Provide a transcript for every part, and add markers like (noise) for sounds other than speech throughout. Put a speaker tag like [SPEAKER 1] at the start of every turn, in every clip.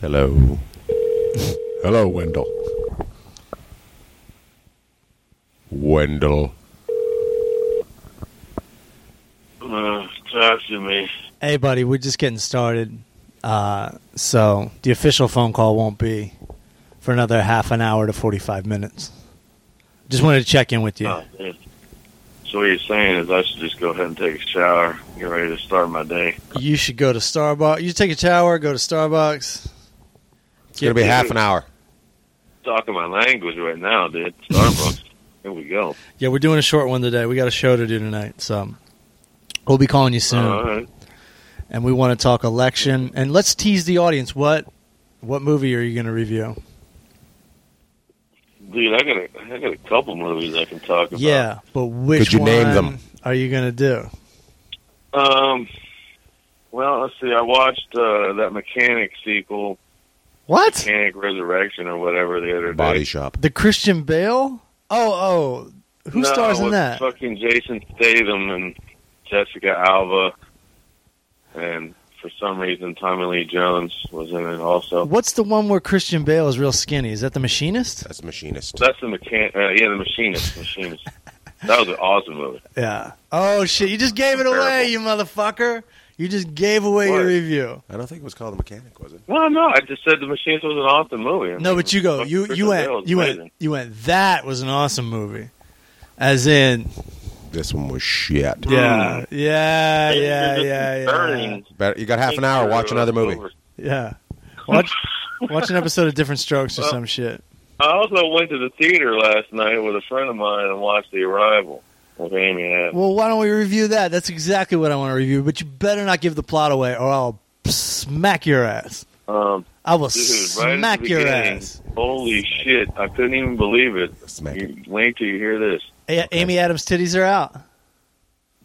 [SPEAKER 1] Hello. Hello, Wendell. Wendell.
[SPEAKER 2] Uh, talk to me.
[SPEAKER 3] Hey, buddy, we're just getting started. Uh, so the official phone call won't be for another half an hour to 45 minutes. Just wanted to check in with you.
[SPEAKER 2] Oh, man. so what you're saying is I should just go ahead and take a shower, get ready to start my day.
[SPEAKER 3] You should go to Starbucks. You take a shower, go to Starbucks.
[SPEAKER 1] It's going to be half an hour.
[SPEAKER 2] Talking my language right now, dude. Starbucks. Here we go.
[SPEAKER 3] Yeah, we're doing a short one today. We got a show to do tonight, so we'll be calling you soon.
[SPEAKER 2] All right.
[SPEAKER 3] and we want to talk election. And let's tease the audience. What what movie are you going to review?
[SPEAKER 2] Dude, I got a, I got a couple movies I can talk about.
[SPEAKER 3] Yeah, but which
[SPEAKER 1] Uh, Could you
[SPEAKER 3] one
[SPEAKER 1] name them?
[SPEAKER 3] are you going to do?
[SPEAKER 2] Um. Well, let's see. I watched uh, that Mechanic sequel,
[SPEAKER 3] What
[SPEAKER 2] Mechanic Resurrection, or whatever the other
[SPEAKER 1] Body
[SPEAKER 2] day.
[SPEAKER 1] shop.
[SPEAKER 3] the Christian Bale? Oh, oh, who
[SPEAKER 2] No,
[SPEAKER 3] stars in
[SPEAKER 2] with
[SPEAKER 3] that?
[SPEAKER 2] Fucking Jason Statham and Jessica Alba, and for some reason Tommy Lee Jones was in it also.
[SPEAKER 3] What's the one where Christian Bale is real skinny? Is that the Machinist?
[SPEAKER 1] That's a machinist.
[SPEAKER 2] That's the mechan. Uh, yeah, the Machinist. Machinist. that was an awesome movie.
[SPEAKER 3] Yeah. Oh shit! You just gave it away,
[SPEAKER 2] Terrible.
[SPEAKER 3] you motherfucker! You just gave away
[SPEAKER 2] What?
[SPEAKER 3] your review.
[SPEAKER 1] I don't think it was called the mechanic, was it?
[SPEAKER 2] Well, no, I just said the Machinist was an awesome movie. I
[SPEAKER 3] No,
[SPEAKER 2] mean,
[SPEAKER 3] but you go.
[SPEAKER 2] fucking
[SPEAKER 3] You
[SPEAKER 2] Christian
[SPEAKER 3] you
[SPEAKER 2] Bale was
[SPEAKER 3] went you
[SPEAKER 2] amazing.
[SPEAKER 3] went you went. That was an awesome movie. As in,
[SPEAKER 1] This one was shit.
[SPEAKER 3] yeah, yeah,
[SPEAKER 2] It's
[SPEAKER 3] yeah,
[SPEAKER 2] just
[SPEAKER 3] yeah, yeah.
[SPEAKER 2] concerning.
[SPEAKER 1] Better, you got half an hour. Watch another movie.
[SPEAKER 3] Yeah. Watch, watch an episode of Different Strokes or
[SPEAKER 2] Well-
[SPEAKER 3] some shit.
[SPEAKER 2] I also went to the theater last night with a friend of mine and watched The Arrival with Amy Adams.
[SPEAKER 3] Well, why don't we review that? That's exactly what I want to review, but you better not give the plot away or I'll smack your ass.
[SPEAKER 2] Um,
[SPEAKER 3] I will
[SPEAKER 2] dude, right
[SPEAKER 3] smack
[SPEAKER 2] at the
[SPEAKER 3] your
[SPEAKER 2] beginning,
[SPEAKER 3] ass.
[SPEAKER 2] Holy shit! I couldn't even believe it.
[SPEAKER 1] Smack it.
[SPEAKER 3] (laughs)
[SPEAKER 2] You, wait till you hear this. (laughs)
[SPEAKER 3] A- Amy Adams' titties are out.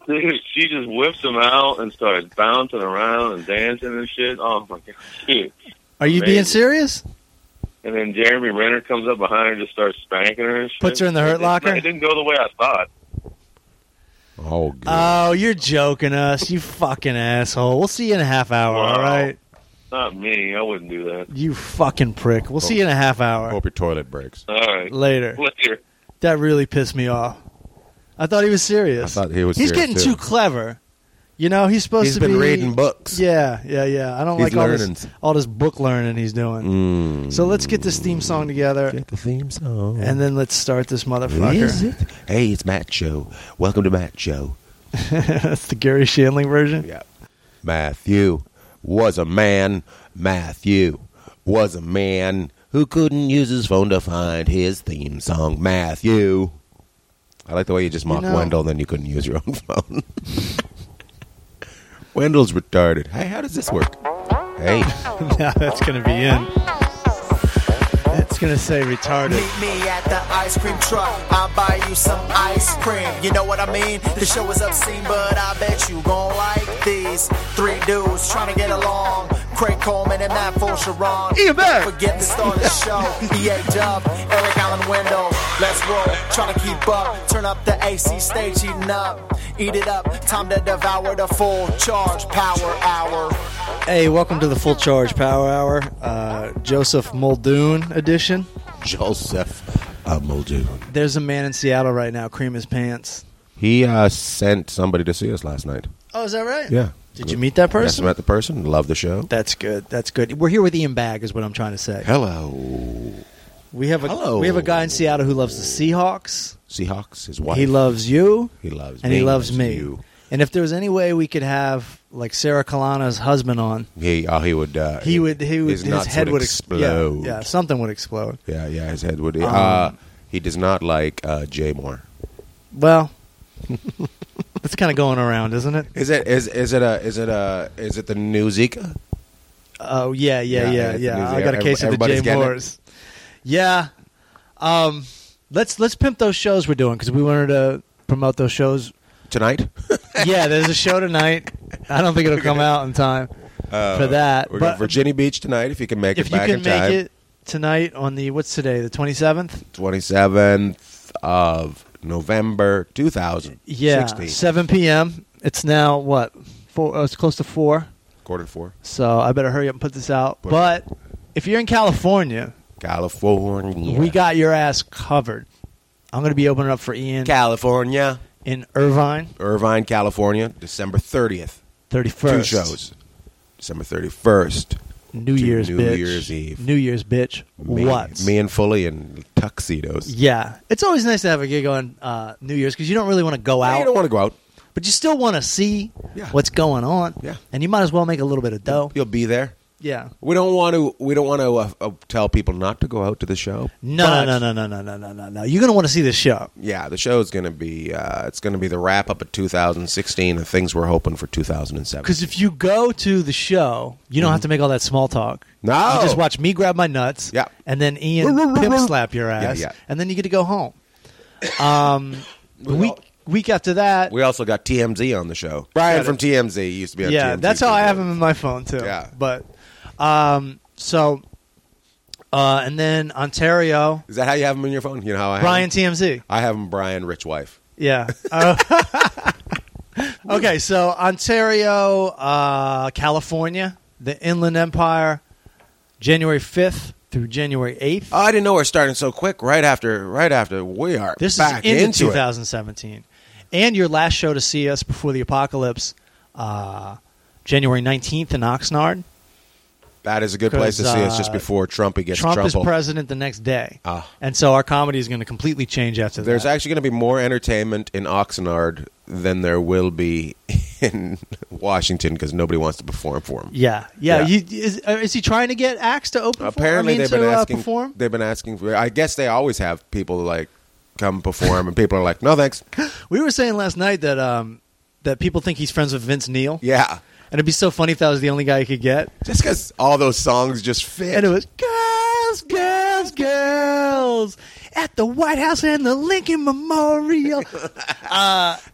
[SPEAKER 2] Dude, she just whips him out and starts bouncing around and dancing and shit. Oh my god, dude!
[SPEAKER 3] Are you
[SPEAKER 2] Amazing.
[SPEAKER 3] being serious?
[SPEAKER 2] And then Jeremy Renner comes up behind her and just starts spanking her and shit.
[SPEAKER 3] Puts her in the Hurt
[SPEAKER 2] It-
[SPEAKER 3] Locker?
[SPEAKER 2] It, didn't go the way I thought.
[SPEAKER 1] Oh, good.
[SPEAKER 3] Oh, you're joking us, you fucking asshole. We'll see you in a half hour,
[SPEAKER 2] Wow.
[SPEAKER 3] all right?
[SPEAKER 2] Not me. I wouldn't do that.
[SPEAKER 3] You fucking prick. We'll see you in a half hour.
[SPEAKER 2] Oh.
[SPEAKER 1] Hope your toilet breaks.
[SPEAKER 2] All right,
[SPEAKER 3] Later.
[SPEAKER 2] later.
[SPEAKER 3] That really pissed me off. I thought he was
[SPEAKER 1] I
[SPEAKER 3] serious.
[SPEAKER 1] thought he was.
[SPEAKER 3] he's
[SPEAKER 1] serious,
[SPEAKER 3] getting
[SPEAKER 1] too.
[SPEAKER 3] too clever. You know, he's supposed
[SPEAKER 1] He's
[SPEAKER 3] to
[SPEAKER 1] been
[SPEAKER 3] be
[SPEAKER 1] reading books.
[SPEAKER 3] Yeah, yeah, yeah. I don't
[SPEAKER 1] He's
[SPEAKER 3] like all this
[SPEAKER 1] learning.
[SPEAKER 3] all this book learning he's doing.
[SPEAKER 1] Mm.
[SPEAKER 3] So let's get this theme song together,
[SPEAKER 1] Get the theme song.
[SPEAKER 3] and then let's start this (laughs)
[SPEAKER 1] Is
[SPEAKER 3] motherfucker.
[SPEAKER 1] it? Hey, it's Matt Show. Welcome to Matt Show.
[SPEAKER 3] That's the Gary Shandling version.
[SPEAKER 1] Yeah. Matthew was a man. Matthew was a man who couldn't use his phone to find his theme song. Matthew. I like the way you just mocked
[SPEAKER 3] know-
[SPEAKER 1] Wendell, then you couldn't use your own (laughs) phone. Wendell's retarded. Hey, how does this work? Hey,
[SPEAKER 3] (laughs) now that's gonna be in. It's gonna say retarded.
[SPEAKER 4] Meet me at the ice cream truck. I'll buy you some ice cream. You know what I mean? The show is obscene, but I bet you gon' like these three dudes trying to get along. Craig Coleman and Matt Sharon. Don't forget to start the show. EA Dub, Eric Allen Window. Let's roll. Trying to keep up. Turn up the AC stage, eating up. Eat it up. Time to devour the full charge power hour.
[SPEAKER 3] Hey, welcome to the Full Charge Power Hour, uh, Joseph Muldoon edition.
[SPEAKER 1] Joseph uh, Muldoon.
[SPEAKER 3] There's a man in Seattle right now, cream his pants.
[SPEAKER 1] He uh, sent somebody to see us last night.
[SPEAKER 3] Oh, is that right?
[SPEAKER 1] Yeah.
[SPEAKER 3] Did you meet that
[SPEAKER 1] Yes, I
[SPEAKER 3] person?
[SPEAKER 1] met the person. Love the show.
[SPEAKER 3] That's good. That's good. We're here with Ian Bag, is what I'm trying to say.
[SPEAKER 1] Hello,
[SPEAKER 3] We have a
[SPEAKER 1] Hello.
[SPEAKER 3] we have a guy in Seattle who loves the Seahawks.
[SPEAKER 1] Seahawks. His wife.
[SPEAKER 3] He loves you,
[SPEAKER 1] He loves
[SPEAKER 3] and
[SPEAKER 1] me.
[SPEAKER 3] he loves me.
[SPEAKER 1] you.
[SPEAKER 3] And if there was any way we could have like Sarah Kalana's husband on,
[SPEAKER 1] He oh he would uh,
[SPEAKER 3] he would he would his,
[SPEAKER 1] nuts
[SPEAKER 3] head would ex- yeah,
[SPEAKER 1] explode.
[SPEAKER 3] Yeah, something would explode.
[SPEAKER 1] yeah, yeah, his head would. uh,
[SPEAKER 3] Um,
[SPEAKER 1] he does not like uh, Jay Moore. (laughs)
[SPEAKER 3] Well, that's kind of going around, isn't it?
[SPEAKER 1] Is it is is it a is it a is it the new Zika?
[SPEAKER 3] Oh yeah,
[SPEAKER 1] Yeah,
[SPEAKER 3] yeah, yeah,
[SPEAKER 1] it's
[SPEAKER 3] yeah.
[SPEAKER 1] the
[SPEAKER 3] I
[SPEAKER 1] news.
[SPEAKER 3] got a case of the
[SPEAKER 1] Everybody's
[SPEAKER 3] Jay
[SPEAKER 1] getting it.
[SPEAKER 3] Moores. Yeah. Um, let's let's pimp those shows we're doing because we wanted to promote
[SPEAKER 1] (laughs)
[SPEAKER 3] those shows.
[SPEAKER 1] tonight?
[SPEAKER 3] yeah, there's a show tonight. I don't think it'll come out in time (laughs) for that.
[SPEAKER 1] We're
[SPEAKER 3] but
[SPEAKER 1] going Virginia Beach tonight. If you can make
[SPEAKER 3] if
[SPEAKER 1] it
[SPEAKER 3] you
[SPEAKER 1] back
[SPEAKER 3] can
[SPEAKER 1] in
[SPEAKER 3] make
[SPEAKER 1] time,
[SPEAKER 3] it tonight on the what's today the 27th
[SPEAKER 1] twenty seventh of November two thousand
[SPEAKER 3] yeah 7 p.m it's now what four oh, it's close to four
[SPEAKER 1] quarter to four.
[SPEAKER 3] so i better hurry up and put this out
[SPEAKER 1] Put it
[SPEAKER 3] but if you're in California,
[SPEAKER 1] California.
[SPEAKER 3] we got your ass covered. I'm going to be opening up for Ian
[SPEAKER 1] California,
[SPEAKER 3] in Irvine,
[SPEAKER 1] Irvine, California, December 30th.
[SPEAKER 3] 31st.
[SPEAKER 1] Two shows. December 31st.
[SPEAKER 3] New
[SPEAKER 1] Two
[SPEAKER 3] Year's
[SPEAKER 1] New
[SPEAKER 3] bitch.
[SPEAKER 1] Year's Eve.
[SPEAKER 3] New Year's bitch.
[SPEAKER 1] Me,
[SPEAKER 3] what?
[SPEAKER 1] Me and Fully in tuxedos.
[SPEAKER 3] yeah, it's always nice to have a gig on uh, New Year's because you don't really want to go
[SPEAKER 1] You
[SPEAKER 3] out,
[SPEAKER 1] don't want to go out.
[SPEAKER 3] but you still want to see
[SPEAKER 1] Yeah.
[SPEAKER 3] what's going on.
[SPEAKER 1] Yeah.
[SPEAKER 3] and you might as well make a little bit of dough.
[SPEAKER 1] You'll be there.
[SPEAKER 3] Yeah.
[SPEAKER 1] We don't want to. We don't want to uh, uh, tell people not to go out to the show.
[SPEAKER 3] No, no, no, no, no, no, no, no, no. You're gonna want to see the show.
[SPEAKER 1] Yeah, the show's going to be. Uh, it's going to be the wrap up of 2016 and things we're hoping for 2017.
[SPEAKER 3] Because if you go to the show, you don't have to make all that small talk.
[SPEAKER 1] Mm-hmm. No.
[SPEAKER 3] You just watch me grab my nuts.
[SPEAKER 1] Yeah.
[SPEAKER 3] And then Ian pimp slap your
[SPEAKER 1] Yeah,
[SPEAKER 3] ass.
[SPEAKER 1] yeah.
[SPEAKER 3] And then you get to go home.
[SPEAKER 1] (coughs)
[SPEAKER 3] Um, week, week after that.
[SPEAKER 1] We also got TMZ on the show. Brian from TMZ used to be on TMZ.
[SPEAKER 3] yeah, that's how I have him
[SPEAKER 1] too.
[SPEAKER 3] in my phone, too.
[SPEAKER 1] Yeah.
[SPEAKER 3] But, um, so, uh, and then Ontario,
[SPEAKER 1] Is that how you have him in your phone? You know how I
[SPEAKER 3] Brian
[SPEAKER 1] have him?
[SPEAKER 3] TMZ.
[SPEAKER 1] I have him Brian Rich Wife.
[SPEAKER 3] Yeah. Uh, (laughs) okay, so Ontario, uh, California, the Inland Empire, January 5th through January 8th.
[SPEAKER 1] Oh, I didn't know we are starting so quick. Right after, right after we are
[SPEAKER 3] this is
[SPEAKER 1] back
[SPEAKER 3] into,
[SPEAKER 1] into it.
[SPEAKER 3] 2017. And your last show to see us before the apocalypse, uh, January 19th in Oxnard.
[SPEAKER 1] That is a good place to see us just
[SPEAKER 3] uh,
[SPEAKER 1] before Trumpy gets
[SPEAKER 3] Trump is
[SPEAKER 1] Trumpled.
[SPEAKER 3] president the next day.
[SPEAKER 1] Ah.
[SPEAKER 3] And so our comedy is going to completely change after
[SPEAKER 1] There's
[SPEAKER 3] that.
[SPEAKER 1] actually going to be more entertainment in Oxnard than there will be (laughs) in Washington because nobody wants to perform for him.
[SPEAKER 3] yeah, yeah.
[SPEAKER 1] Yeah.
[SPEAKER 3] You, is, uh, is he trying to get acts to open? for- I
[SPEAKER 1] Apparently,
[SPEAKER 3] mean,
[SPEAKER 1] they've been
[SPEAKER 3] to, uh,
[SPEAKER 1] asking.
[SPEAKER 3] perform?
[SPEAKER 1] They've been asking for. I guess they always have people like come perform, and people are like, "No,
[SPEAKER 3] (laughs)
[SPEAKER 1] thanks."
[SPEAKER 3] We were saying last night that um, that people think he's friends with Vince Neil,
[SPEAKER 1] Yeah,
[SPEAKER 3] and it'd be so funny if that was the only guy he could get.
[SPEAKER 1] just because all those songs just fit.
[SPEAKER 3] And it was girls, girls, girls at the White House and the Lincoln (laughs) Memorial,
[SPEAKER 1] Girls,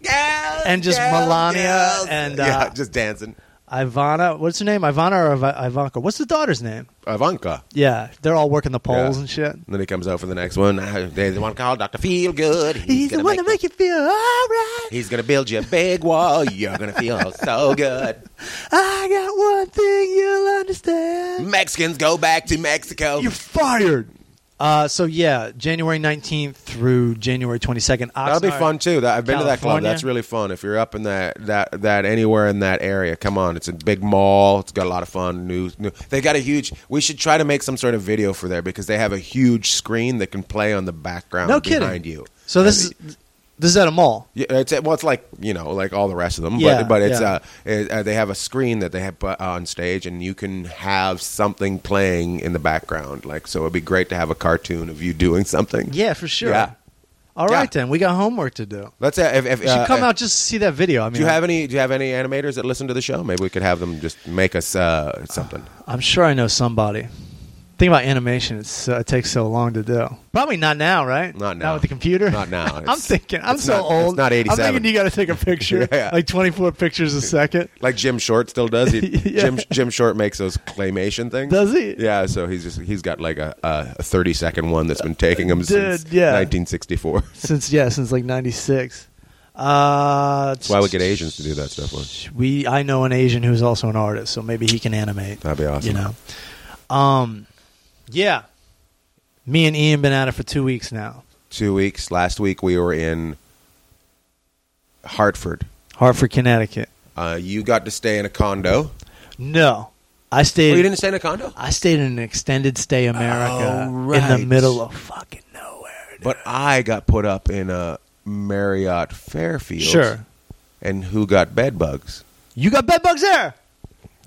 [SPEAKER 3] and just Melania and, uh,
[SPEAKER 1] yeah, just dancing.
[SPEAKER 3] Ivana. What's her name? Ivana or Iv- Ivanka? What's the daughter's name?
[SPEAKER 1] Ivanka.
[SPEAKER 3] Yeah, they're all working the polls
[SPEAKER 1] Yeah.
[SPEAKER 3] and shit.
[SPEAKER 1] And then he comes out for the next one. Uh, They want to call Doctor Feelgood. He's,
[SPEAKER 3] He's the
[SPEAKER 1] gonna
[SPEAKER 3] one
[SPEAKER 1] make
[SPEAKER 3] to make you feel all right.
[SPEAKER 1] He's gonna build you a big wall. You're gonna
[SPEAKER 3] (laughs)
[SPEAKER 1] feel so good.
[SPEAKER 3] I got one thing you'll understand.
[SPEAKER 1] Mexicans go back to Mexico.
[SPEAKER 3] You're Oh. fired. Uh, so yeah, January nineteenth through January twenty second.
[SPEAKER 1] That'll be fun too. That, I've been to that club.
[SPEAKER 3] California.
[SPEAKER 1] That's really fun. If you're up in that that that anywhere in that area, come on. It's a big mall. It's got a lot of fun. New, new. They got a huge. We should try to make some sort of video for there because they have a huge screen that can play on the background
[SPEAKER 3] No kidding.
[SPEAKER 1] behind you.
[SPEAKER 3] So this is this is at a mall.
[SPEAKER 1] Yeah, it's well, it's like you know, like all the rest of them.
[SPEAKER 3] Yeah,
[SPEAKER 1] but but it's
[SPEAKER 3] yeah.
[SPEAKER 1] uh, it, uh, they have a screen that they have uh, on stage, and you can have something playing in the background. Like, so it'd be great to have a cartoon of you doing something.
[SPEAKER 3] Yeah, for sure.
[SPEAKER 1] Yeah.
[SPEAKER 3] All right
[SPEAKER 1] Yeah.
[SPEAKER 3] then, we got homework to do.
[SPEAKER 1] Let's uh, if, if
[SPEAKER 3] You should
[SPEAKER 1] uh,
[SPEAKER 3] come
[SPEAKER 1] uh,
[SPEAKER 3] out just to see that video. I mean,
[SPEAKER 1] Do you have any? Do you have any animators that listen to the show? Maybe we could have them just make us uh, something.
[SPEAKER 3] I'm sure I know somebody. Think about animation; it's, uh, it takes so long to do. Probably not now, right?
[SPEAKER 1] Not now.
[SPEAKER 3] Not with the computer.
[SPEAKER 1] Not now.
[SPEAKER 3] (laughs) I'm
[SPEAKER 1] It's-
[SPEAKER 3] thinking. I'm
[SPEAKER 1] it's
[SPEAKER 3] so
[SPEAKER 1] not-
[SPEAKER 3] old.
[SPEAKER 1] it's not 87.
[SPEAKER 3] I'm thinking you got to take a picture,
[SPEAKER 1] (laughs) Yeah.
[SPEAKER 3] like 24 pictures a second.
[SPEAKER 1] Like Jim Short still does. (laughs) He,
[SPEAKER 3] Yeah.
[SPEAKER 1] Jim Jim Short makes those claymation things.
[SPEAKER 3] Does he?
[SPEAKER 1] Yeah. So he's just he's got like a, a thirty second one that's been taking him since
[SPEAKER 3] Dude, yeah.
[SPEAKER 1] 1964.
[SPEAKER 3] Since yeah, since like '96. Uh,
[SPEAKER 1] That's why we get Asians to do that stuff. man.
[SPEAKER 3] we I know an Asian who's also an artist, so maybe he can animate.
[SPEAKER 1] That'd be awesome.
[SPEAKER 3] You know, um, yeah. Me and Ian been at it for two weeks now.
[SPEAKER 1] Two weeks. Last week we were in Hartford.
[SPEAKER 3] Hartford, Connecticut.
[SPEAKER 1] Uh, you got to stay in a condo.
[SPEAKER 3] No, I
[SPEAKER 1] Oh,
[SPEAKER 3] stayed.
[SPEAKER 1] you didn't stay in a condo,
[SPEAKER 3] I stayed in an extended stay America
[SPEAKER 1] Oh,
[SPEAKER 3] in the
[SPEAKER 1] right.
[SPEAKER 3] middle of fucking nowhere.
[SPEAKER 1] but I got put up in a Marriott Fairfield.
[SPEAKER 3] Sure,
[SPEAKER 1] And who got bed bugs?
[SPEAKER 3] you got bed bugs there,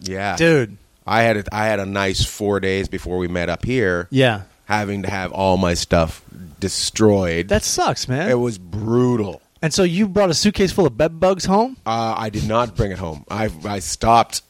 [SPEAKER 1] Yeah,
[SPEAKER 3] dude.
[SPEAKER 1] I had a, I had a nice four days before we met up here,
[SPEAKER 3] Yeah,
[SPEAKER 1] having to have all my stuff destroyed.
[SPEAKER 3] that sucks, man.
[SPEAKER 1] it was brutal.
[SPEAKER 3] and so you brought a suitcase full of bed bugs home?
[SPEAKER 1] Uh, I did not bring it home. I I stopped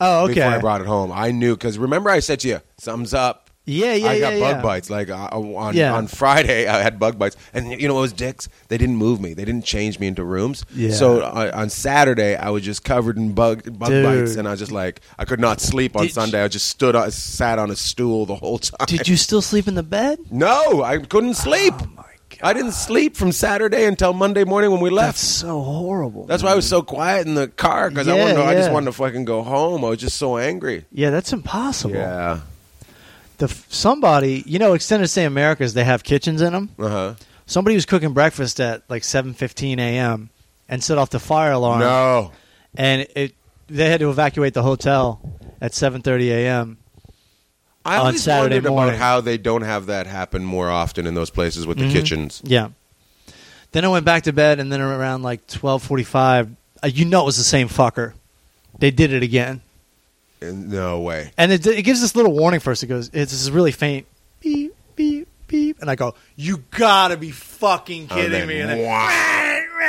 [SPEAKER 3] Oh, okay.
[SPEAKER 1] before I brought it home. I knew because remember I said to you, thumbs up.
[SPEAKER 3] yeah, yeah,
[SPEAKER 1] I got
[SPEAKER 3] yeah,
[SPEAKER 1] bug
[SPEAKER 3] yeah.
[SPEAKER 1] bites. Like uh, on
[SPEAKER 3] Yeah.
[SPEAKER 1] on Friday, (laughs) I had bug bites, and you know those dicks. They didn't move me. They didn't change me into rooms.
[SPEAKER 3] Yeah.
[SPEAKER 1] So uh, on Saturday, I was just covered in bug bug
[SPEAKER 3] Dude.
[SPEAKER 1] bites, and I was just like I could not sleep on
[SPEAKER 3] Did you-
[SPEAKER 1] Sunday. I just stood on, sat on a stool the whole (laughs) time.
[SPEAKER 3] Did you still sleep in the bed? Oh
[SPEAKER 1] No, I couldn't sleep. I didn't sleep from Saturday until Monday morning when we left.
[SPEAKER 3] That's
[SPEAKER 1] That's,
[SPEAKER 3] so horrible.
[SPEAKER 1] why I was so quiet in the car because I
[SPEAKER 3] Yeah,
[SPEAKER 1] wanted. to- I just
[SPEAKER 3] yeah.
[SPEAKER 1] wanted to fucking go home. I was just so angry.
[SPEAKER 3] Yeah, that's impossible.
[SPEAKER 1] Yeah.
[SPEAKER 3] the f- somebody you know extended stay Americas they have kitchens in them.
[SPEAKER 1] Uh huh.
[SPEAKER 3] Somebody was cooking breakfast at like seven fifteen a.m. and set off the fire alarm.
[SPEAKER 1] No.
[SPEAKER 3] and it they had to evacuate the hotel at 7:30 a.m.
[SPEAKER 1] I
[SPEAKER 3] On
[SPEAKER 1] always
[SPEAKER 3] Saturday
[SPEAKER 1] wondered
[SPEAKER 3] morning. Mm-hmm.
[SPEAKER 1] about how they don't have that happen more often in those places with the kitchens.
[SPEAKER 3] Yeah. Then I went back to bed, and then around like 12:45, uh, you know it was the same fucker. They did it again,
[SPEAKER 1] And No way.
[SPEAKER 3] and it, it gives this little warning first. It goes, it's this really faint beep beep beep, and I go, you gotta be fucking kidding
[SPEAKER 1] then
[SPEAKER 3] me! And then,
[SPEAKER 1] whack,
[SPEAKER 3] (laughs)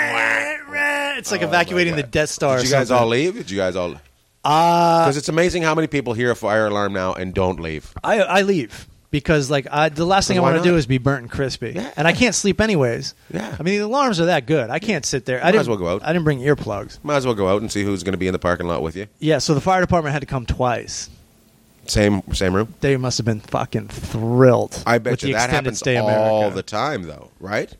[SPEAKER 3] it's like
[SPEAKER 1] Oh,
[SPEAKER 3] evacuating
[SPEAKER 1] my
[SPEAKER 3] the
[SPEAKER 1] God.
[SPEAKER 3] Death Star.
[SPEAKER 1] Did
[SPEAKER 3] or
[SPEAKER 1] you guys
[SPEAKER 3] something.
[SPEAKER 1] all leave? Did you guys all?
[SPEAKER 3] Uh,
[SPEAKER 1] Because it's amazing how many people hear a fire alarm now and don't leave.
[SPEAKER 3] I I leave because like I, the last thing I
[SPEAKER 1] Why
[SPEAKER 3] want to do
[SPEAKER 1] not?
[SPEAKER 3] is be burnt and crispy,
[SPEAKER 1] Yeah.
[SPEAKER 3] and I can't sleep anyways.
[SPEAKER 1] Yeah.
[SPEAKER 3] I mean the alarms are that good. I can't sit there. I
[SPEAKER 1] Might
[SPEAKER 3] didn't,
[SPEAKER 1] as well go out.
[SPEAKER 3] I didn't bring earplugs.
[SPEAKER 1] Might as well go out and see who's going to be in the parking lot with you.
[SPEAKER 3] Yeah, so the fire department had to come twice.
[SPEAKER 1] Same same room.
[SPEAKER 3] They must have been fucking thrilled.
[SPEAKER 1] I bet
[SPEAKER 3] with
[SPEAKER 1] you
[SPEAKER 3] the
[SPEAKER 1] that
[SPEAKER 3] extended
[SPEAKER 1] happens
[SPEAKER 3] stay
[SPEAKER 1] all
[SPEAKER 3] America.
[SPEAKER 1] the time, though, right?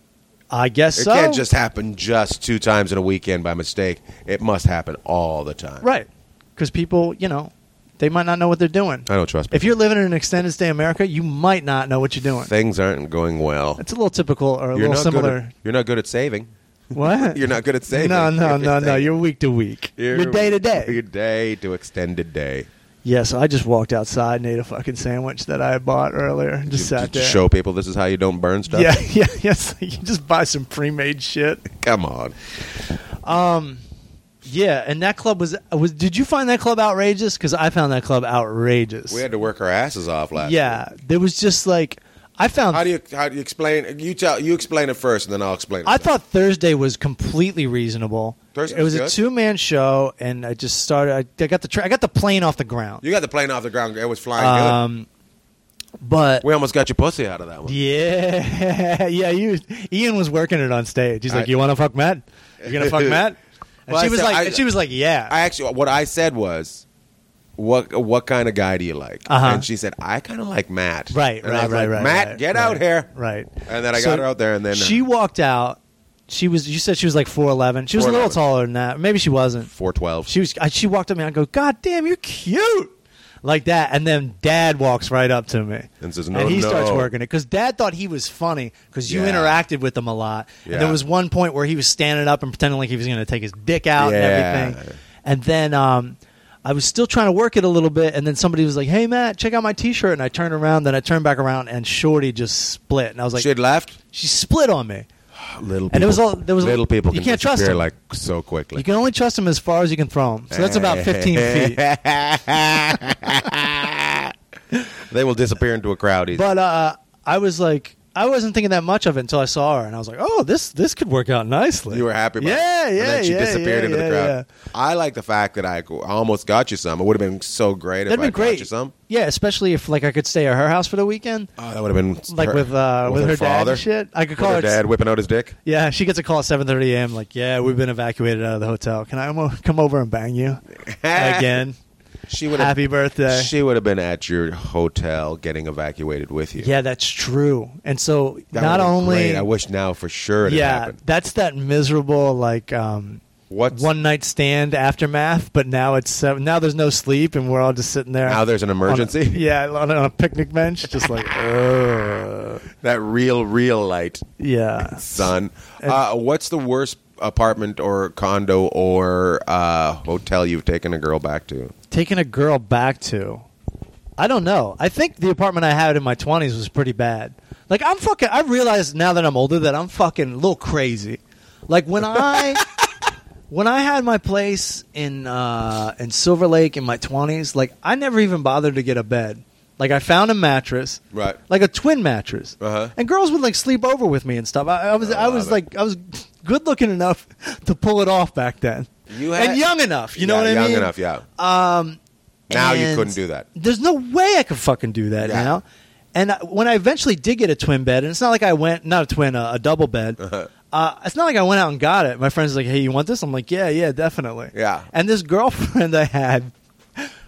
[SPEAKER 3] I guess
[SPEAKER 1] It
[SPEAKER 3] so.
[SPEAKER 1] can't just happen just two times in a weekend by mistake. It must happen all the time.
[SPEAKER 3] right because people, you know, they might not know what they're doing.
[SPEAKER 1] I don't trust
[SPEAKER 3] If you're living in an extended stay America, you might not know what you're doing.
[SPEAKER 1] things aren't going well.
[SPEAKER 3] It's a little typical or a
[SPEAKER 1] You're
[SPEAKER 3] little
[SPEAKER 1] not, good
[SPEAKER 3] similar.
[SPEAKER 1] at, you're not good at saving. (laughs)
[SPEAKER 3] what?
[SPEAKER 1] You're not good at saving.
[SPEAKER 3] No, no, no, no.
[SPEAKER 1] Everything.
[SPEAKER 3] You're week to week. You're day to day.
[SPEAKER 1] Your day to extended day.
[SPEAKER 3] Yeah, so I just walked outside and ate a fucking sandwich that I had bought earlier. and Just
[SPEAKER 1] You-
[SPEAKER 3] sat
[SPEAKER 1] to
[SPEAKER 3] there.
[SPEAKER 1] show people this is how you don't burn stuff.
[SPEAKER 3] yeah, (laughs) yeah, yes. You just buy some pre-made shit.
[SPEAKER 1] (laughs) Come on.
[SPEAKER 3] Yeah, and that club was was. Did you find that club outrageous? Because I found that club outrageous.
[SPEAKER 1] We had to work our asses off last week.
[SPEAKER 3] yeah, there was just like I found.
[SPEAKER 1] How do you how do you explain you tell you explain it first and then I'll explain it.
[SPEAKER 3] I thought Thursday was completely reasonable.
[SPEAKER 1] Thursday
[SPEAKER 3] it was
[SPEAKER 1] was
[SPEAKER 3] a
[SPEAKER 1] good.
[SPEAKER 3] two man show, and I just started. I, I got the tra- I got the plane off the ground,
[SPEAKER 1] you got the plane off the ground. It was flying
[SPEAKER 3] um, but
[SPEAKER 1] good. We almost got your pussy out of that one.
[SPEAKER 3] Yeah, (laughs) yeah. You, Ian was working it on stage. He's like,
[SPEAKER 1] I-
[SPEAKER 3] "You want to fuck Matt? You
[SPEAKER 1] (laughs)
[SPEAKER 3] gonna fuck Matt?" And
[SPEAKER 1] Well,
[SPEAKER 3] she
[SPEAKER 1] I
[SPEAKER 3] was
[SPEAKER 1] said-
[SPEAKER 3] like,
[SPEAKER 1] I-
[SPEAKER 3] and she was like, "Yeah."
[SPEAKER 1] I actually what I said was what what kind of guy do you like?
[SPEAKER 3] Uh-huh.
[SPEAKER 1] And she said I kind of like Matt.
[SPEAKER 3] right,
[SPEAKER 1] And
[SPEAKER 3] right,
[SPEAKER 1] I was
[SPEAKER 3] right,
[SPEAKER 1] like,
[SPEAKER 3] right.
[SPEAKER 1] Matt,
[SPEAKER 3] right,
[SPEAKER 1] get
[SPEAKER 3] right,
[SPEAKER 1] out here.
[SPEAKER 3] Right.
[SPEAKER 1] And then I
[SPEAKER 3] So
[SPEAKER 1] got her out there, and then uh,
[SPEAKER 3] she walked out. She was. You said she was like four eleven. She was a little
[SPEAKER 1] 4'11".
[SPEAKER 3] taller than that. Maybe she wasn't.
[SPEAKER 1] four twelve.
[SPEAKER 3] She was. I, she walked up to me. I go, "God damn, you're cute." Like that, and then Dad walks right up to me,
[SPEAKER 1] And says, "No,
[SPEAKER 3] he
[SPEAKER 1] no."
[SPEAKER 3] starts working it because Dad thought he was funny because you
[SPEAKER 1] Yeah.
[SPEAKER 3] interacted with him a lot. And there
[SPEAKER 1] Yeah.
[SPEAKER 3] was one point where he was standing up and pretending like he was going to take his dick out and
[SPEAKER 1] Yeah.
[SPEAKER 3] everything. And then um, I was still trying to work it a little bit, and then somebody was like, "Hey, Matt, check out my T-shirt." And I turned around, then I turned back around, and Shorty just split, and I was like,
[SPEAKER 1] she had left.
[SPEAKER 3] "She split on me."
[SPEAKER 1] Little people,
[SPEAKER 3] it was all- there was-
[SPEAKER 1] little people.
[SPEAKER 3] you
[SPEAKER 1] can
[SPEAKER 3] can't trust
[SPEAKER 1] disappear,
[SPEAKER 3] them.
[SPEAKER 1] like so quickly.
[SPEAKER 3] You can only trust him as far as you can throw him, so that's
[SPEAKER 1] (laughs)
[SPEAKER 3] about fifteen feet.
[SPEAKER 1] they will disappear into a crowd. Easy.
[SPEAKER 3] But uh, I was like, I wasn't thinking that much of it until I saw her, and I was like, oh, this this could work out nicely.
[SPEAKER 1] you were happy. About
[SPEAKER 3] yeah,
[SPEAKER 1] it.
[SPEAKER 3] yeah,
[SPEAKER 1] And then she
[SPEAKER 3] yeah,
[SPEAKER 1] disappeared
[SPEAKER 3] yeah,
[SPEAKER 1] into the
[SPEAKER 3] yeah,
[SPEAKER 1] crowd.
[SPEAKER 3] yeah.
[SPEAKER 1] I like the fact that I almost got you some. It would have been so great
[SPEAKER 3] That'd
[SPEAKER 1] if I
[SPEAKER 3] been great.
[SPEAKER 1] got you some.
[SPEAKER 3] Yeah, especially if like I could stay at her house for the weekend,
[SPEAKER 1] Oh, that would have been
[SPEAKER 3] like
[SPEAKER 1] her-
[SPEAKER 3] with uh, with her, dad
[SPEAKER 1] father.
[SPEAKER 3] and shit. I could
[SPEAKER 1] With
[SPEAKER 3] call
[SPEAKER 1] her
[SPEAKER 3] her.
[SPEAKER 1] dad whipping out his dick.
[SPEAKER 3] Yeah, she gets a call at seven thirty a.m. Like, yeah, we've been evacuated out of the hotel. Can I mo- come over and bang
[SPEAKER 1] (laughs)
[SPEAKER 3] you (laughs) again?
[SPEAKER 1] She would have.
[SPEAKER 3] Happy birthday.
[SPEAKER 1] She would have been at your hotel getting evacuated with you.
[SPEAKER 3] yeah, that's true. And so
[SPEAKER 1] That
[SPEAKER 3] not
[SPEAKER 1] would've been
[SPEAKER 3] only
[SPEAKER 1] great. I wish now for sure it had
[SPEAKER 3] yeah,
[SPEAKER 1] happened.
[SPEAKER 3] that's that miserable like um,
[SPEAKER 1] What's
[SPEAKER 3] one night stand aftermath, but now it's seven, now there's no sleep and we're all just sitting there.
[SPEAKER 1] now? There's an
[SPEAKER 3] on a-
[SPEAKER 1] emergency.
[SPEAKER 3] (laughs) yeah, on a, on a picnic bench,
[SPEAKER 1] (laughs)
[SPEAKER 3] just like ugh.
[SPEAKER 1] That real, real light,
[SPEAKER 3] yeah. (laughs)
[SPEAKER 1] son. Uh, what's the worst apartment or condo or uh, hotel you've taken a girl back to?
[SPEAKER 3] Taking a girl back to, I don't know. I think the apartment I had in my twenties was pretty bad. Like I'm fucking. I realize now that I'm older that I'm fucking a little crazy. Like
[SPEAKER 1] (laughs)
[SPEAKER 3] when I. When I had my place in uh, in Silver Lake in my twenties, like I never even bothered to get a bed. Like I found a mattress,
[SPEAKER 1] Right.
[SPEAKER 3] like a twin mattress.
[SPEAKER 1] Uh-huh. Oh,
[SPEAKER 3] And girls would like sleep over with me and stuff. I, I was I,
[SPEAKER 1] love
[SPEAKER 3] was
[SPEAKER 1] it.
[SPEAKER 3] like I was good looking enough to pull it off back then.
[SPEAKER 1] You had-
[SPEAKER 3] and young enough, you know
[SPEAKER 1] Yeah,
[SPEAKER 3] what I
[SPEAKER 1] young
[SPEAKER 3] mean?
[SPEAKER 1] enough, yeah. Um, now you
[SPEAKER 3] And
[SPEAKER 1] couldn't do that.
[SPEAKER 3] There's no way I could fucking do that
[SPEAKER 1] Yeah.
[SPEAKER 3] now. And I, when I eventually did get a twin bed, and it's not like I went not a twin, a, a double bed.
[SPEAKER 1] Uh-huh. (laughs)
[SPEAKER 3] Uh, it's not like I went out and got it. My friend's like, "Hey, you want this?" I'm like, "Yeah, yeah, definitely."
[SPEAKER 1] Yeah.
[SPEAKER 3] And this girlfriend (laughs) I had,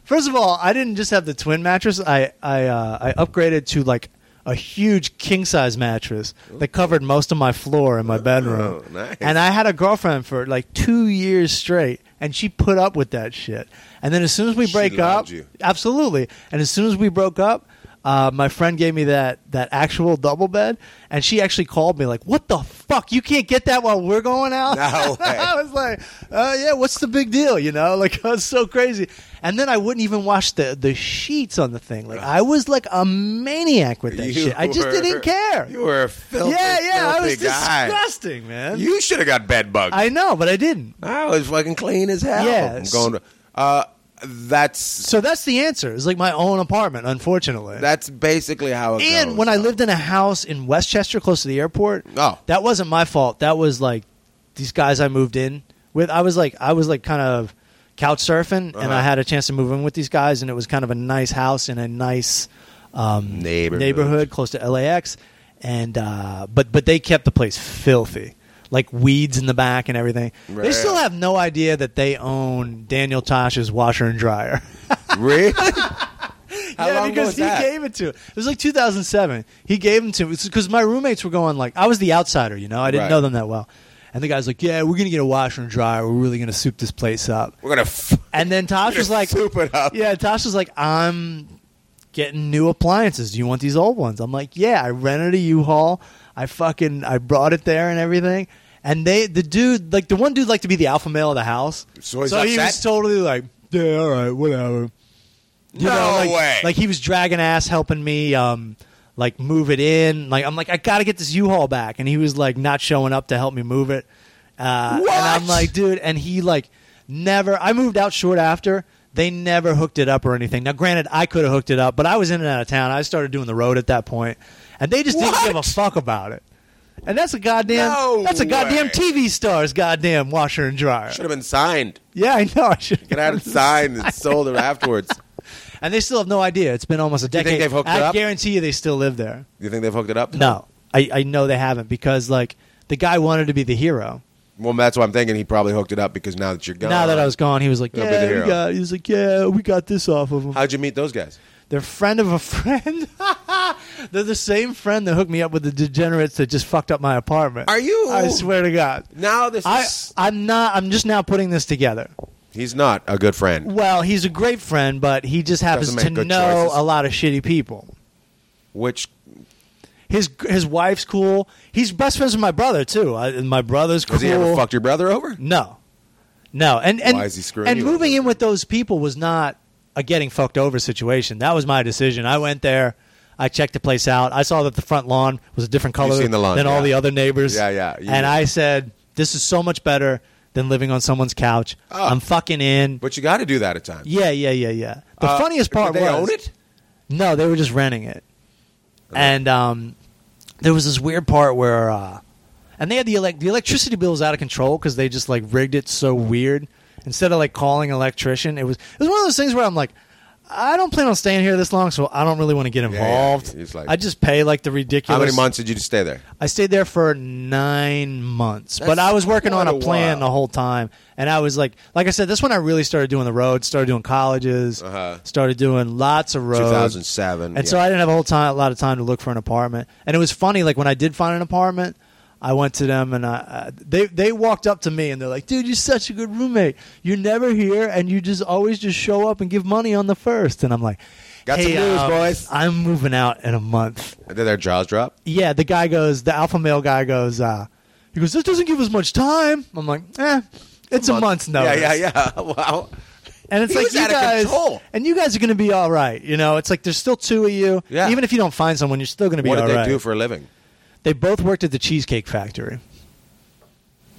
[SPEAKER 3] first of all, I didn't just have the twin mattress. I I uh, I upgraded to like a huge king size mattress that covered most of my floor in my bedroom.
[SPEAKER 1] nice.
[SPEAKER 3] And I had a girlfriend for like two years straight, and she put up with that shit. And then as soon as we
[SPEAKER 1] She
[SPEAKER 3] break
[SPEAKER 1] loved
[SPEAKER 3] up,
[SPEAKER 1] you.
[SPEAKER 3] absolutely. And as soon as we broke up, Uh, my friend gave me that that actual double bed, and she actually called me like, "What the fuck? You can't get that while we're going out." (laughs)
[SPEAKER 1] No way.
[SPEAKER 3] I was like, "Oh yeah, what's the big deal?" You know, (laughs) like I was so crazy. And then I wouldn't even wash the the sheets on the thing. Like I was like a maniac with that
[SPEAKER 1] You
[SPEAKER 3] shit. I just
[SPEAKER 1] were-
[SPEAKER 3] didn't care.
[SPEAKER 1] You were a filthy,
[SPEAKER 3] yeah, yeah, I
[SPEAKER 1] filthy
[SPEAKER 3] was
[SPEAKER 1] guy.
[SPEAKER 3] disgusting, man.
[SPEAKER 1] You should have got bed bugs.
[SPEAKER 3] I know, but I didn't.
[SPEAKER 1] I was fucking clean as hell.
[SPEAKER 3] Yes.
[SPEAKER 1] I'm going to. Uh, that's
[SPEAKER 3] So that's the answer. It's like my own apartment, unfortunately.
[SPEAKER 1] that's basically how it
[SPEAKER 3] and
[SPEAKER 1] goes.
[SPEAKER 3] when I lived in a house in Westchester, close to the airport,
[SPEAKER 1] Oh.
[SPEAKER 3] that wasn't my fault. That was like these guys I moved in with. I was like, I was like kind of couch surfing, and
[SPEAKER 1] Uh-huh.
[SPEAKER 3] I had a chance to move in with these guys, and it was kind of a nice house in a nice um,
[SPEAKER 1] Neighborhood.
[SPEAKER 3] neighborhood close to LAX, and uh, but but they kept the place filthy. Like weeds in the back and everything. They
[SPEAKER 1] Right.
[SPEAKER 3] still have no idea that they own Daniel Tosh's washer and dryer.
[SPEAKER 1] (laughs) really, How
[SPEAKER 3] (laughs) yeah,
[SPEAKER 1] long ago
[SPEAKER 3] because
[SPEAKER 1] was
[SPEAKER 3] he
[SPEAKER 1] that?
[SPEAKER 3] gave it to. It was like 2007. He gave them to because my roommates were going like I was the outsider, you know. I didn't
[SPEAKER 1] Right.
[SPEAKER 3] know them that well, and the guy's like, "Yeah, we're gonna get a washer and dryer. We're really gonna soup this place up."
[SPEAKER 1] we're gonna f-
[SPEAKER 3] And then Tosh was like,
[SPEAKER 1] soup it up.
[SPEAKER 3] "Yeah." Tosh was like, "I'm getting new appliances. Do you want these old ones?" I'm like, "Yeah." I rented a U-Haul. I fucking I brought it there and everything. And they the dude like the one dude liked to be the alpha male of the house,
[SPEAKER 1] So he's
[SPEAKER 3] he
[SPEAKER 1] upset?
[SPEAKER 3] was totally like, "Yeah, all right, whatever." You
[SPEAKER 1] no
[SPEAKER 3] know, like,
[SPEAKER 1] way.
[SPEAKER 3] Like he was dragging ass, helping me, um, like move it in. Like I'm like, I gotta get this U-Haul back, and he was like not showing up to help me move it. Uh,
[SPEAKER 1] What?
[SPEAKER 3] And I'm like, dude, and he like never. I moved out short after. They never hooked it up or anything. Now, granted, I could have hooked it up, but I was in and out of town. I started doing the road at that point, and they just didn't
[SPEAKER 1] What?
[SPEAKER 3] give a fuck about it. And that's a goddamn.
[SPEAKER 1] No
[SPEAKER 3] that's a goddamn
[SPEAKER 1] way.
[SPEAKER 3] TV star's goddamn washer and dryer.
[SPEAKER 1] should have been signed.
[SPEAKER 3] Yeah, I know. I should.
[SPEAKER 1] Get
[SPEAKER 3] (laughs)
[SPEAKER 1] out and signed and sold it afterwards.
[SPEAKER 3] And they still have no idea. It's been almost a
[SPEAKER 1] you
[SPEAKER 3] decade.
[SPEAKER 1] think they've hooked
[SPEAKER 3] I
[SPEAKER 1] it up?
[SPEAKER 3] guarantee you they still live there.
[SPEAKER 1] You think they've hooked it up?
[SPEAKER 3] No, I, I know they haven't because like the guy wanted to be the hero.
[SPEAKER 1] Well, that's what I'm thinking. He probably hooked it up because now that you're gone.
[SPEAKER 3] now that I was gone, he was like,
[SPEAKER 1] He'll be the
[SPEAKER 3] "Yeah, we
[SPEAKER 1] hero."
[SPEAKER 3] got." He was like, "Yeah, we got this off of him."
[SPEAKER 1] How'd you meet those guys?
[SPEAKER 3] They're friend of a (laughs) friend. They're the same friend that hooked me up with the degenerates that just fucked up my apartment.
[SPEAKER 1] Are you-
[SPEAKER 3] I swear to God.
[SPEAKER 1] Now this
[SPEAKER 3] I
[SPEAKER 1] is.
[SPEAKER 3] I'm not. I'm just now putting this together.
[SPEAKER 1] He's not a good friend.
[SPEAKER 3] Well, he's a great friend, but he just happens
[SPEAKER 1] Doesn't
[SPEAKER 3] to
[SPEAKER 1] make
[SPEAKER 3] know
[SPEAKER 1] good choices.
[SPEAKER 3] a lot of shitty people.
[SPEAKER 1] Which
[SPEAKER 3] His his wife's cool. He's best friends with my brother too. I, and my brother's cool.
[SPEAKER 1] has he ever fucked your brother over?
[SPEAKER 3] No, no. And and
[SPEAKER 1] Why is he screwing
[SPEAKER 3] and
[SPEAKER 1] you
[SPEAKER 3] moving
[SPEAKER 1] over?
[SPEAKER 3] in with those people was not a getting fucked over situation. That was my decision. I went there. I checked the place out. I saw that the front lawn was a different color
[SPEAKER 1] seen the lawn,
[SPEAKER 3] than all
[SPEAKER 1] yeah.
[SPEAKER 3] the other neighbors.
[SPEAKER 1] Yeah, yeah, you-
[SPEAKER 3] and I said, "This is so much better than living on someone's couch.
[SPEAKER 1] Oh.
[SPEAKER 3] I'm fucking in."
[SPEAKER 1] But you got to do that at times.
[SPEAKER 3] Yeah, yeah, yeah, yeah. The
[SPEAKER 1] Uh,
[SPEAKER 3] funniest part
[SPEAKER 1] did they
[SPEAKER 3] was
[SPEAKER 1] own it?
[SPEAKER 3] no, they were just renting it. And um, there was this weird part where, uh, and they had the elec- the electricity bill was out of control because they just like rigged it so weird. Instead of like calling an electrician, it was it was one of those things where I'm like, I don't plan on staying here this long, so I don't really want to get
[SPEAKER 1] yeah.
[SPEAKER 3] involved.
[SPEAKER 1] It's like-
[SPEAKER 3] I just pay like the
[SPEAKER 1] How
[SPEAKER 3] ridiculous.
[SPEAKER 1] many months did you stay there?
[SPEAKER 3] I stayed there for nine months, but
[SPEAKER 1] That's
[SPEAKER 3] I was working on
[SPEAKER 1] quite
[SPEAKER 3] a
[SPEAKER 1] a
[SPEAKER 3] plan
[SPEAKER 1] while.
[SPEAKER 3] the whole time, and I was like, like I said, that's when I really started doing the roads, started doing colleges,
[SPEAKER 1] Uh-huh.
[SPEAKER 3] started doing lots of roads.
[SPEAKER 1] 2007.
[SPEAKER 3] And so I didn't have a whole time, a lot of time to look for an apartment. And it was funny, like when I did find an apartment, I went to them and I, uh, they they walked up to me and they're like, "Dude, you're such a good roommate. You're never here, and you just always just show up and give money on the first. And I'm like,
[SPEAKER 1] Got some
[SPEAKER 3] "Hey,
[SPEAKER 1] news,
[SPEAKER 3] um,
[SPEAKER 1] boys."
[SPEAKER 3] I'm moving out in a month."
[SPEAKER 1] did their jaws drop?
[SPEAKER 3] Yeah, the guy goes, the alpha male guy goes, uh, he goes, "This doesn't give us much time." I'm like, "Eh, it's a, month's notice."
[SPEAKER 1] Yeah, yeah, yeah. (laughs) Wow.
[SPEAKER 3] And it's
[SPEAKER 1] He
[SPEAKER 3] like
[SPEAKER 1] was
[SPEAKER 3] you
[SPEAKER 1] out of
[SPEAKER 3] guys,
[SPEAKER 1] control.
[SPEAKER 3] and you guys are going to be all right. You know, it's like there's still two of you.
[SPEAKER 1] Yeah.
[SPEAKER 3] Even if you don't find someone, you're still going to be
[SPEAKER 1] What did
[SPEAKER 3] all
[SPEAKER 1] they
[SPEAKER 3] right.
[SPEAKER 1] do for a living?
[SPEAKER 3] They both worked at the Cheesecake Factory.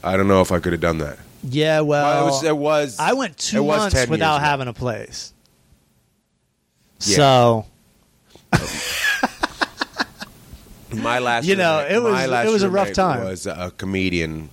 [SPEAKER 1] I don't know if I could have done that.
[SPEAKER 3] Yeah, well,
[SPEAKER 1] Well, it was, it was.
[SPEAKER 3] I went two
[SPEAKER 1] it was 10
[SPEAKER 3] months
[SPEAKER 1] years
[SPEAKER 3] without
[SPEAKER 1] ago.
[SPEAKER 3] having a place.
[SPEAKER 1] Yeah.
[SPEAKER 3] So
[SPEAKER 1] My last,
[SPEAKER 3] You know,
[SPEAKER 1] roommate-
[SPEAKER 3] it was-
[SPEAKER 1] my last
[SPEAKER 3] it was a rough
[SPEAKER 1] roommate
[SPEAKER 3] time.
[SPEAKER 1] Was a comedian,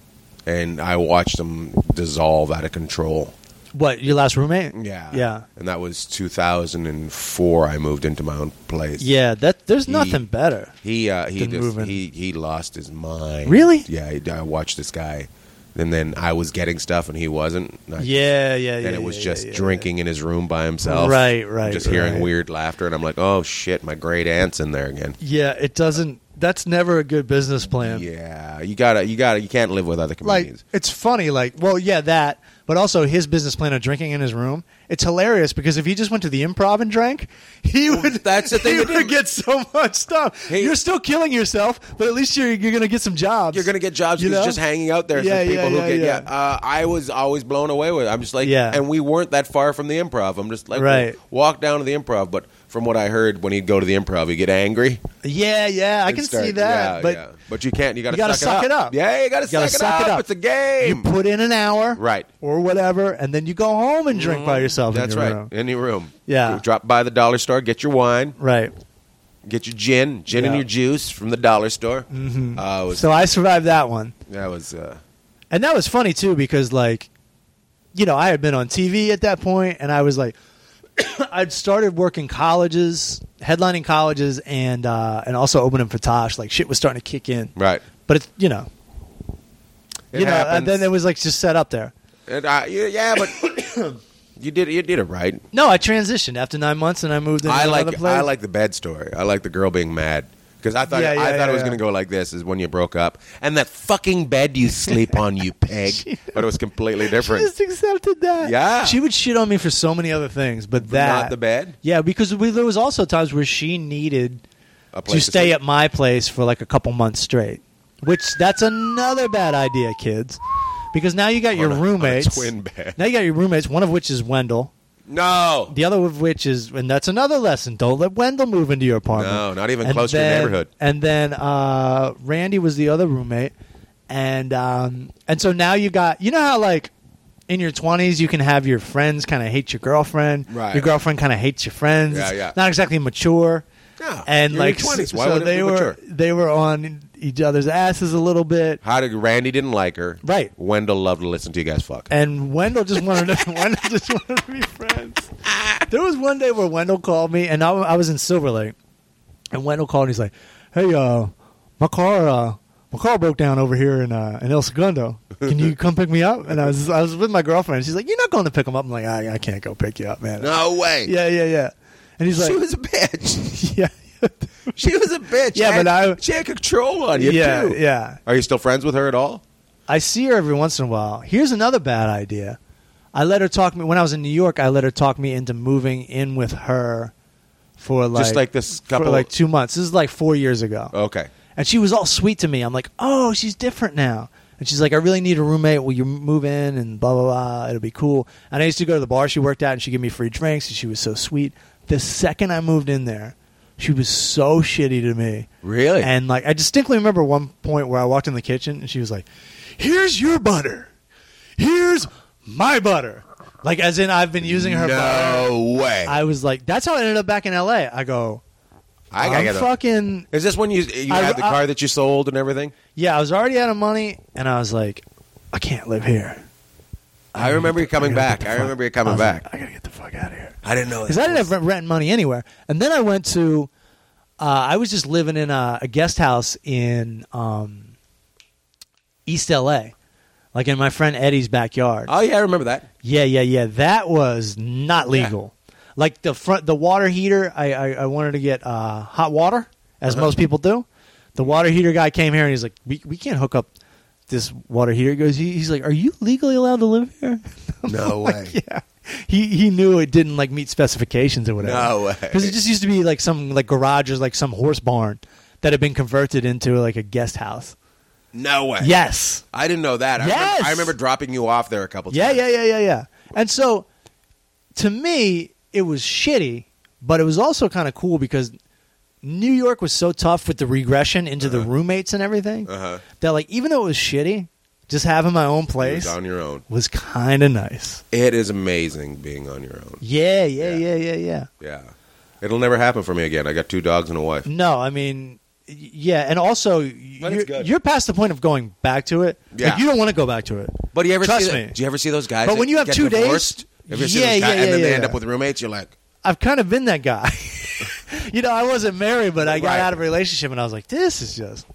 [SPEAKER 1] and I watched him dissolve out of control.
[SPEAKER 3] what? Your last roommate?
[SPEAKER 1] Yeah,
[SPEAKER 3] yeah,
[SPEAKER 1] And that was 2004. I moved into my own place.
[SPEAKER 3] yeah. That there's
[SPEAKER 1] He-
[SPEAKER 3] nothing better.
[SPEAKER 1] He uh, he
[SPEAKER 3] Then
[SPEAKER 1] just,
[SPEAKER 3] moving.
[SPEAKER 1] he he lost his mind.
[SPEAKER 3] Really?
[SPEAKER 1] Yeah. he- I watched this guy, and then I was getting stuff, and he wasn't. And I-
[SPEAKER 3] Yeah, yeah, yeah.
[SPEAKER 1] And it was
[SPEAKER 3] yeah,
[SPEAKER 1] just
[SPEAKER 3] yeah, yeah.
[SPEAKER 1] drinking in his room by himself.
[SPEAKER 3] Right, right,
[SPEAKER 1] Just hearing
[SPEAKER 3] right.
[SPEAKER 1] weird laughter, and I'm like, oh shit, my great aunt's in there again.
[SPEAKER 3] Yeah, it doesn't. That's never a good business plan.
[SPEAKER 1] Yeah, you gotta, you gotta, you can't live with other
[SPEAKER 3] Like
[SPEAKER 1] comedians.
[SPEAKER 3] it's funny. Like, well, yeah, that. But also his business plan of drinking in his room It's hilarious because if he just went to the improv and drank, he would.
[SPEAKER 1] that's the thing
[SPEAKER 3] He
[SPEAKER 1] with him.
[SPEAKER 3] would get so much stuff.
[SPEAKER 1] Hey-
[SPEAKER 3] you're still killing yourself, but at least you're you're gonna get some jobs.
[SPEAKER 1] You're gonna get jobs
[SPEAKER 3] You
[SPEAKER 1] because
[SPEAKER 3] know?
[SPEAKER 1] just hanging out there.
[SPEAKER 3] Yeah,
[SPEAKER 1] Yeah, people
[SPEAKER 3] yeah,
[SPEAKER 1] who
[SPEAKER 3] yeah,
[SPEAKER 1] get, yeah.
[SPEAKER 3] yeah.
[SPEAKER 1] Uh, I was always blown away with. It. I'm just like,
[SPEAKER 3] Yeah.
[SPEAKER 1] And we weren't that far from the improv. I'm just like,
[SPEAKER 3] Right.
[SPEAKER 1] Walk down to the improv, but from what I heard, when he'd go to the improv, he'd get angry.
[SPEAKER 3] Yeah, yeah, I
[SPEAKER 1] and
[SPEAKER 3] can
[SPEAKER 1] start-
[SPEAKER 3] see that.
[SPEAKER 1] yeah,
[SPEAKER 3] but
[SPEAKER 1] yeah. but you can't. You got to
[SPEAKER 3] you gotta suck it up.
[SPEAKER 1] Yeah, you got to
[SPEAKER 3] You gotta
[SPEAKER 1] suck, it, up. It's a game.
[SPEAKER 3] you put in an hour,
[SPEAKER 1] Right. Mm-hmm.
[SPEAKER 3] or whatever, and then you go home and drink by yourself. in
[SPEAKER 1] That's
[SPEAKER 3] your
[SPEAKER 1] right.
[SPEAKER 3] room.
[SPEAKER 1] In your room.
[SPEAKER 3] Yeah.
[SPEAKER 1] You drop by the dollar store, get your wine,
[SPEAKER 3] Right.
[SPEAKER 1] get your gin, gin and
[SPEAKER 3] Yeah. Mm.
[SPEAKER 1] your juice from the dollar store. Mm-hmm. Uh, it was,
[SPEAKER 3] So I survived that one.
[SPEAKER 1] that was. Uh,
[SPEAKER 3] And that was funny too because like you know, I had been on TV at that point and I was like (coughs) I'd started working colleges, headlining colleges and uh and also opening for Tosh. Like shit was starting to kick in.
[SPEAKER 1] right.
[SPEAKER 3] But it's you know,
[SPEAKER 1] It
[SPEAKER 3] you know,
[SPEAKER 1] happens.
[SPEAKER 3] and then it was like just set up there.
[SPEAKER 1] And I- yeah, yeah,
[SPEAKER 3] (coughs)
[SPEAKER 1] but you did you did it right.
[SPEAKER 3] No, I transitioned after 9 months and I moved into
[SPEAKER 1] I
[SPEAKER 3] another
[SPEAKER 1] like
[SPEAKER 3] place.
[SPEAKER 1] I like the bad story. I like the girl being mad because I thought
[SPEAKER 3] Yeah,
[SPEAKER 1] I
[SPEAKER 3] yeah,
[SPEAKER 1] thought it
[SPEAKER 3] yeah,
[SPEAKER 1] was
[SPEAKER 3] yeah.
[SPEAKER 1] going to go like this is when you broke up and that fucking bed you sleep on
[SPEAKER 3] (laughs)
[SPEAKER 1] you peg, but it was completely
[SPEAKER 3] I
[SPEAKER 1] different.
[SPEAKER 3] just accepted that.
[SPEAKER 1] Yeah.
[SPEAKER 3] She would shit on me for so many other things, but that
[SPEAKER 1] Not the bed.
[SPEAKER 3] Yeah, because we, there was also times where she needed
[SPEAKER 1] A
[SPEAKER 3] to
[SPEAKER 1] place to
[SPEAKER 3] stay
[SPEAKER 1] sleep.
[SPEAKER 3] at my place for like a couple months straight, which that's another bad idea, kids, because now you got your
[SPEAKER 1] a- on a
[SPEAKER 3] roommates.
[SPEAKER 1] twin bed.
[SPEAKER 3] Now you got your roommates. One of which is Wendell.
[SPEAKER 1] No,
[SPEAKER 3] The other of which is, and that's another lesson. Don't let Wendell move into your apartment.
[SPEAKER 1] No, not even
[SPEAKER 3] And
[SPEAKER 1] close to your
[SPEAKER 3] then-
[SPEAKER 1] neighborhood.
[SPEAKER 3] And then uh, Randy was the other roommate, and um, and so now you got you know how like in your twenties you can have your friends kind of hate your girlfriend,
[SPEAKER 1] Right.
[SPEAKER 3] Your girlfriend kind of hates your friends.
[SPEAKER 1] Yeah,
[SPEAKER 3] It's
[SPEAKER 1] yeah.
[SPEAKER 3] Not exactly mature.
[SPEAKER 1] No,
[SPEAKER 3] and
[SPEAKER 1] you're in
[SPEAKER 3] like
[SPEAKER 1] your 20s. Why
[SPEAKER 3] so
[SPEAKER 1] would it
[SPEAKER 3] they
[SPEAKER 1] be
[SPEAKER 3] were
[SPEAKER 1] mature?
[SPEAKER 3] they were on each other's asses a little bit.
[SPEAKER 1] how did Randy didn't like her?
[SPEAKER 3] Right.
[SPEAKER 1] Wendell loved to listen to you guys fuck.
[SPEAKER 3] and Wendell just wanted to, Wendell just wanted to be friends. There was one day where Wendell called me, and I, I was in Silver Lake, and Wendell called, and he's like, "Hey, uh, my car, uh, my car broke down over here in uh, in El Segundo. Can you come pick me up?" And I was I was with my girlfriend. She's like, "You're not going to pick him up." I'm like, "I, I can't go pick you up, man."
[SPEAKER 1] no way.
[SPEAKER 3] Yeah, yeah, yeah. And he's
[SPEAKER 1] she
[SPEAKER 3] like,
[SPEAKER 1] was a bitch. (laughs)
[SPEAKER 3] (laughs) "Yeah,
[SPEAKER 1] She was a bitch.
[SPEAKER 3] Yeah,
[SPEAKER 1] She had-
[SPEAKER 3] but I-
[SPEAKER 1] she had control on you
[SPEAKER 3] yeah,
[SPEAKER 1] too.
[SPEAKER 3] yeah."
[SPEAKER 1] Are you still friends with her at all?
[SPEAKER 3] I see her every once in a while. Here's another bad idea. I let her talk me when I was in New York. I let her talk me into moving in with her for like
[SPEAKER 1] Just like this couple-
[SPEAKER 3] for like two months. This is like four years ago,
[SPEAKER 1] Okay.
[SPEAKER 3] and she was all sweet to me. I'm like, oh, she's different now. And she's like, I really need a roommate. Will you move in? And blah blah blah. It'll be cool. And I used to go to the bar she worked at, and she gave me free drinks, and she was so sweet. The second I moved in there, she was so shitty to me.
[SPEAKER 1] Really?
[SPEAKER 3] And like I distinctly remember one point where I walked in the kitchen and she was like, "Here's your butter. Here's my butter." Like as in I've been using her butter.
[SPEAKER 1] no way.
[SPEAKER 3] I was like, that's how I ended up back in LA. I go,
[SPEAKER 1] I
[SPEAKER 3] I'm
[SPEAKER 1] gotta get a-
[SPEAKER 3] fucking
[SPEAKER 1] Is this when you you
[SPEAKER 3] I-
[SPEAKER 1] had the
[SPEAKER 3] I-
[SPEAKER 1] car that you sold and everything?
[SPEAKER 3] yeah, I was already out of money and I was like, I can't live here.
[SPEAKER 1] I remember you coming
[SPEAKER 3] gotta
[SPEAKER 1] back.
[SPEAKER 3] get the
[SPEAKER 1] I
[SPEAKER 3] fuck-
[SPEAKER 1] remember you
[SPEAKER 3] I
[SPEAKER 1] coming
[SPEAKER 3] was like,
[SPEAKER 1] back.
[SPEAKER 3] I gotta get the fuck out of here.
[SPEAKER 1] I didn't know
[SPEAKER 3] because I didn't have rent, rent money anywhere. And then I went to, uh, I was just living in a, a guest house in um, East LA, like in my friend Eddie's backyard.
[SPEAKER 1] Oh yeah, I remember that.
[SPEAKER 3] yeah, yeah, yeah. That was not legal. Like the front, the water heater. I I, I wanted to get uh, hot water, as
[SPEAKER 1] Uh-huh.
[SPEAKER 3] most people do. The water heater guy came here and he's like, "We we can't hook up." This water heater He goes. He, he's like, "Are you legally allowed to live here?"
[SPEAKER 1] (laughs)
[SPEAKER 3] (laughs)
[SPEAKER 1] No way.
[SPEAKER 3] yeah. He he knew it didn't like meet specifications or whatever.
[SPEAKER 1] No way.
[SPEAKER 3] Because it just used to be like some like garage or like some horse barn that had been converted into like a guest house.
[SPEAKER 1] No way.
[SPEAKER 3] Yes.
[SPEAKER 1] I didn't know that. I,
[SPEAKER 3] Yes.
[SPEAKER 1] remember, I remember dropping you off there a couple
[SPEAKER 3] Yeah,
[SPEAKER 1] times.
[SPEAKER 3] yeah, yeah, yeah, yeah. And so to me, it was shitty, but it was also kind of cool because New York was so tough with the regression into the roommates and everything
[SPEAKER 1] Uh-huh.
[SPEAKER 3] that like even though it was shitty, just having my own
[SPEAKER 1] It
[SPEAKER 3] place
[SPEAKER 1] was on your own.
[SPEAKER 3] was kind of nice.
[SPEAKER 1] It is amazing being on your own.
[SPEAKER 3] Yeah, yeah,
[SPEAKER 1] Yeah.
[SPEAKER 3] yeah, yeah, yeah.
[SPEAKER 1] Yeah. It'll never happen for me again. I got two dogs and a wife.
[SPEAKER 3] No, I mean, y- yeah, and also
[SPEAKER 1] But
[SPEAKER 3] you're,
[SPEAKER 1] it's good.
[SPEAKER 3] you're past the point of going back to it.
[SPEAKER 1] Yeah.
[SPEAKER 3] like, you don't want to go back to it.
[SPEAKER 1] But do you ever
[SPEAKER 3] Trust
[SPEAKER 1] see the-
[SPEAKER 3] me.
[SPEAKER 1] do you ever see those guys?
[SPEAKER 3] But
[SPEAKER 1] that
[SPEAKER 3] when you have
[SPEAKER 1] get
[SPEAKER 3] two days-
[SPEAKER 1] divorced? Have you ever seen
[SPEAKER 3] Yeah,
[SPEAKER 1] those guys-
[SPEAKER 3] yeah,
[SPEAKER 1] and then
[SPEAKER 3] yeah,
[SPEAKER 1] they
[SPEAKER 3] yeah,
[SPEAKER 1] end
[SPEAKER 3] yeah.
[SPEAKER 1] up with roommates. You're like,
[SPEAKER 3] I've kind of been that guy. (laughs) you know, I wasn't married, but I got
[SPEAKER 1] Right.
[SPEAKER 3] out of a relationship, and I was like, this is just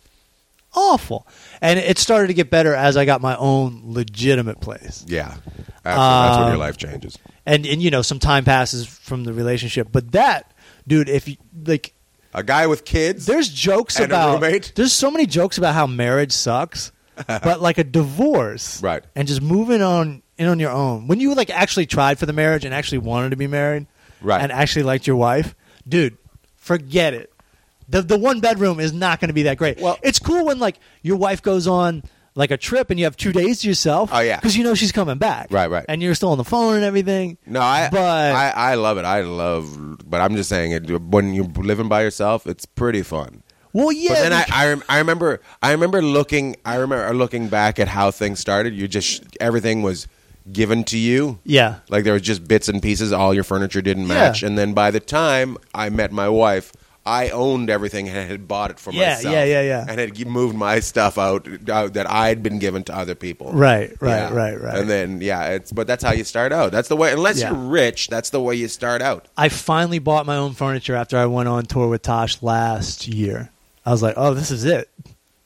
[SPEAKER 3] awful. And it started to get better as I got my own legitimate place,
[SPEAKER 1] yeah, Absolutely. that's when your
[SPEAKER 3] Um,
[SPEAKER 1] life changes.
[SPEAKER 3] and and you know, some time passes from the relationship, but that, dude, if you like.
[SPEAKER 1] A guy with kids.
[SPEAKER 3] There's jokes
[SPEAKER 1] And a
[SPEAKER 3] about
[SPEAKER 1] roommate?
[SPEAKER 3] there's
[SPEAKER 1] (laughs)
[SPEAKER 3] so many jokes about how marriage sucks, but like a divorce,
[SPEAKER 1] Right.
[SPEAKER 3] And just moving on in on your own, when you like actually tried for the marriage and actually wanted to be married,
[SPEAKER 1] Right.
[SPEAKER 3] and actually liked your wife, dude, forget it. The the one bedroom is not going to be that great.
[SPEAKER 1] Well-
[SPEAKER 3] it's cool when like your wife goes on like a trip and you have two days to yourself.
[SPEAKER 1] Oh, yeah.
[SPEAKER 3] because you know she's coming back.
[SPEAKER 1] Right, right.
[SPEAKER 3] And you're still on the phone and everything.
[SPEAKER 1] No, I,
[SPEAKER 3] But-
[SPEAKER 1] I I love it. I love, but I'm just saying it when you're living by yourself, it's pretty fun.
[SPEAKER 3] Well, yeah.
[SPEAKER 1] But then I,
[SPEAKER 3] because-
[SPEAKER 1] I, rem- I remember I remember looking I remember looking back at how things started. You just everything was given to you.
[SPEAKER 3] yeah.
[SPEAKER 1] Like there was just bits and pieces. All your furniture didn't match.
[SPEAKER 3] Yeah.
[SPEAKER 1] And then by the time I met my wife, I owned everything and had bought it for
[SPEAKER 3] Yeah,
[SPEAKER 1] myself.
[SPEAKER 3] yeah, yeah, yeah.
[SPEAKER 1] And had g- moved my stuff out, out that I had been given to other people.
[SPEAKER 3] Right, right,
[SPEAKER 1] Yeah.
[SPEAKER 3] right, right.
[SPEAKER 1] And then yeah, it's but that's how you start out. That's the way. Unless
[SPEAKER 3] Yeah.
[SPEAKER 1] you're rich, that's the way you start out.
[SPEAKER 3] I finally bought my own furniture after I went on tour with Tosh last year. I was like, oh, this is it.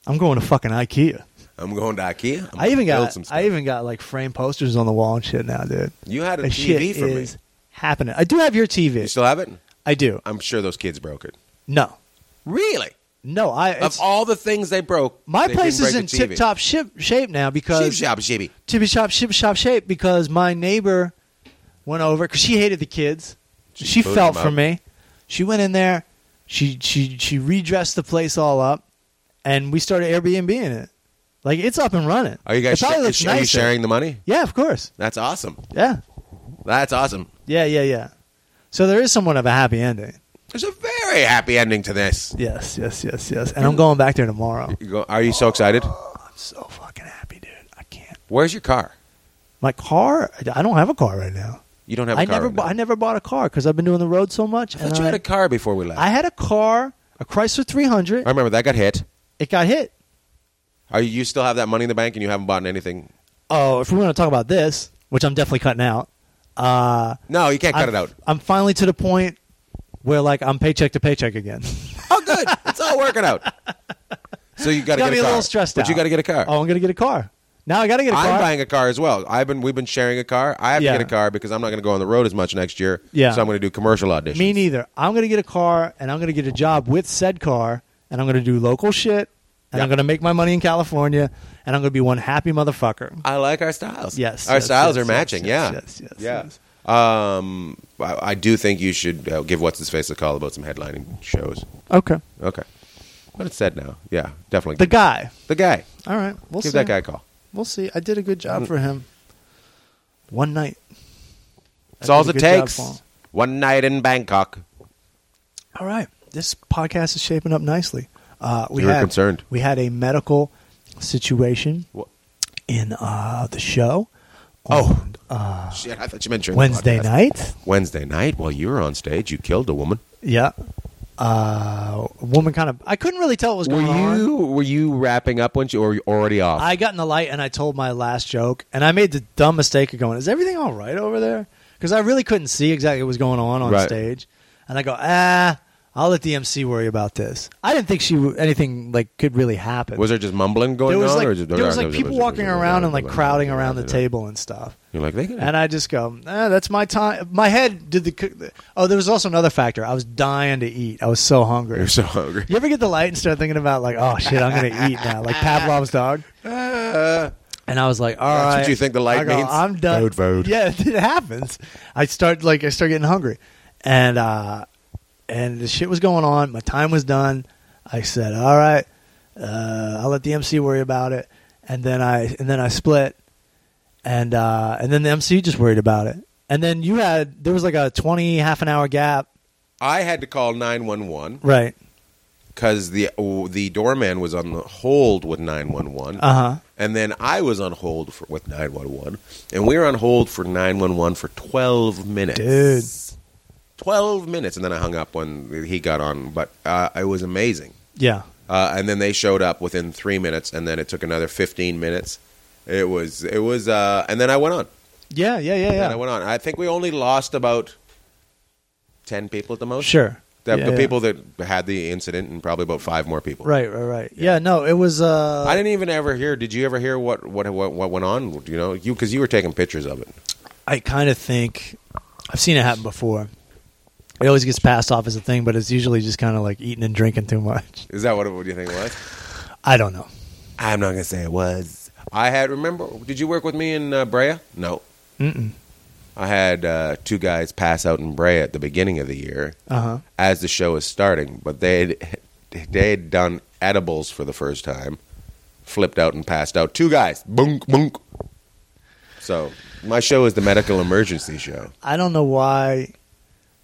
[SPEAKER 3] I'm going to fucking IKEA.
[SPEAKER 1] I'm going to IKEA. I'm
[SPEAKER 3] I even
[SPEAKER 1] gonna build
[SPEAKER 3] got
[SPEAKER 1] some stuff.
[SPEAKER 3] I even got like frame posters on the wall and shit now, dude.
[SPEAKER 1] you had a
[SPEAKER 3] That
[SPEAKER 1] TV
[SPEAKER 3] shit
[SPEAKER 1] for me.
[SPEAKER 3] is happening. I do have your TV.
[SPEAKER 1] You still have it?
[SPEAKER 3] I do.
[SPEAKER 1] I'm sure those kids broke it.
[SPEAKER 3] No,
[SPEAKER 1] Really?
[SPEAKER 3] no. I
[SPEAKER 1] Of
[SPEAKER 3] it's,
[SPEAKER 1] all the things they broke,
[SPEAKER 3] my
[SPEAKER 1] they
[SPEAKER 3] place
[SPEAKER 1] didn't
[SPEAKER 3] is in
[SPEAKER 1] break a TV.
[SPEAKER 3] tip top ship shape now
[SPEAKER 1] Sheep
[SPEAKER 3] because
[SPEAKER 1] shop, shibby.
[SPEAKER 3] tip top ship shop shape because my neighbor went over because she hated the kids. She,
[SPEAKER 1] booted
[SPEAKER 3] felt
[SPEAKER 1] them
[SPEAKER 3] for
[SPEAKER 1] up.
[SPEAKER 3] me. She went in there. She she she redressed the place all up, and we started Airbnb in it. Like it's up and running.
[SPEAKER 1] Are you guys?
[SPEAKER 3] It probably
[SPEAKER 1] sha-
[SPEAKER 3] looks
[SPEAKER 1] is- are you
[SPEAKER 3] nicer.
[SPEAKER 1] sharing the money?
[SPEAKER 3] Yeah, of course.
[SPEAKER 1] That's awesome.
[SPEAKER 3] Yeah,
[SPEAKER 1] That's awesome.
[SPEAKER 3] yeah, yeah, yeah. So there is somewhat of a happy ending.
[SPEAKER 1] There's a very happy ending to this.
[SPEAKER 3] Yes, yes, yes, yes. And I'm going back there tomorrow.
[SPEAKER 1] You go, are you so excited?
[SPEAKER 3] I'm so fucking happy, dude. I can't.
[SPEAKER 1] Where's your car?
[SPEAKER 3] My car. I don't have a car right now.
[SPEAKER 1] You don't have a
[SPEAKER 3] I
[SPEAKER 1] car.
[SPEAKER 3] never.
[SPEAKER 1] right
[SPEAKER 3] bu-
[SPEAKER 1] now.
[SPEAKER 3] I never bought a car because I've been doing the road so much.
[SPEAKER 1] I
[SPEAKER 3] and
[SPEAKER 1] thought you
[SPEAKER 3] I-
[SPEAKER 1] had a car before we left.
[SPEAKER 3] I had a car, a Chrysler 300.
[SPEAKER 1] I remember that got hit.
[SPEAKER 3] It got hit.
[SPEAKER 1] Are you, you still have that money in the bank and you haven't bought anything?
[SPEAKER 3] Oh, if we want to talk about this, which I'm definitely cutting out. Uh,
[SPEAKER 1] No, you can't cut
[SPEAKER 3] I'm,
[SPEAKER 1] it out.
[SPEAKER 3] I'm finally to the point where like I'm paycheck to paycheck again.
[SPEAKER 1] Oh, good. it's all working out. So you got to get
[SPEAKER 3] Got
[SPEAKER 1] a
[SPEAKER 3] me a
[SPEAKER 1] car.
[SPEAKER 3] little stressed
[SPEAKER 1] but you
[SPEAKER 3] out.
[SPEAKER 1] got to get a car.
[SPEAKER 3] oh, I'm gonna get a car. Now I gotta get a car.
[SPEAKER 1] I'm buying a car as well. I've been we've been sharing a car. I have
[SPEAKER 3] Yeah.
[SPEAKER 1] to get a car because I'm not going to go on the road as much next year.
[SPEAKER 3] Yeah.
[SPEAKER 1] So I'm going to do commercial auditions.
[SPEAKER 3] Me neither. I'm gonna get a car and I'm gonna get a job with said car and I'm gonna do local shit and
[SPEAKER 1] Yeah.
[SPEAKER 3] I'm gonna make my money in California and I'm gonna be one happy motherfucker.
[SPEAKER 1] I like our styles.
[SPEAKER 3] Yes,
[SPEAKER 1] Our
[SPEAKER 3] yes,
[SPEAKER 1] styles
[SPEAKER 3] yes,
[SPEAKER 1] are
[SPEAKER 3] yes,
[SPEAKER 1] matching.
[SPEAKER 3] yes,
[SPEAKER 1] yeah.
[SPEAKER 3] yes, yes,
[SPEAKER 1] Yeah.
[SPEAKER 3] yes.
[SPEAKER 1] Um, I, I do think you should uh, give what's his face a call about some headlining shows.
[SPEAKER 3] Okay.
[SPEAKER 1] Okay. But it's said now. Yeah, definitely.
[SPEAKER 3] The guy.
[SPEAKER 1] The guy.
[SPEAKER 3] All right. We'll
[SPEAKER 1] give
[SPEAKER 3] see.
[SPEAKER 1] that guy a call.
[SPEAKER 3] We'll see. I did a good
[SPEAKER 1] Mm.
[SPEAKER 3] job for him. One night.
[SPEAKER 1] It's all
[SPEAKER 3] did
[SPEAKER 1] it
[SPEAKER 3] a good job
[SPEAKER 1] takes.
[SPEAKER 3] for him.
[SPEAKER 1] One night in Bangkok.
[SPEAKER 3] All right. This podcast is shaping up nicely. Uh, we
[SPEAKER 1] You were
[SPEAKER 3] had,
[SPEAKER 1] concerned.
[SPEAKER 3] We had a medical situation
[SPEAKER 1] What?
[SPEAKER 3] in uh, the show.
[SPEAKER 1] Oh.
[SPEAKER 3] on, uh,
[SPEAKER 1] Shit, I thought you meant during the
[SPEAKER 3] Wednesday
[SPEAKER 1] podcast.
[SPEAKER 3] night.
[SPEAKER 1] Wednesday night, while you were on stage, you killed a woman.
[SPEAKER 3] Yeah. Uh, a woman kind of. I couldn't really tell what was
[SPEAKER 1] Were
[SPEAKER 3] going on.
[SPEAKER 1] you were you wrapping up when you or were you already off?
[SPEAKER 3] I got in the light and I told my last joke, and I made the dumb mistake of going, "Is everything all right over there?" Because I really couldn't see exactly what was going on on
[SPEAKER 1] Right.
[SPEAKER 3] stage, and I go, "Ah, I'll let the MC worry about this." I didn't think she w- anything like could really happen.
[SPEAKER 1] Was there just mumbling going
[SPEAKER 3] there was
[SPEAKER 1] on?
[SPEAKER 3] like
[SPEAKER 1] or
[SPEAKER 3] there was like people walking around and like crowding around the table and stuff.
[SPEAKER 1] You're like, they
[SPEAKER 3] And I just go, eh, that's my time. My head did the. coo- Oh, there was also another factor. I was dying to eat. I was so
[SPEAKER 1] (laughs)
[SPEAKER 3] hungry.
[SPEAKER 1] you're so hungry.
[SPEAKER 3] You ever get the light and start thinking about like, oh shit, I'm gonna eat now, like Pavlov's dog?
[SPEAKER 1] Uh,
[SPEAKER 3] and I was like, all right.
[SPEAKER 1] That's what you think the light
[SPEAKER 3] I go,
[SPEAKER 1] means?
[SPEAKER 3] I'm done.
[SPEAKER 1] Vote, vote.
[SPEAKER 3] Yeah, (laughs) it happens. I start like I start getting hungry, and uh, and the shit was going on. My time was done. I said, all right, uh, I'll let the MC worry about it. And then I and then I split, and uh, and then the MC just worried about it. And then you had there was like a 20 half an hour gap,
[SPEAKER 1] I had to call nine one one
[SPEAKER 3] right?
[SPEAKER 1] because the oh, the doorman was on the hold with nine one one,
[SPEAKER 3] Uh huh.
[SPEAKER 1] and then I was on hold for, with nine one one, and we were on hold for nine one one for twelve minutes,
[SPEAKER 3] Dude.
[SPEAKER 1] Twelve minutes, and then I hung up when he got on. But uh, it was amazing.
[SPEAKER 3] Yeah.
[SPEAKER 1] uh, and then they showed up within three minutes, and then it took another fifteen minutes. It was it was, uh, and then I went on.
[SPEAKER 3] Yeah, yeah, yeah,
[SPEAKER 1] And I
[SPEAKER 3] yeah.
[SPEAKER 1] went on. I think we only lost about ten people at the most.
[SPEAKER 3] Sure.
[SPEAKER 1] the,
[SPEAKER 3] Yeah,
[SPEAKER 1] the
[SPEAKER 3] yeah.
[SPEAKER 1] people that had the incident, and probably about five more people.
[SPEAKER 3] Right, right, right. Yeah, no, it was. uh
[SPEAKER 1] I didn't even ever hear. Did you ever hear what what what, what went on? Do You know, you because you were taking pictures of it.
[SPEAKER 3] I kind of think I've seen it happen before. It always gets passed off as a thing, but it's usually just kind of like eating and drinking too much. (laughs)
[SPEAKER 1] Is that what, it- what do you think it was?
[SPEAKER 3] I don't know.
[SPEAKER 1] I'm not gonna say it was, I had remember. Did you work with me in uh, Brea? No.
[SPEAKER 3] Mm-mm.
[SPEAKER 1] I had uh, two guys pass out in Brea at the beginning of the year
[SPEAKER 3] Uh huh.
[SPEAKER 1] as the show is starting, but they they had done edibles for the first time, flipped out and passed out. Two guys, bunk bunk. So my show is the medical emergency show.
[SPEAKER 3] I don't know why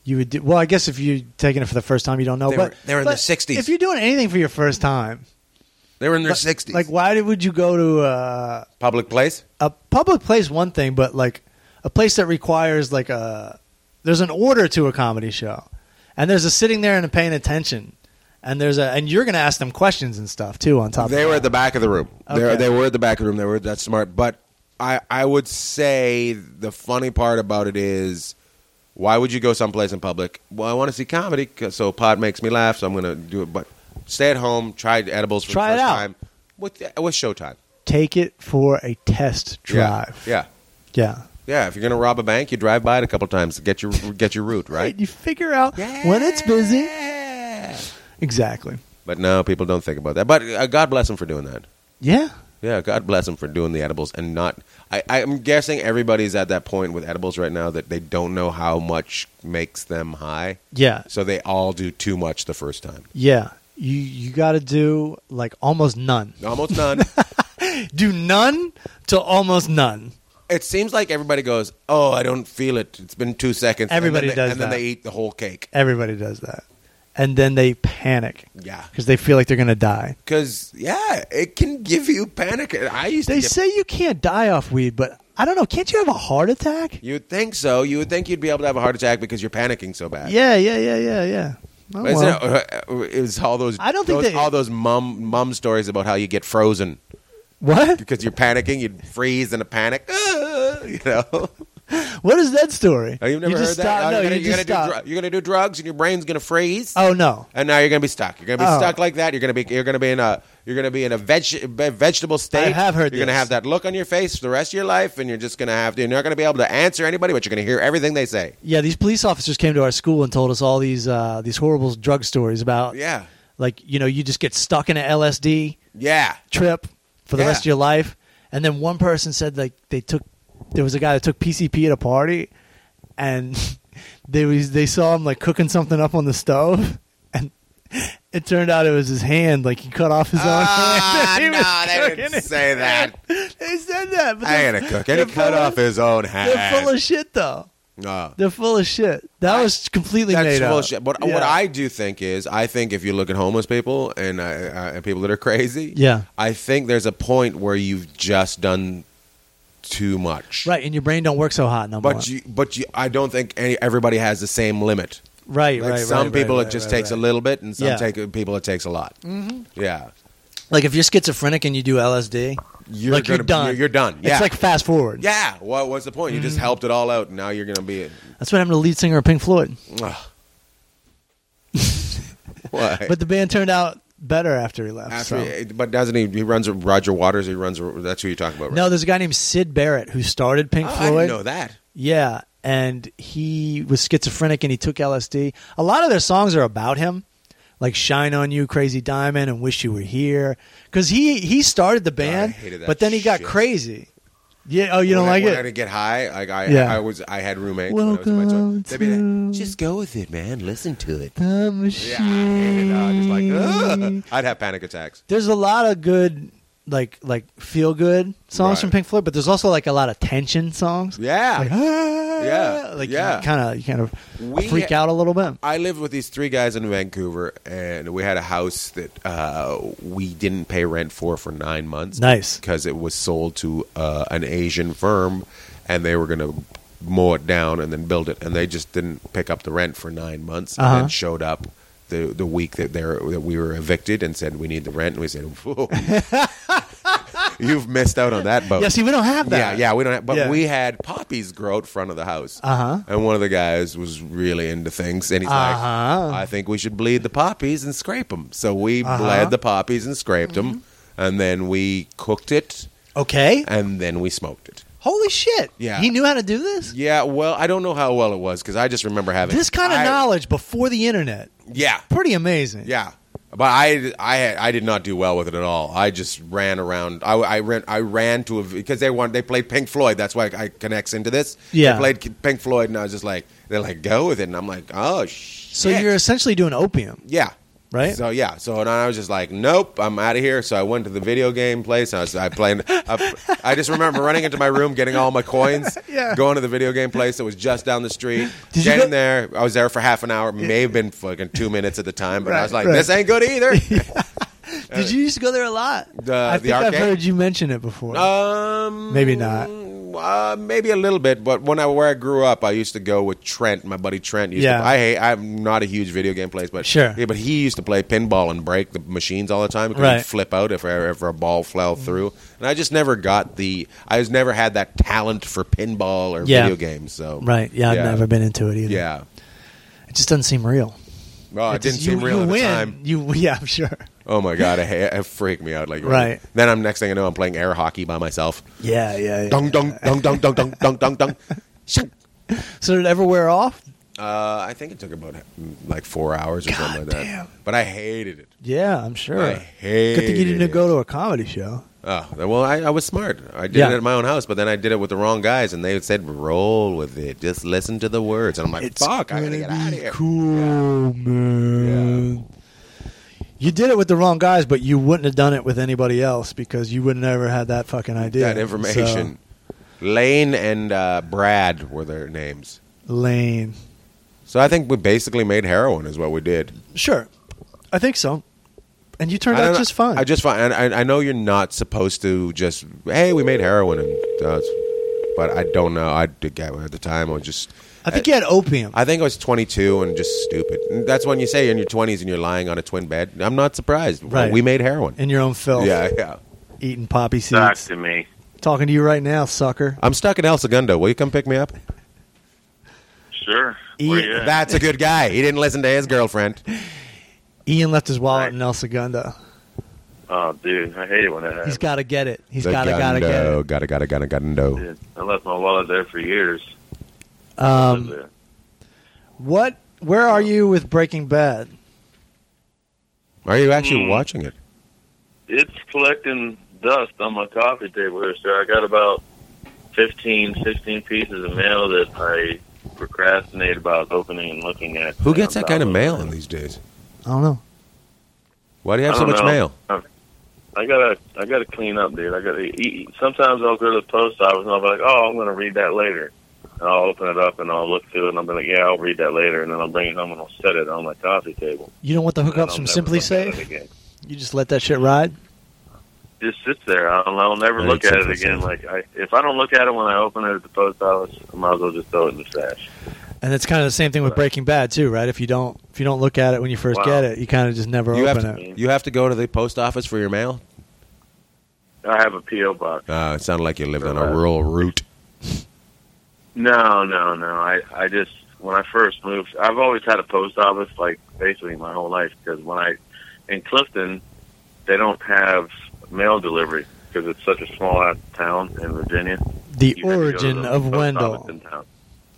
[SPEAKER 3] you would do. Well, I guess if you're taking it for the first time, you don't know.
[SPEAKER 1] They
[SPEAKER 3] but
[SPEAKER 1] were- they were in
[SPEAKER 3] but
[SPEAKER 1] their 60s.
[SPEAKER 3] If you're doing anything for your first time,
[SPEAKER 1] They were in their
[SPEAKER 3] like-
[SPEAKER 1] sixties.
[SPEAKER 3] Like, why did- would you go to uh,
[SPEAKER 1] public place.
[SPEAKER 3] a public place? One thing, but like a place that requires like a there's an order to a comedy show, and there's a sitting there and a paying attention, and there's a and you're gonna ask them questions and stuff too on top.
[SPEAKER 1] They
[SPEAKER 3] of
[SPEAKER 1] were
[SPEAKER 3] that.
[SPEAKER 1] at the back of the room. They,
[SPEAKER 3] Okay.
[SPEAKER 1] they were at the back of the room. They were that smart. But I, I would say the funny part about it is why would you go someplace in public? Well, I want to see comedy, 'cause- so pot makes me laugh, so I'm going to do it. But stay at home, try edibles for
[SPEAKER 3] Try
[SPEAKER 1] the
[SPEAKER 3] it
[SPEAKER 1] first
[SPEAKER 3] out.
[SPEAKER 1] time. With, with Showtime.
[SPEAKER 3] take it for a test drive.
[SPEAKER 1] Yeah. yeah.
[SPEAKER 3] yeah.
[SPEAKER 1] Yeah, if you're gonna rob a bank, you drive by it a couple times to get your get your route
[SPEAKER 3] (laughs)
[SPEAKER 1] right.
[SPEAKER 3] You figure out when it's busy. Exactly.
[SPEAKER 1] But no, people don't think about that. But uh, God bless them for doing that.
[SPEAKER 3] Yeah.
[SPEAKER 1] Yeah, God bless them for doing the edibles and not. I, I'm guessing everybody's at that point with edibles right now that they don't know how much makes them high,
[SPEAKER 3] Yeah.
[SPEAKER 1] so they all do too much the first time.
[SPEAKER 3] Yeah. You you got to do like almost none. (laughs)
[SPEAKER 1] Almost none.
[SPEAKER 3] Do none to almost none.
[SPEAKER 1] it seems like everybody goes, "Oh, I don't feel it. It's been two seconds." And then
[SPEAKER 3] Everybody
[SPEAKER 1] they-
[SPEAKER 3] does
[SPEAKER 1] and then
[SPEAKER 3] that.
[SPEAKER 1] they eat the whole cake.
[SPEAKER 3] Everybody does that. And then they panic.
[SPEAKER 1] Yeah.
[SPEAKER 3] Cuz they feel like they're going to die.
[SPEAKER 1] Because yeah, it can give you panic. I used
[SPEAKER 3] They
[SPEAKER 1] to. Get,
[SPEAKER 3] say you can't die off weed, but I don't know, can't you have a heart attack?
[SPEAKER 1] you'd think so. You would think you'd be able to have a heart attack because you're panicking so bad.
[SPEAKER 3] Yeah, yeah, yeah, yeah, yeah. Oh,
[SPEAKER 1] But
[SPEAKER 3] well.
[SPEAKER 1] Isn't it, uh, it was all those.
[SPEAKER 3] I don't think
[SPEAKER 1] those-
[SPEAKER 3] they-
[SPEAKER 1] all those mum mum stories about how you get frozen.
[SPEAKER 3] What?
[SPEAKER 1] because you're panicking, you'd freeze in a panic. (laughs) "Ah," you know,
[SPEAKER 3] What is that story?
[SPEAKER 1] Oh, you've never
[SPEAKER 3] you
[SPEAKER 1] heard
[SPEAKER 3] just
[SPEAKER 1] that.
[SPEAKER 3] Stop.
[SPEAKER 1] Oh,
[SPEAKER 3] no,
[SPEAKER 1] you're gonna,
[SPEAKER 3] you
[SPEAKER 1] you're
[SPEAKER 3] just
[SPEAKER 1] gonna
[SPEAKER 3] stop.
[SPEAKER 1] do dr- you're gonna do drugs, and your brain's gonna freeze.
[SPEAKER 3] oh no.
[SPEAKER 1] And now you're gonna be stuck. You're gonna be
[SPEAKER 3] Oh.
[SPEAKER 1] stuck like that. You're gonna be you're gonna be in a you're gonna be in a veg, ve- vegetable state.
[SPEAKER 3] I have heard
[SPEAKER 1] You're gonna
[SPEAKER 3] this.
[SPEAKER 1] have that look on your face for the rest of your life, and you're just gonna have to. You're not gonna be able to answer anybody, but you're gonna hear everything they say.
[SPEAKER 3] Yeah, these police officers came to our school and told us all these uh, these horrible drug stories about
[SPEAKER 1] Yeah,
[SPEAKER 3] like you know you just get stuck in an LSD
[SPEAKER 1] yeah.
[SPEAKER 3] trip for the
[SPEAKER 1] Yeah.
[SPEAKER 3] rest of your life, and then one person said like they took there was a guy that took PCP at a party, and (laughs) they was they saw him like cooking something up on the stove, (laughs) and it turned out it was his hand like he cut off his own
[SPEAKER 1] Ah,
[SPEAKER 3] hand. (laughs) He was
[SPEAKER 1] no, they
[SPEAKER 3] cooking
[SPEAKER 1] didn't
[SPEAKER 3] his
[SPEAKER 1] say that.
[SPEAKER 3] hand. They said that. But
[SPEAKER 1] I
[SPEAKER 3] they're-
[SPEAKER 1] ain't a cook. And he
[SPEAKER 3] they're
[SPEAKER 1] cut
[SPEAKER 3] full
[SPEAKER 1] off his own hand.
[SPEAKER 3] They're full of shit though.
[SPEAKER 1] Oh.
[SPEAKER 3] They're full of shit. That was completely
[SPEAKER 1] That's
[SPEAKER 3] made up.
[SPEAKER 1] bullshit. But what
[SPEAKER 3] Yeah.
[SPEAKER 1] I do think is, I think if you look at homeless people and uh, uh, and people that are crazy,
[SPEAKER 3] Yeah.
[SPEAKER 1] I think there's a point where you've just done too much,
[SPEAKER 3] right, and your brain don't work so hot no more.
[SPEAKER 1] But you, but you, I don't think any, everybody has the same limit.
[SPEAKER 3] right,
[SPEAKER 1] Like
[SPEAKER 3] right.
[SPEAKER 1] some
[SPEAKER 3] right,
[SPEAKER 1] people,
[SPEAKER 3] right,
[SPEAKER 1] it just
[SPEAKER 3] right,
[SPEAKER 1] takes
[SPEAKER 3] right.
[SPEAKER 1] a little bit, and some
[SPEAKER 3] Yeah.
[SPEAKER 1] take, people it takes a lot. Mm-hmm. Yeah,
[SPEAKER 3] Like if you're schizophrenic and you do LSD,
[SPEAKER 1] You're
[SPEAKER 3] like
[SPEAKER 1] gonna-
[SPEAKER 3] you're done.
[SPEAKER 1] you're- you're done. Yeah.
[SPEAKER 3] It's like Mm-hmm. fast forward.
[SPEAKER 1] (laughs) yeah. What, what's the point? You just helped it all out, and now you're gonna be.
[SPEAKER 3] That's what happened to the lead singer of Pink Floyd. (laughs)
[SPEAKER 1] Ugh. Why?
[SPEAKER 3] But the band turned out better after he left.
[SPEAKER 1] After,
[SPEAKER 3] so.
[SPEAKER 1] But doesn't he? He runs Roger Waters. He runs. That's who you're talking about. Right?
[SPEAKER 3] No, there's a guy named Sid Barrett who started Pink
[SPEAKER 1] Oh, I
[SPEAKER 3] Floyd.
[SPEAKER 1] didn't know that.
[SPEAKER 3] Yeah, and he was schizophrenic and he took LSD. A lot of their songs are about him, like "Shine on You," "Crazy Diamond," and "Wish You Were Here," because he he started the band,
[SPEAKER 1] Oh, hated that
[SPEAKER 3] but then he got
[SPEAKER 1] shit.
[SPEAKER 3] crazy. Yeah. Oh, you don't
[SPEAKER 1] When I-
[SPEAKER 3] like
[SPEAKER 1] when I had
[SPEAKER 3] it?
[SPEAKER 1] to get high. Like I,
[SPEAKER 3] Yeah.
[SPEAKER 1] I was, I had roommates. When I was in my
[SPEAKER 3] Welcome
[SPEAKER 1] twenties. They'd be
[SPEAKER 3] to-
[SPEAKER 1] like, just go with it, man. Listen to it.
[SPEAKER 3] The
[SPEAKER 1] Yeah, I hated it. I was just like,
[SPEAKER 3] machine.
[SPEAKER 1] Ugh. I'd have panic attacks.
[SPEAKER 3] There's a lot of good, like like feel good songs
[SPEAKER 1] Right.
[SPEAKER 3] from Pink Floyd, but there's also like a lot of tension songs.
[SPEAKER 1] Yeah.
[SPEAKER 3] Like, ah,
[SPEAKER 1] Yeah,
[SPEAKER 3] like
[SPEAKER 1] yeah.
[SPEAKER 3] you kind of you kind of
[SPEAKER 1] We-
[SPEAKER 3] freak out a little bit.
[SPEAKER 1] I lived with these three guys in Vancouver, and we had a house that uh, we didn't pay rent for for nine months.
[SPEAKER 3] Nice.
[SPEAKER 1] because it was sold to uh, an Asian firm, and they were going to mow it down and then build it, and they just didn't pick up the rent for nine months, and
[SPEAKER 3] Uh-huh.
[SPEAKER 1] then showed up the the week that they that we were evicted and said we need the rent, and we said,
[SPEAKER 3] (laughs)
[SPEAKER 1] Whoa. "You've missed out on that boat."
[SPEAKER 3] Yeah, see, we don't have
[SPEAKER 1] Yeah,
[SPEAKER 3] that.
[SPEAKER 1] yeah, we don't. Have, but
[SPEAKER 3] Yeah.
[SPEAKER 1] we had poppies grow out front of the house.
[SPEAKER 3] Uh-huh.
[SPEAKER 1] And one of the guys was really into things, and he's
[SPEAKER 3] Uh-huh.
[SPEAKER 1] like, "I think we should bleed the poppies and scrape them." So we bled the poppies and scraped them,
[SPEAKER 3] Mm-hmm.
[SPEAKER 1] and then we cooked it,
[SPEAKER 3] Okay.
[SPEAKER 1] and then we smoked it.
[SPEAKER 3] Holy shit.
[SPEAKER 1] Yeah.
[SPEAKER 3] He knew how to do this?
[SPEAKER 1] Yeah, well, I don't know how well it was because I just remember having
[SPEAKER 3] This kind of
[SPEAKER 1] I-
[SPEAKER 3] knowledge before the internet.
[SPEAKER 1] Yeah,
[SPEAKER 3] Pretty amazing.
[SPEAKER 1] yeah. But I, I, had, I did not do well with it at all. I just ran around. I, I ran, I ran to a because they want they played Pink Floyd. That's why I connects into this.
[SPEAKER 3] Yeah.
[SPEAKER 1] they played Pink Floyd, and I was just like, they're like, go with it, and I'm like, oh shit.
[SPEAKER 3] So you're essentially doing opium.
[SPEAKER 1] yeah,
[SPEAKER 3] Right?
[SPEAKER 1] So yeah, so and I was just like, nope, I'm out of here. So I went to the video game place. And I was, I played. I, I just remember running into my room, getting all my coins,
[SPEAKER 3] (laughs) Yeah.
[SPEAKER 1] going to the video game place that was just down the street.
[SPEAKER 3] Did you
[SPEAKER 1] getting
[SPEAKER 3] go-
[SPEAKER 1] there, I was there for half an hour. It May have been fucking two minutes at the time, but I was
[SPEAKER 3] Right,
[SPEAKER 1] like,
[SPEAKER 3] right.
[SPEAKER 1] this ain't good
[SPEAKER 3] (laughs)
[SPEAKER 1] either.
[SPEAKER 3] Did you used to go there a lot?
[SPEAKER 1] Uh, The- uh,
[SPEAKER 3] I
[SPEAKER 1] the
[SPEAKER 3] think I've
[SPEAKER 1] arcade?
[SPEAKER 3] heard you mention it before.
[SPEAKER 1] Um,
[SPEAKER 3] Maybe not.
[SPEAKER 1] Uh, maybe a little bit, but when I where I grew up, I used to go with Trent, my buddy Trent. Used
[SPEAKER 3] Yeah.
[SPEAKER 1] to, I hate. I'm not a huge video game player, but
[SPEAKER 3] Sure.
[SPEAKER 1] Yeah, but he used to play pinball and break the machines all the time. Because
[SPEAKER 3] Right.
[SPEAKER 1] he'd flip out if if a ball fell through, and I just never got the. I just never had that talent for pinball or
[SPEAKER 3] Yeah.
[SPEAKER 1] video games. So
[SPEAKER 3] right. Yeah, I've never been into it either.
[SPEAKER 1] Yeah.
[SPEAKER 3] It just doesn't seem real.
[SPEAKER 1] Oh, it, didn't
[SPEAKER 3] just-
[SPEAKER 1] seem
[SPEAKER 3] you-
[SPEAKER 1] real
[SPEAKER 3] you
[SPEAKER 1] at
[SPEAKER 3] win.
[SPEAKER 1] the time.
[SPEAKER 3] You (laughs) yeah, I'm sure.
[SPEAKER 1] Oh my god, it, it freaked me out. Like
[SPEAKER 3] Right.
[SPEAKER 1] then, I'm next thing I know, I'm playing air hockey by myself.
[SPEAKER 3] Yeah, yeah. yeah.
[SPEAKER 1] Dong dong dong dong dong dong dong dong dong. Shunk.
[SPEAKER 3] So did it ever wear off?
[SPEAKER 1] Uh, I think it took about mm, like four hours or something like that.
[SPEAKER 3] damn.
[SPEAKER 1] But I hated it.
[SPEAKER 3] Yeah, I'm sure.
[SPEAKER 1] I hated
[SPEAKER 3] Good thing you didn't
[SPEAKER 1] it.
[SPEAKER 3] go to a comedy show.
[SPEAKER 1] Oh, well, I, I was smart. I did
[SPEAKER 3] Yeah.
[SPEAKER 1] it at my own house, but then I did it with the wrong guys, and they said, roll with it. Just listen to the words. And I'm like, fuck, I gotta
[SPEAKER 3] gonna
[SPEAKER 1] get out of
[SPEAKER 3] be
[SPEAKER 1] here.
[SPEAKER 3] Cool, man. You did it with the wrong guys, but you wouldn't have done it with anybody else because you would never had that fucking idea.
[SPEAKER 1] That information. Lane and uh, Brad were their names.
[SPEAKER 3] So, Lane.
[SPEAKER 1] So I think we basically made heroin, is what we did.
[SPEAKER 3] Sure. I think so. And you turned
[SPEAKER 1] I
[SPEAKER 3] out
[SPEAKER 1] don't-
[SPEAKER 3] just fine.
[SPEAKER 1] I just fine. And I, I know you're not supposed to just hey, we made heroin, and uh, but I don't know. I did get at the time. I was just.
[SPEAKER 3] I think you had opium.
[SPEAKER 1] I think I was 22 and just stupid. And that's when you say you're in your 20s and you're lying on a twin bed. I'm not surprised.
[SPEAKER 3] Right.
[SPEAKER 1] We made heroin.
[SPEAKER 3] in your own filth.
[SPEAKER 1] yeah, yeah.
[SPEAKER 3] Eating poppy seeds.
[SPEAKER 2] Talk to me.
[SPEAKER 3] Talking to you right now, sucker.
[SPEAKER 1] I'm stuck in El Segundo. Will you come pick me up?
[SPEAKER 2] Sure.
[SPEAKER 3] Ian,
[SPEAKER 2] Where you at?
[SPEAKER 1] That's a good guy. He didn't listen to his girlfriend.
[SPEAKER 3] Ian left his wallet
[SPEAKER 2] Right.
[SPEAKER 3] in El Segundo.
[SPEAKER 2] Oh, dude, I hate it when that happens.
[SPEAKER 3] He's got to get it. (laughs) He's
[SPEAKER 1] The
[SPEAKER 3] got to got to get
[SPEAKER 1] gundo,
[SPEAKER 3] it.
[SPEAKER 1] Gotta, gotta, gotta, gundo.
[SPEAKER 2] Dude, I left my wallet there for years.
[SPEAKER 3] Um, what? Where are you with Breaking Bad?
[SPEAKER 1] Are you actually
[SPEAKER 2] Hmm.
[SPEAKER 1] watching it?
[SPEAKER 2] it's collecting dust on my coffee table here, sir. I got about 15, 16 pieces of mail that I procrastinate about opening and looking at.
[SPEAKER 1] Who gets
[SPEAKER 2] I'm
[SPEAKER 1] that kind of
[SPEAKER 2] downloading
[SPEAKER 1] mail
[SPEAKER 2] it.
[SPEAKER 1] in these days?
[SPEAKER 3] I don't know.
[SPEAKER 1] Why do you have
[SPEAKER 2] I
[SPEAKER 1] so
[SPEAKER 2] don't
[SPEAKER 1] much
[SPEAKER 2] know.
[SPEAKER 1] mail?
[SPEAKER 2] I gotta, I gotta clean up, dude. I gotta. Eat. Sometimes I'll go to the post office and I'll be like, "Oh, I'm gonna read that later," and I'll open it up and I'll look through it and I'll be like, "Yeah, I'll read that later," and then I'll bring it home and I'll set it on my coffee table.
[SPEAKER 3] You don't want the
[SPEAKER 2] And then
[SPEAKER 3] hookups
[SPEAKER 2] I'll
[SPEAKER 3] from
[SPEAKER 2] never (laughs)
[SPEAKER 3] Simply
[SPEAKER 2] look at it
[SPEAKER 3] Safe?
[SPEAKER 2] again.
[SPEAKER 3] You just let that shit ride?
[SPEAKER 2] just sits there. I'll, I'll never
[SPEAKER 1] Right,
[SPEAKER 2] look at it
[SPEAKER 1] something
[SPEAKER 2] again.
[SPEAKER 1] says.
[SPEAKER 2] Like I, if I don't look at it when I open it at the post office, I might as well just throw it in the trash.
[SPEAKER 3] And it's kind of the same thing with Breaking Bad too, right? If you don't if you don't look at it when you first
[SPEAKER 2] Wow.
[SPEAKER 3] get it, you kind of just never
[SPEAKER 1] You have,
[SPEAKER 3] open it.
[SPEAKER 1] to, you have to go to the post office for your mail?
[SPEAKER 2] I have a PO box.
[SPEAKER 1] Uh, it sounded like you lived on a
[SPEAKER 2] Uh,
[SPEAKER 1] rural route.
[SPEAKER 2] No, no, no. I, I just when I first moved, I've always had a post office, like basically my whole life. Because when I in Clifton, they don't have mail delivery because it's such a small ass town in Virginia. You
[SPEAKER 3] The
[SPEAKER 2] had to go to
[SPEAKER 3] origin
[SPEAKER 2] the
[SPEAKER 3] of
[SPEAKER 2] post office
[SPEAKER 3] Wendell.
[SPEAKER 2] in town,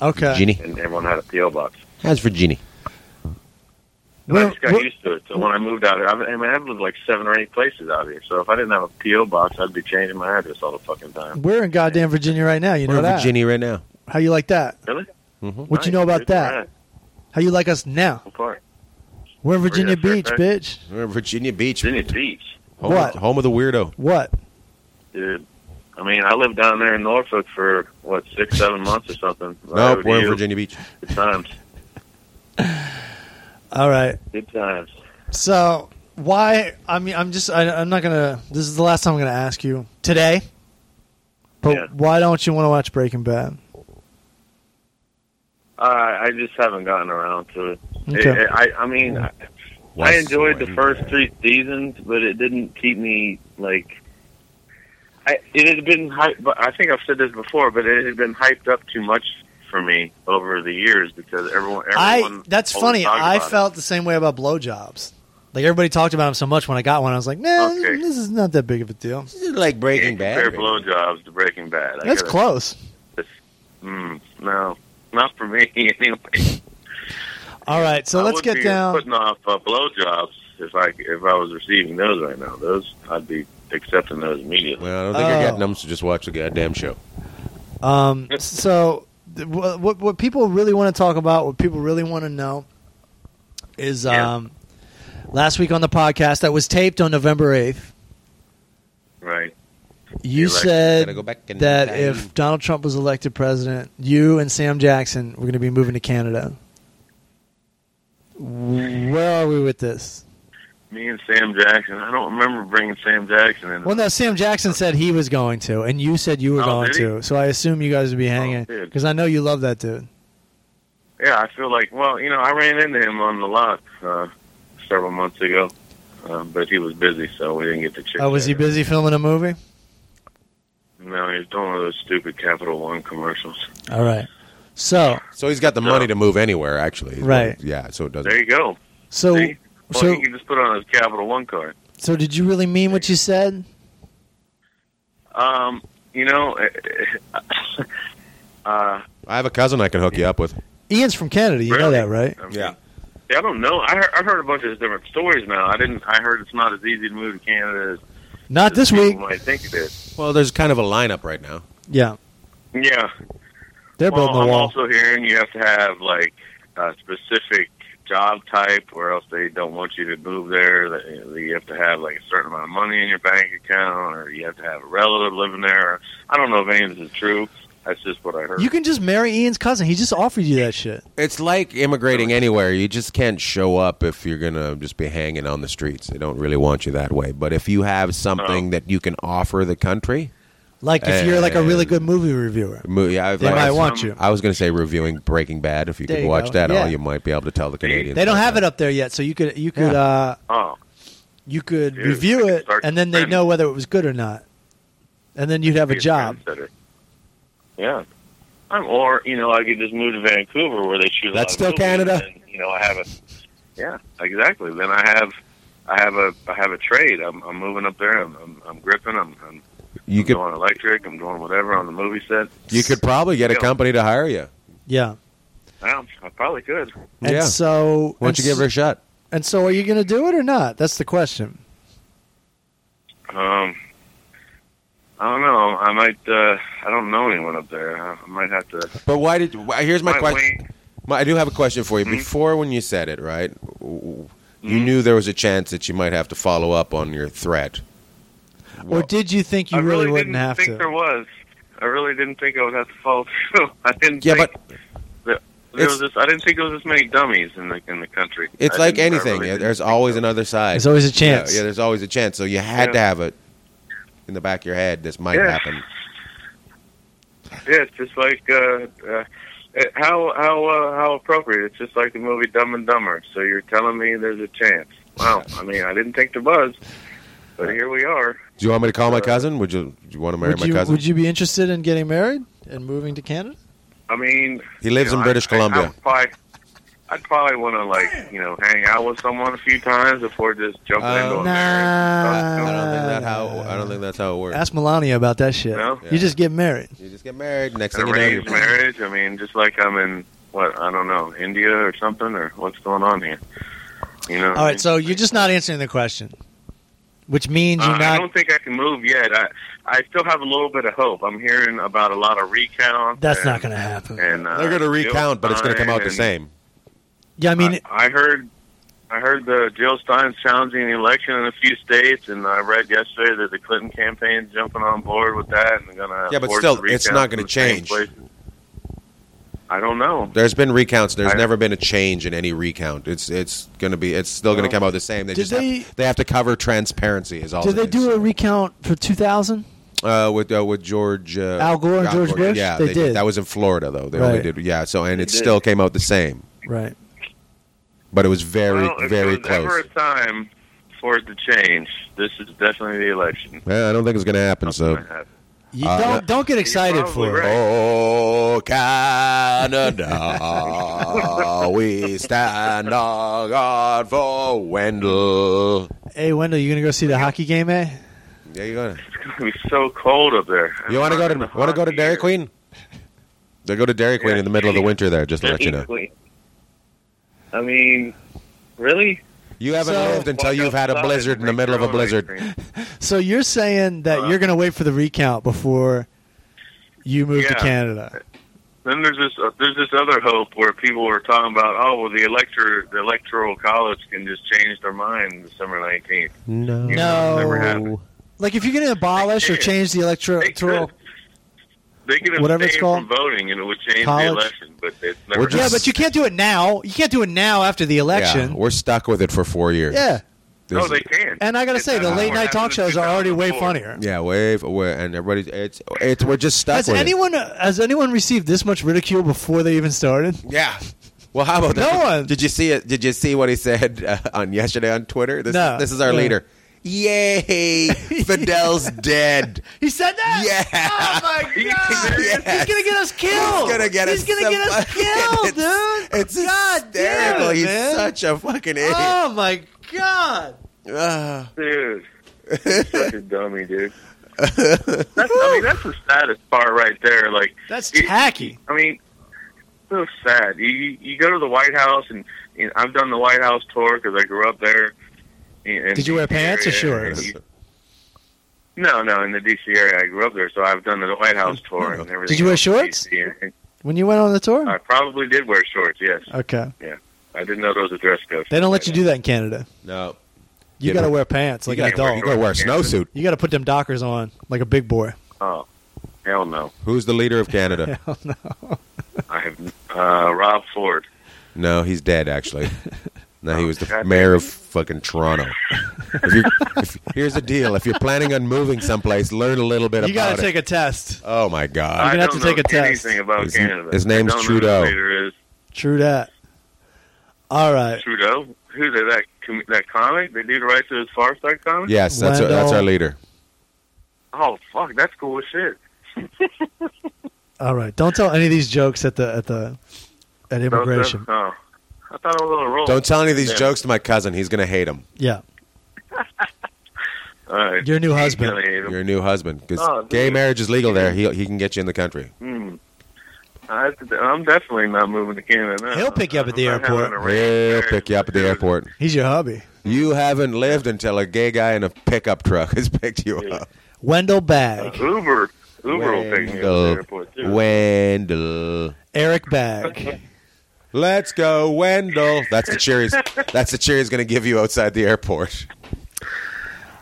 [SPEAKER 3] Okay.
[SPEAKER 1] Ginny.
[SPEAKER 2] and everyone had a PO box.
[SPEAKER 1] How's Virginia?
[SPEAKER 2] And I
[SPEAKER 3] Well,
[SPEAKER 2] just got
[SPEAKER 3] well-
[SPEAKER 2] used to it. So when I moved out here, I mean, I've lived like seven or eight places out here. So if I didn't have a PO box, I'd be changing my address all the fucking time.
[SPEAKER 3] We're in goddamn Virginia Mm-hmm. right now, you know
[SPEAKER 1] We're in
[SPEAKER 3] that.
[SPEAKER 1] Virginia right now.
[SPEAKER 3] How you like that?
[SPEAKER 2] Really?
[SPEAKER 3] What you know about that? How you like us now?
[SPEAKER 2] What part?
[SPEAKER 3] We're in Virginia
[SPEAKER 2] Virginia,
[SPEAKER 3] Beach,
[SPEAKER 2] right?
[SPEAKER 3] bitch.
[SPEAKER 1] We're in Virginia Beach.
[SPEAKER 2] Virginia Beach,
[SPEAKER 1] Home,
[SPEAKER 3] What?
[SPEAKER 1] Of, home of the weirdo.
[SPEAKER 3] What?
[SPEAKER 2] dude. I mean, I lived down there in Norfolk for what six, seven months or
[SPEAKER 3] (laughs)
[SPEAKER 2] something.
[SPEAKER 1] Nope,
[SPEAKER 2] Over to
[SPEAKER 1] we're in
[SPEAKER 2] you.
[SPEAKER 1] Virginia Beach.
[SPEAKER 2] Good times.
[SPEAKER 3] All right.
[SPEAKER 2] Good times.
[SPEAKER 3] So why? I mean, I'm just. I, I'm not gonna. This is the last time I'm gonna ask you today. But
[SPEAKER 2] Yeah.
[SPEAKER 3] why don't you want to watch Breaking Bad?
[SPEAKER 2] I I just haven't gotten around to it.
[SPEAKER 3] Okay.
[SPEAKER 2] It- I I mean, I, I enjoyed the first three seasons, but it didn't keep me like. I, it had been hyped, but I think I've said this before, but it had been hyped up too much for me over the years because everyone.
[SPEAKER 3] I.
[SPEAKER 2] everyone
[SPEAKER 3] That's
[SPEAKER 2] always
[SPEAKER 3] funny.
[SPEAKER 2] talked
[SPEAKER 3] I
[SPEAKER 2] about it.
[SPEAKER 3] felt the same way about blowjobs. Like everybody talked about them so much when I got one, I was like, "Nah,
[SPEAKER 2] Okay.
[SPEAKER 3] this is not that big of a deal."
[SPEAKER 1] like Breaking
[SPEAKER 2] yeah,
[SPEAKER 1] Bad.
[SPEAKER 2] Compare blowjobs to Breaking Bad. I
[SPEAKER 3] That's
[SPEAKER 2] gotta-
[SPEAKER 3] close.
[SPEAKER 2] Mm, no, not for me (laughs) anyway.
[SPEAKER 3] All right, so
[SPEAKER 2] I
[SPEAKER 3] let's
[SPEAKER 2] wouldn't
[SPEAKER 3] get
[SPEAKER 2] be
[SPEAKER 3] down.
[SPEAKER 2] Putting off uh, blowjobs If I if I was receiving those right now, those I'd be accepting those immediately.
[SPEAKER 1] Well, I don't think you're
[SPEAKER 3] Oh.
[SPEAKER 1] getting them, so just watch the goddamn show.
[SPEAKER 2] (laughs)
[SPEAKER 3] Um, so, th- wh- what what people really want to talk about, what people really want to know, is
[SPEAKER 2] Yeah.
[SPEAKER 3] um, last week on the podcast that was taped on November eighth.
[SPEAKER 2] Right.
[SPEAKER 3] You
[SPEAKER 2] You're right.
[SPEAKER 3] said
[SPEAKER 1] Gotta go back in
[SPEAKER 3] that
[SPEAKER 1] time.
[SPEAKER 3] if Donald Trump was elected president, you and Sam Jackson were going to be moving to Canada. Where are we with this?
[SPEAKER 2] Me and Sam Jackson. I don't remember bringing Sam Jackson in.
[SPEAKER 3] Well, no, Sam Jackson said he was going to, and you said you were
[SPEAKER 2] Oh,
[SPEAKER 3] going
[SPEAKER 2] did he? Oh,
[SPEAKER 3] to. So I assume you guys would be hanging
[SPEAKER 2] dude.
[SPEAKER 3] because I know you love that dude.
[SPEAKER 2] Yeah, I feel like well, you know, I ran into him on the lot uh, several months ago, uh, but he was busy, so we didn't get to check.
[SPEAKER 3] Oh, was he busy filming a movie?
[SPEAKER 2] No, he was doing one of those stupid Capital One commercials.
[SPEAKER 3] All right. So,
[SPEAKER 1] So he's got the money to move anywhere, actually. is what
[SPEAKER 3] Right.
[SPEAKER 1] it- Yeah, so it doesn't.
[SPEAKER 2] There you go.
[SPEAKER 3] so,
[SPEAKER 2] See? Well,
[SPEAKER 3] so,
[SPEAKER 2] he can just put on his Capital One card.
[SPEAKER 3] so, did you really mean what you said?
[SPEAKER 2] Um, you know, (laughs) uh,
[SPEAKER 1] I have a cousin I can hook you up with.
[SPEAKER 3] Ian's from Canada. You know
[SPEAKER 2] Really?
[SPEAKER 3] that, right?
[SPEAKER 2] I mean, Yeah, I don't know. I heard, I've heard a bunch of different stories now. I didn't. I heard it's not as easy to move to Canada as
[SPEAKER 3] Not
[SPEAKER 2] as
[SPEAKER 3] this
[SPEAKER 2] people
[SPEAKER 3] week.
[SPEAKER 2] might think it is.
[SPEAKER 1] Well, there's kind of a lineup right now.
[SPEAKER 3] Yeah,
[SPEAKER 2] Yeah.
[SPEAKER 3] they're
[SPEAKER 2] Well,
[SPEAKER 3] building a
[SPEAKER 2] I'm
[SPEAKER 3] wall.
[SPEAKER 2] also hearing you have to have like a specific job type, or else they don't want you to move there. That you know, that you have to have like a certain amount of money in your bank account, or you have to have a relative living there. I don't know if any of this is true. That's just what I heard.
[SPEAKER 3] You can just marry Ian's cousin. He just offered you that shit.
[SPEAKER 1] It's like immigrating anywhere. You just can't show up if you're going to just be hanging on the streets. They don't really want you that way. But if you have something that you can offer the country,
[SPEAKER 3] Like if you're like a really
[SPEAKER 1] And-
[SPEAKER 3] good movie reviewer,
[SPEAKER 1] mo- yeah, I've-
[SPEAKER 3] they
[SPEAKER 1] like-
[SPEAKER 3] might want you.
[SPEAKER 1] I was going to say reviewing Breaking Bad. If you
[SPEAKER 3] There
[SPEAKER 1] could
[SPEAKER 3] you
[SPEAKER 1] watch
[SPEAKER 3] go.
[SPEAKER 1] that,
[SPEAKER 3] Yeah.
[SPEAKER 1] all you might be able to tell the Canadians.
[SPEAKER 3] They don't
[SPEAKER 1] about
[SPEAKER 3] have
[SPEAKER 1] that.
[SPEAKER 3] it up there yet, so you could you could
[SPEAKER 1] Yeah.
[SPEAKER 3] uh,
[SPEAKER 2] oh,
[SPEAKER 3] you could
[SPEAKER 2] Dude, I
[SPEAKER 3] review
[SPEAKER 2] could
[SPEAKER 3] it,
[SPEAKER 2] start
[SPEAKER 3] and then they
[SPEAKER 2] trending.
[SPEAKER 3] know whether it was good or not, and then you'd have a
[SPEAKER 2] be
[SPEAKER 3] job.
[SPEAKER 2] trendsetter. Yeah. I'm, or you know, I could just move to Vancouver where they shoot. A
[SPEAKER 1] That's
[SPEAKER 2] lot
[SPEAKER 1] still
[SPEAKER 2] of movies,
[SPEAKER 1] Canada.
[SPEAKER 2] And, you know, I have a. Yeah, exactly. Then I have, I have a, I have a trade. I'm, I'm moving up there. I'm, I'm, I'm gripping. I'm, I'm,
[SPEAKER 1] You
[SPEAKER 2] I'm
[SPEAKER 1] could
[SPEAKER 2] going electric. I'm going whatever on the movie set.
[SPEAKER 1] you could probably get a
[SPEAKER 2] Yeah.
[SPEAKER 1] company to hire you.
[SPEAKER 3] Yeah,
[SPEAKER 2] Well, I probably could.
[SPEAKER 3] and
[SPEAKER 1] yeah,
[SPEAKER 3] so
[SPEAKER 1] why don't
[SPEAKER 3] and
[SPEAKER 1] you give
[SPEAKER 3] so-
[SPEAKER 1] her a shot?
[SPEAKER 3] And so, are you going to do it or not? That's the question.
[SPEAKER 2] Um, I don't know. I might. Uh, I don't know anyone up there. I I might have to.
[SPEAKER 1] But why did? why- Here's my
[SPEAKER 2] might
[SPEAKER 1] question.
[SPEAKER 2] wait.
[SPEAKER 1] My, I do have a question for you. Before, when you said it, right, w- w- you knew there was a chance that you might have to follow up on your threat.
[SPEAKER 3] or did you think you
[SPEAKER 2] I really,
[SPEAKER 3] really, wouldn't
[SPEAKER 2] didn't
[SPEAKER 3] have
[SPEAKER 2] think
[SPEAKER 3] to?
[SPEAKER 2] there was. I really didn't think I would have to follow (laughs) through. I didn't.
[SPEAKER 1] Yeah,
[SPEAKER 2] think
[SPEAKER 1] but
[SPEAKER 2] there was
[SPEAKER 1] it's-
[SPEAKER 2] this. I didn't think there was this many dummies in the in the country.
[SPEAKER 1] it's
[SPEAKER 2] I
[SPEAKER 1] like
[SPEAKER 2] didn't- I
[SPEAKER 1] anything.
[SPEAKER 2] really
[SPEAKER 1] yeah,
[SPEAKER 2] didn't
[SPEAKER 1] there's
[SPEAKER 2] think
[SPEAKER 1] always
[SPEAKER 2] so.
[SPEAKER 1] another side.
[SPEAKER 3] There's always a
[SPEAKER 1] Yeah,
[SPEAKER 3] chance.
[SPEAKER 1] Yeah, there's always a chance. So you had
[SPEAKER 2] Yeah.
[SPEAKER 1] to have it in the back of your head. This might
[SPEAKER 2] Yeah.
[SPEAKER 1] happen.
[SPEAKER 2] Yeah, it's just like uh, uh, it- how how uh, how appropriate. It's just like the movie Dumb and Dumber. So you're telling me there's a chance? Wow. I mean, I didn't think there was, but here we are.
[SPEAKER 1] Do you want me to call my cousin? Would you? Do you want to marry
[SPEAKER 3] would
[SPEAKER 1] my
[SPEAKER 3] you
[SPEAKER 1] cousin?
[SPEAKER 3] would you be interested in getting married and moving to Canada?
[SPEAKER 2] I mean,
[SPEAKER 1] He lives
[SPEAKER 2] you
[SPEAKER 1] in
[SPEAKER 2] know,
[SPEAKER 1] British
[SPEAKER 2] I- I- I
[SPEAKER 1] Columbia.
[SPEAKER 2] would probably, I'd probably want to like you know hang out with someone a few times before just jumping
[SPEAKER 1] Uh,
[SPEAKER 2] into a
[SPEAKER 1] nah. I
[SPEAKER 2] marriage.
[SPEAKER 1] don't think that how. I don't think that's how it works.
[SPEAKER 3] Ask Melania about that shit.
[SPEAKER 2] No?
[SPEAKER 3] You just get married.
[SPEAKER 1] you just get married. Next
[SPEAKER 2] An
[SPEAKER 1] thing you know,
[SPEAKER 2] arranged
[SPEAKER 1] you're
[SPEAKER 2] marriage. I mean, just like I'm in what I don't know India or something or what's going on here. You know.
[SPEAKER 3] All right, so you're just not answering the question, which means
[SPEAKER 2] Uh,
[SPEAKER 3] you're
[SPEAKER 2] I
[SPEAKER 3] not.
[SPEAKER 2] don't think I can move yet. I I still have a little bit of hope. I'm hearing about a lot of recounts.
[SPEAKER 3] That's
[SPEAKER 2] and-
[SPEAKER 3] not going to happen.
[SPEAKER 2] And uh,
[SPEAKER 1] They're going to
[SPEAKER 2] Jill
[SPEAKER 1] recount, but it's going to come out the
[SPEAKER 2] Stein
[SPEAKER 1] same.
[SPEAKER 3] Yeah, I mean,
[SPEAKER 2] and- I, I heard, I heard the Jill Stein's challenging the election in a few states, and I read yesterday that the Clinton campaign's jumping on board with that, and they're going to
[SPEAKER 1] Yeah, but still, it's not gonna change.
[SPEAKER 2] I don't know.
[SPEAKER 1] There's been recounts. There's
[SPEAKER 2] I-
[SPEAKER 1] never been a change in any recount. It's it's going to be. It's still going to
[SPEAKER 2] No.
[SPEAKER 1] come out the same. They
[SPEAKER 3] Did
[SPEAKER 1] just have-
[SPEAKER 3] they-
[SPEAKER 1] they have to cover transparency. Is all.
[SPEAKER 3] did they
[SPEAKER 1] it
[SPEAKER 3] do
[SPEAKER 1] is.
[SPEAKER 3] a recount for 2000?
[SPEAKER 1] uh, with uh, with George uh,
[SPEAKER 3] Al Gore and George Bush?
[SPEAKER 1] Yeah,
[SPEAKER 3] They
[SPEAKER 1] they,
[SPEAKER 3] did.
[SPEAKER 1] That was in Florida though. They only
[SPEAKER 3] Right.
[SPEAKER 1] did yeah. So and
[SPEAKER 2] They
[SPEAKER 1] it
[SPEAKER 2] did.
[SPEAKER 1] still came out the same,
[SPEAKER 3] Right.
[SPEAKER 1] but it was very
[SPEAKER 2] well, if
[SPEAKER 1] very
[SPEAKER 2] there was ever
[SPEAKER 1] close.
[SPEAKER 2] a time for it to change, this is definitely the election.
[SPEAKER 1] Yeah, I don't think it's going to happen. So.
[SPEAKER 2] Something happened.
[SPEAKER 3] You
[SPEAKER 1] Uh,
[SPEAKER 3] don't don't get excited
[SPEAKER 2] probably
[SPEAKER 3] for it.
[SPEAKER 2] right.
[SPEAKER 1] Oh, Canada, (laughs) we stand on guard for Wendell.
[SPEAKER 3] Hey, Wendell, you going to go see the hockey game, eh?
[SPEAKER 1] There you go.
[SPEAKER 2] It's gonna be so cold up there.
[SPEAKER 1] You want to go to want to go to Dairy Queen? They go to Dairy Queen
[SPEAKER 2] Yeah.
[SPEAKER 1] in the middle of the winter there, just to let you know.
[SPEAKER 2] Dairy Queen. I mean, really?
[SPEAKER 1] You haven't
[SPEAKER 3] So-
[SPEAKER 1] lived until
[SPEAKER 2] Walk
[SPEAKER 1] you've had a
[SPEAKER 2] outside
[SPEAKER 1] blizzard
[SPEAKER 2] and
[SPEAKER 1] in the
[SPEAKER 2] drink
[SPEAKER 1] middle of
[SPEAKER 2] your
[SPEAKER 1] a
[SPEAKER 2] own ice
[SPEAKER 1] blizzard.
[SPEAKER 2] cream.
[SPEAKER 3] So you're saying that
[SPEAKER 2] Uh-huh.
[SPEAKER 3] you're going to wait for the recount before you move to
[SPEAKER 2] Yeah.
[SPEAKER 3] Canada.
[SPEAKER 2] Then there's this uh, there's this other hope where people were talking about oh well the elector the electoral college can just change their mind December nineteenth.
[SPEAKER 1] No.
[SPEAKER 2] No. Never happened.
[SPEAKER 3] Like if you're going to abolish or
[SPEAKER 2] They-
[SPEAKER 3] change the
[SPEAKER 2] They
[SPEAKER 3] electoral,
[SPEAKER 2] could they could
[SPEAKER 3] Whatever it's
[SPEAKER 2] abstain
[SPEAKER 3] called.
[SPEAKER 2] from voting and it would change
[SPEAKER 3] College.
[SPEAKER 2] the election, but it's never.
[SPEAKER 1] We're just-
[SPEAKER 3] yeah,
[SPEAKER 2] happened.
[SPEAKER 3] but you can't do it now. You can't do it now after the
[SPEAKER 1] Yeah,
[SPEAKER 3] election.
[SPEAKER 1] we're stuck with it for four years.
[SPEAKER 3] Yeah,
[SPEAKER 2] no,
[SPEAKER 1] There's-
[SPEAKER 2] they can.
[SPEAKER 3] and I got to
[SPEAKER 2] It's
[SPEAKER 3] say the
[SPEAKER 2] happened
[SPEAKER 3] late
[SPEAKER 2] before.
[SPEAKER 3] night talk
[SPEAKER 2] Happened in
[SPEAKER 3] shows are already way
[SPEAKER 2] 2004.
[SPEAKER 3] funnier.
[SPEAKER 1] yeah, wave away, and everybody's it's it's we're just stuck
[SPEAKER 3] Has
[SPEAKER 1] with it.
[SPEAKER 3] anyone has anyone received this much ridicule before they even started?
[SPEAKER 1] Yeah. Well, how about
[SPEAKER 3] No
[SPEAKER 1] that?
[SPEAKER 3] one.
[SPEAKER 1] Did you see it? Did you see what he said uh, on yesterday on Twitter? This,
[SPEAKER 3] No.
[SPEAKER 1] this is our
[SPEAKER 3] Yeah.
[SPEAKER 1] leader.
[SPEAKER 3] (laughs)
[SPEAKER 1] Yay! Fidel's dead.
[SPEAKER 3] He said that.
[SPEAKER 1] Yeah.
[SPEAKER 3] Oh
[SPEAKER 1] (laughs)
[SPEAKER 3] my god!
[SPEAKER 1] Yes.
[SPEAKER 3] He's gonna get us killed.
[SPEAKER 1] He's gonna get
[SPEAKER 3] He's
[SPEAKER 1] us.
[SPEAKER 3] gonna
[SPEAKER 1] so
[SPEAKER 3] get
[SPEAKER 1] (laughs)
[SPEAKER 3] us
[SPEAKER 1] fucking-
[SPEAKER 3] killed,
[SPEAKER 1] it's,
[SPEAKER 3] dude.
[SPEAKER 1] It's
[SPEAKER 3] God damn
[SPEAKER 1] hysterical.
[SPEAKER 3] it,
[SPEAKER 1] He's
[SPEAKER 3] man.
[SPEAKER 1] such a fucking idiot.
[SPEAKER 3] Oh my god!
[SPEAKER 1] Ah. (laughs)
[SPEAKER 2] dude. You're such a dummy,
[SPEAKER 3] (laughs)
[SPEAKER 2] dude. That's, I mean, that's the saddest part right there. Like,
[SPEAKER 3] That's
[SPEAKER 2] it-
[SPEAKER 3] tacky.
[SPEAKER 2] I mean, so sad. You you you go to the White House, and, and I've done the White House tour because I grew up there. in- in
[SPEAKER 3] Did you wear
[SPEAKER 2] DC
[SPEAKER 3] pants or
[SPEAKER 2] area, and
[SPEAKER 3] shorts?
[SPEAKER 2] you- No, no, in the D.C. area, I grew up there, so I've done the White House tour and everything.
[SPEAKER 3] Oh, you wear
[SPEAKER 2] else in
[SPEAKER 3] shorts?
[SPEAKER 2] DC, and
[SPEAKER 3] When you went on the tour?
[SPEAKER 2] I probably did wear shorts. Yes,
[SPEAKER 3] Okay.
[SPEAKER 2] I didn't know those was a dress code.
[SPEAKER 3] They don't let you do that in Canada.
[SPEAKER 1] no.
[SPEAKER 3] You
[SPEAKER 1] Yeah,
[SPEAKER 3] got to
[SPEAKER 1] but-
[SPEAKER 3] wear pants like an
[SPEAKER 2] gotta wear-
[SPEAKER 1] You
[SPEAKER 3] adult.
[SPEAKER 1] gotta wear a snowsuit.
[SPEAKER 3] You got to put them dockers on like a big boy. (laughs)
[SPEAKER 2] Oh, hell no!
[SPEAKER 1] Who's the leader of Canada?
[SPEAKER 3] Hell no.
[SPEAKER 2] I have uh, Rob Ford.
[SPEAKER 1] No, he's dead. Actually, no,
[SPEAKER 2] Oh,
[SPEAKER 1] he was the mayor of fucking Toronto. if you're, if, here's the deal: if you're planning on moving someplace, learn a little bit
[SPEAKER 3] You
[SPEAKER 1] about
[SPEAKER 3] got to take a test.
[SPEAKER 1] it. Oh my god!
[SPEAKER 2] I
[SPEAKER 3] gonna have
[SPEAKER 2] don't
[SPEAKER 3] to take
[SPEAKER 2] know
[SPEAKER 3] a test.
[SPEAKER 2] Anything about
[SPEAKER 1] His-
[SPEAKER 2] Canada?
[SPEAKER 1] his name's
[SPEAKER 2] I don't know who the
[SPEAKER 1] Trudeau.
[SPEAKER 2] leader is.
[SPEAKER 3] True that. All right.
[SPEAKER 2] Trudeau. Who's that? That, com- that comic? They do the rights to his Far Side comic?
[SPEAKER 1] Yes, that's our, that's our leader.
[SPEAKER 2] Oh, fuck. That's cool as shit.
[SPEAKER 3] All right. Don't tell any of these jokes at the at the at immigration.
[SPEAKER 2] Oh, I thought I was on a roll.
[SPEAKER 1] Don't tell any of these
[SPEAKER 2] Yeah.
[SPEAKER 1] jokes to my cousin. He's gonna hate him.
[SPEAKER 3] Yeah.
[SPEAKER 2] All right.
[SPEAKER 3] Your new husband.
[SPEAKER 2] Really hate him.
[SPEAKER 1] Your new husband, because
[SPEAKER 2] Oh,
[SPEAKER 1] gay
[SPEAKER 2] dude.
[SPEAKER 1] marriage is legal there. He he can get you in the country.
[SPEAKER 2] Hmm. I, I'm definitely not moving to Canada. now.
[SPEAKER 3] He'll pick you up at the
[SPEAKER 2] I'm not having
[SPEAKER 3] airport.
[SPEAKER 2] a
[SPEAKER 1] He'll
[SPEAKER 2] race.
[SPEAKER 1] pick you up at the airport.
[SPEAKER 3] He's your hubby.
[SPEAKER 1] You haven't lived until a gay guy in a pickup truck (laughs) has picked you
[SPEAKER 2] Yeah.
[SPEAKER 1] up.
[SPEAKER 3] Wendell
[SPEAKER 2] Uh,
[SPEAKER 3] Bag.
[SPEAKER 2] Uber. Uber will pick me up at the airport, too.
[SPEAKER 1] Wendell.
[SPEAKER 3] Eric Bag.
[SPEAKER 1] Let's go, Wendell. That's the cheer. He's, that's the cheer he's going to give you outside the airport.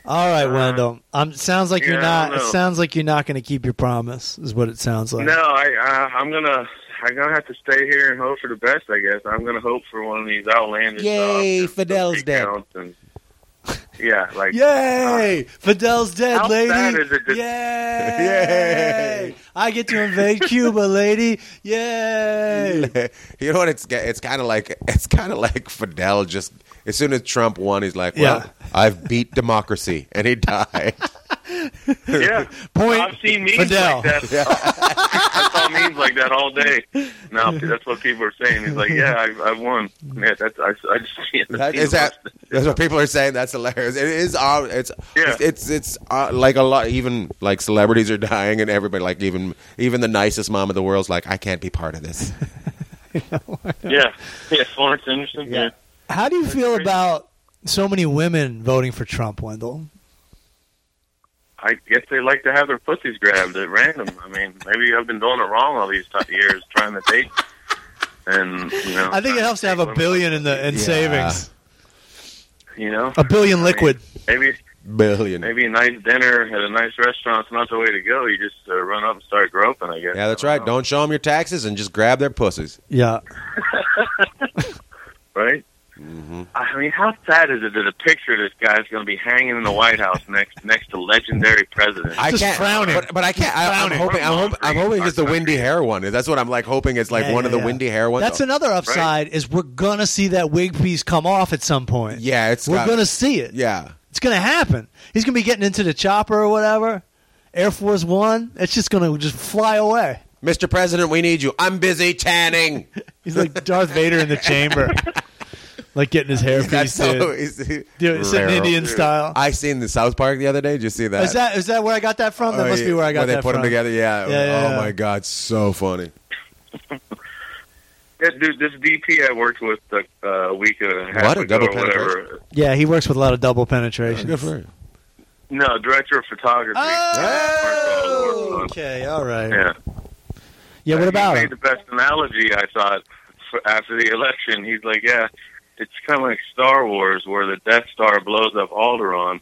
[SPEAKER 3] All right, Wendell. Um, sounds like you're
[SPEAKER 2] Uh-huh. yeah, I
[SPEAKER 3] not.
[SPEAKER 2] don't
[SPEAKER 3] It
[SPEAKER 2] know.
[SPEAKER 3] sounds like you're not going to keep your promise. Is what it sounds like.
[SPEAKER 2] No, I, I, I'm going to... I'm gonna have to stay here and hope for the best, I guess. I'm gonna hope for one of these outlandish.
[SPEAKER 1] Yay,
[SPEAKER 2] jobs and
[SPEAKER 1] Fidel's
[SPEAKER 2] big
[SPEAKER 1] dead.
[SPEAKER 2] counts and- Yeah,
[SPEAKER 3] (laughs)
[SPEAKER 2] like
[SPEAKER 3] Yay! Fidel's dead,
[SPEAKER 2] How
[SPEAKER 3] lady.
[SPEAKER 2] sad is it to-
[SPEAKER 3] Yay!
[SPEAKER 2] (laughs)
[SPEAKER 3] I get to invade Cuba, lady. Yay!
[SPEAKER 1] (laughs) you know what? It's it's kind of like it's kind of like Fidel. Just as soon as Trump won, he's like, "Well,
[SPEAKER 3] Yeah.
[SPEAKER 1] I've beat democracy," and he died.
[SPEAKER 2] Yeah.
[SPEAKER 3] Point
[SPEAKER 2] I've seen memes
[SPEAKER 3] Fidel.
[SPEAKER 2] like that. (laughs) I saw memes like that all day. No, that's what people are saying. He's like, yeah, I, I won. Yeah, that's, I, I just can't.
[SPEAKER 1] That, is that that's what people are saying? That's hilarious. It is. Uh, it's,
[SPEAKER 2] Yeah.
[SPEAKER 1] it's it's it's uh, like a lot. Even like celebrities are dying, and everybody like even even the nicest mom in the world's like, "I can't be part of this." (laughs)
[SPEAKER 2] Yeah. Yeah, Florence Anderson. Yeah.
[SPEAKER 3] How do you feel about so many women voting for Trump, Wendell?
[SPEAKER 2] I guess they like to have their pussies grabbed at random. I mean, maybe I've been doing it wrong all these t- years trying to date. And, you know.
[SPEAKER 3] I think it helps to have a billion in the in
[SPEAKER 1] Yeah.
[SPEAKER 3] savings,
[SPEAKER 2] You know?
[SPEAKER 3] a billion liquid.
[SPEAKER 2] Maybe
[SPEAKER 1] Billion.
[SPEAKER 2] maybe a nice dinner at a nice restaurant's not the way to go. You just uh, run up and start groping, I guess.
[SPEAKER 1] Yeah, that's
[SPEAKER 2] I
[SPEAKER 1] right.
[SPEAKER 2] know.
[SPEAKER 1] Don't show them your taxes and just grab their pussies.
[SPEAKER 3] Yeah,
[SPEAKER 2] right?
[SPEAKER 1] Mm-hmm.
[SPEAKER 2] I mean, how sad is it that a picture of this guy is going to be hanging in the White House next next to legendary presidents?
[SPEAKER 1] I
[SPEAKER 3] Just
[SPEAKER 1] can't,
[SPEAKER 3] frowning.
[SPEAKER 1] but, but I can't. I, I'm
[SPEAKER 2] Frowning.
[SPEAKER 1] hoping. I'm, hoping. I'm hoping it's the windy hair one. That's what I'm like hoping. It's like
[SPEAKER 3] Yeah,
[SPEAKER 1] one
[SPEAKER 3] yeah,
[SPEAKER 1] of the
[SPEAKER 3] yeah.
[SPEAKER 1] windy hair ones.
[SPEAKER 3] that's another upside. Is we're gonna see that wig piece come off at some point.
[SPEAKER 1] Yeah, it's
[SPEAKER 3] we're
[SPEAKER 1] got-
[SPEAKER 3] gonna see it.
[SPEAKER 1] Yeah,
[SPEAKER 3] It's gonna happen. He's gonna be getting into the chopper or whatever, Air Force One. It's just gonna just fly away.
[SPEAKER 1] Mr. President, we need you. I'm busy tanning. (laughs)
[SPEAKER 3] He's like Darth Vader in the chamber, like getting his hair
[SPEAKER 1] (laughs) That's
[SPEAKER 3] pieced
[SPEAKER 1] so.
[SPEAKER 3] in,
[SPEAKER 1] easy.
[SPEAKER 3] (laughs) Dude, sitting Indian style.
[SPEAKER 1] I seen the South Park the other day. Did you see that?
[SPEAKER 3] Is that is that where I got that from? That
[SPEAKER 1] Oh,
[SPEAKER 3] must be where I got
[SPEAKER 1] they
[SPEAKER 3] that
[SPEAKER 1] put
[SPEAKER 3] from.
[SPEAKER 1] them together. Yeah.
[SPEAKER 3] Yeah, yeah,
[SPEAKER 1] oh
[SPEAKER 3] yeah.
[SPEAKER 1] my god, so funny.
[SPEAKER 2] Yeah, dude, this VP I worked with a uh, a week and a half
[SPEAKER 1] What, a
[SPEAKER 2] ago
[SPEAKER 1] double
[SPEAKER 2] or whatever.
[SPEAKER 3] Yeah, he works with a lot of double penetration.
[SPEAKER 1] Good for you.
[SPEAKER 2] No, director of photography.
[SPEAKER 3] Oh, okay, all right. Yeah,
[SPEAKER 2] Yeah.
[SPEAKER 3] what
[SPEAKER 2] He
[SPEAKER 3] about
[SPEAKER 2] made
[SPEAKER 3] him?
[SPEAKER 2] the best analogy I thought for after the election. He's like, yeah, it's kind of like Star Wars, where the Death Star blows up Alderaan,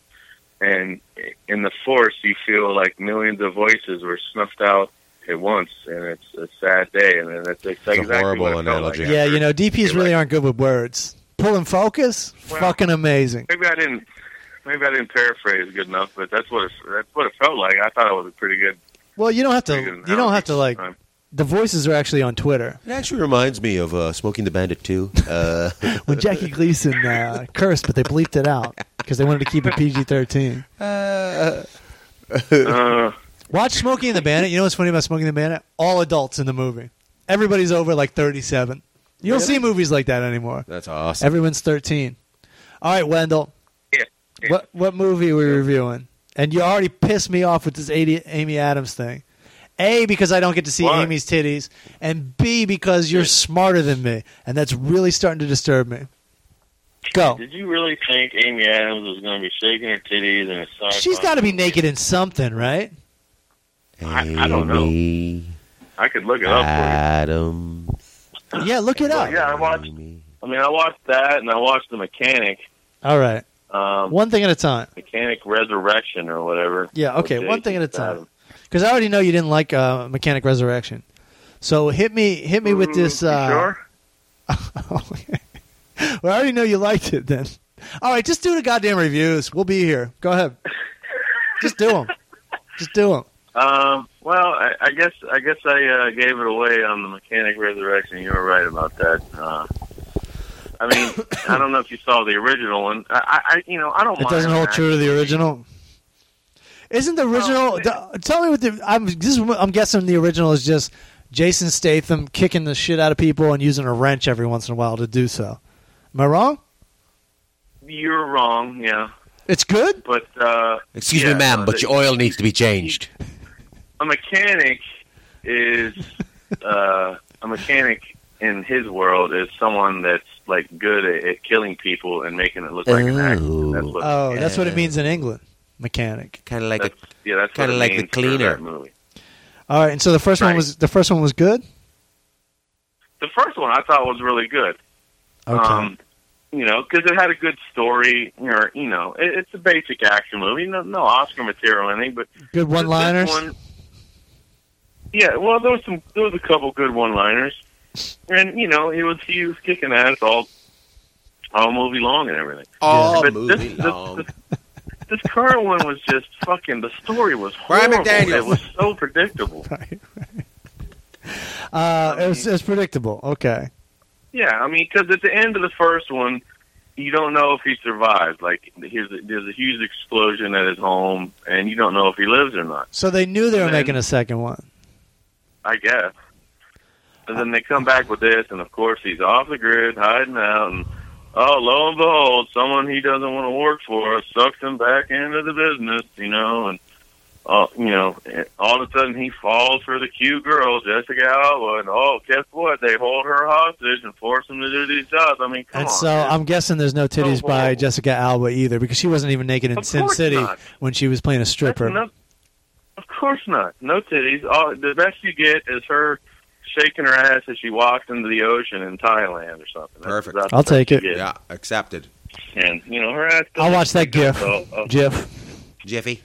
[SPEAKER 2] and in the Force, you feel like millions of voices were snuffed out at once, and it's a sad day. And then that's exactly
[SPEAKER 1] horrible
[SPEAKER 2] what it felt
[SPEAKER 1] analogy.
[SPEAKER 2] Like.
[SPEAKER 3] Yeah, you know, DPs
[SPEAKER 2] You're
[SPEAKER 3] really
[SPEAKER 2] right.
[SPEAKER 3] aren't good with words. Pull and focus,
[SPEAKER 2] Well-
[SPEAKER 3] fucking amazing.
[SPEAKER 2] Maybe I didn't. Maybe I didn't paraphrase good enough, but that's what it, that's what it felt like. I thought it was a pretty good.
[SPEAKER 3] Well, you don't have to.
[SPEAKER 2] pretty good
[SPEAKER 3] You don't have to
[SPEAKER 2] analogy.
[SPEAKER 3] like. The voices are actually on Twitter.
[SPEAKER 1] It actually reminds me of uh, Smoking the Bandit
[SPEAKER 3] (laughs)
[SPEAKER 1] 2. Uh,
[SPEAKER 2] (laughs)
[SPEAKER 3] When Jackie Gleason uh, cursed, but they bleeped it out because they wanted to keep it PG thirteen.
[SPEAKER 2] Uh,
[SPEAKER 3] (laughs) Watch Smokey and the Bandit. You know what's funny about Smokey and the Bandit? All adults in the movie. Everybody's over like 37. You don't see movies like that anymore.
[SPEAKER 1] that's awesome.
[SPEAKER 3] Everyone's 13. All right, Wendell.
[SPEAKER 2] yeah, yeah.
[SPEAKER 3] What what movie are we reviewing? And you already pissed me off with this 80, Amy Adams thing. A because I don't get to see
[SPEAKER 2] Why?
[SPEAKER 3] Amy's titties, and B because you're smarter than me, and that's really starting to disturb me. Go.
[SPEAKER 2] Did you really think Amy Adams was going to be shaking her titties in a song?
[SPEAKER 3] She's got to be naked in something, right?
[SPEAKER 2] I- I don't know.
[SPEAKER 1] Amy
[SPEAKER 2] I could look it up for
[SPEAKER 1] Adams.
[SPEAKER 3] Yeah, look it up.
[SPEAKER 2] you. Yeah, I watched.
[SPEAKER 1] Amy.
[SPEAKER 2] I mean, I watched that, and I watched The Mechanic,
[SPEAKER 3] All right,
[SPEAKER 2] um,
[SPEAKER 3] one thing at a time.
[SPEAKER 2] Mechanic Resurrection or whatever. um,
[SPEAKER 3] Yeah, okay,
[SPEAKER 2] With
[SPEAKER 3] one thing at a
[SPEAKER 2] Jason
[SPEAKER 3] time.
[SPEAKER 2] Statham.
[SPEAKER 3] Because I already know you didn't like uh, Mechanic Resurrection, so hit me, hit me with this.
[SPEAKER 2] Mm, You
[SPEAKER 3] Uh,
[SPEAKER 2] sure.
[SPEAKER 3] (laughs) well, I already know you liked it. Then, all right, just do the goddamn reviews. We'll be here. Go ahead, just do them. Just do them.
[SPEAKER 2] Um, well, I, I guess I guess I uh, gave it away on The Mechanic Resurrection. You were right about that. Uh, I
[SPEAKER 3] (coughs)
[SPEAKER 2] mean, I don't know if you saw the original one. I, I I- you know, I don't.
[SPEAKER 3] It
[SPEAKER 2] mind
[SPEAKER 3] doesn't
[SPEAKER 2] an
[SPEAKER 3] hold
[SPEAKER 2] action
[SPEAKER 3] true to the original. Isn't the
[SPEAKER 2] Oh,
[SPEAKER 3] original? d- tell me what the. I'm. This is, what- I'm guessing the original is just Jason Statham kicking the shit out of people and using a wrench every once in a while to do so. Am I wrong?
[SPEAKER 2] You're wrong. Yeah,
[SPEAKER 3] It's good.
[SPEAKER 2] but uh,
[SPEAKER 1] Excuse
[SPEAKER 2] yeah,
[SPEAKER 1] me, ma'am,
[SPEAKER 2] uh,
[SPEAKER 1] but
[SPEAKER 2] the-
[SPEAKER 1] your oil needs to be changed.
[SPEAKER 2] a mechanic is uh, a mechanic in his world is someone that's like good at, at killing people and making it look like an action. That's what,
[SPEAKER 3] Oh, that's what it means in England. Mechanic.
[SPEAKER 1] Kind of like
[SPEAKER 2] that's, yeah, that's
[SPEAKER 1] kinda
[SPEAKER 2] what it
[SPEAKER 1] like the
[SPEAKER 2] means for
[SPEAKER 1] cleaner.
[SPEAKER 2] that movie.
[SPEAKER 3] All right, and so the first one
[SPEAKER 2] Right.
[SPEAKER 3] was the first one was good.
[SPEAKER 2] The first one I thought was really good.
[SPEAKER 3] Okay.
[SPEAKER 2] Um, you know, because it had a good story. Or you know, it, it's a basic action movie. No, no Oscar material or anything, but this- this
[SPEAKER 3] good one-liners.
[SPEAKER 2] one- Yeah, well, there was some, there was a couple good one-liners, and you know, he was he was kicking ass all, all movie long and everything.
[SPEAKER 1] all
[SPEAKER 2] But
[SPEAKER 1] movie
[SPEAKER 2] this,
[SPEAKER 1] long.
[SPEAKER 2] This, this, this current one was just fucking. The story was
[SPEAKER 1] Brian
[SPEAKER 2] horrible.
[SPEAKER 1] McDaniel.
[SPEAKER 2] It was so
[SPEAKER 3] (laughs)
[SPEAKER 2] predictable.
[SPEAKER 3] Uh, it, was, it was predictable. Okay.
[SPEAKER 2] Yeah, I mean, because at the end of the first one, you don't know if he survives. Like, here's a, there's a huge explosion at his home, and you don't know if he lives or not.
[SPEAKER 3] So they knew they were
[SPEAKER 2] And then-
[SPEAKER 3] making a second one.
[SPEAKER 2] I guess. And then they come back with this, and of course he's off the grid, hiding out, and oh, lo and behold, someone he doesn't want to work for sucks him back into the business, you know, and uh, you know, and all of a sudden he falls for the cute girl, Jessica Alba, and oh, guess what? They hold her hostage and force him to do these jobs. I mean, come
[SPEAKER 3] And
[SPEAKER 2] on.
[SPEAKER 3] so I'm guessing there's no titties
[SPEAKER 2] So
[SPEAKER 3] by
[SPEAKER 2] horrible.
[SPEAKER 3] Jessica Alba either because she wasn't even naked in
[SPEAKER 2] Of
[SPEAKER 3] Sin
[SPEAKER 2] course
[SPEAKER 3] City
[SPEAKER 2] not.
[SPEAKER 3] when she was playing a
[SPEAKER 2] That's
[SPEAKER 3] stripper.
[SPEAKER 2] no- of course not. No titties. All, the best you get is her shaking her ass as she walks into the ocean in Thailand or something. That's
[SPEAKER 1] Perfect.
[SPEAKER 2] about the
[SPEAKER 3] I'll
[SPEAKER 2] best
[SPEAKER 3] take
[SPEAKER 2] you
[SPEAKER 3] it.
[SPEAKER 2] get.
[SPEAKER 1] yeah, accepted.
[SPEAKER 2] And you know, her ass. still
[SPEAKER 3] I'll
[SPEAKER 2] looks
[SPEAKER 3] watch that
[SPEAKER 2] pretty good,
[SPEAKER 3] GIF.
[SPEAKER 2] so, uh,
[SPEAKER 3] Jeff,
[SPEAKER 1] Jiffy.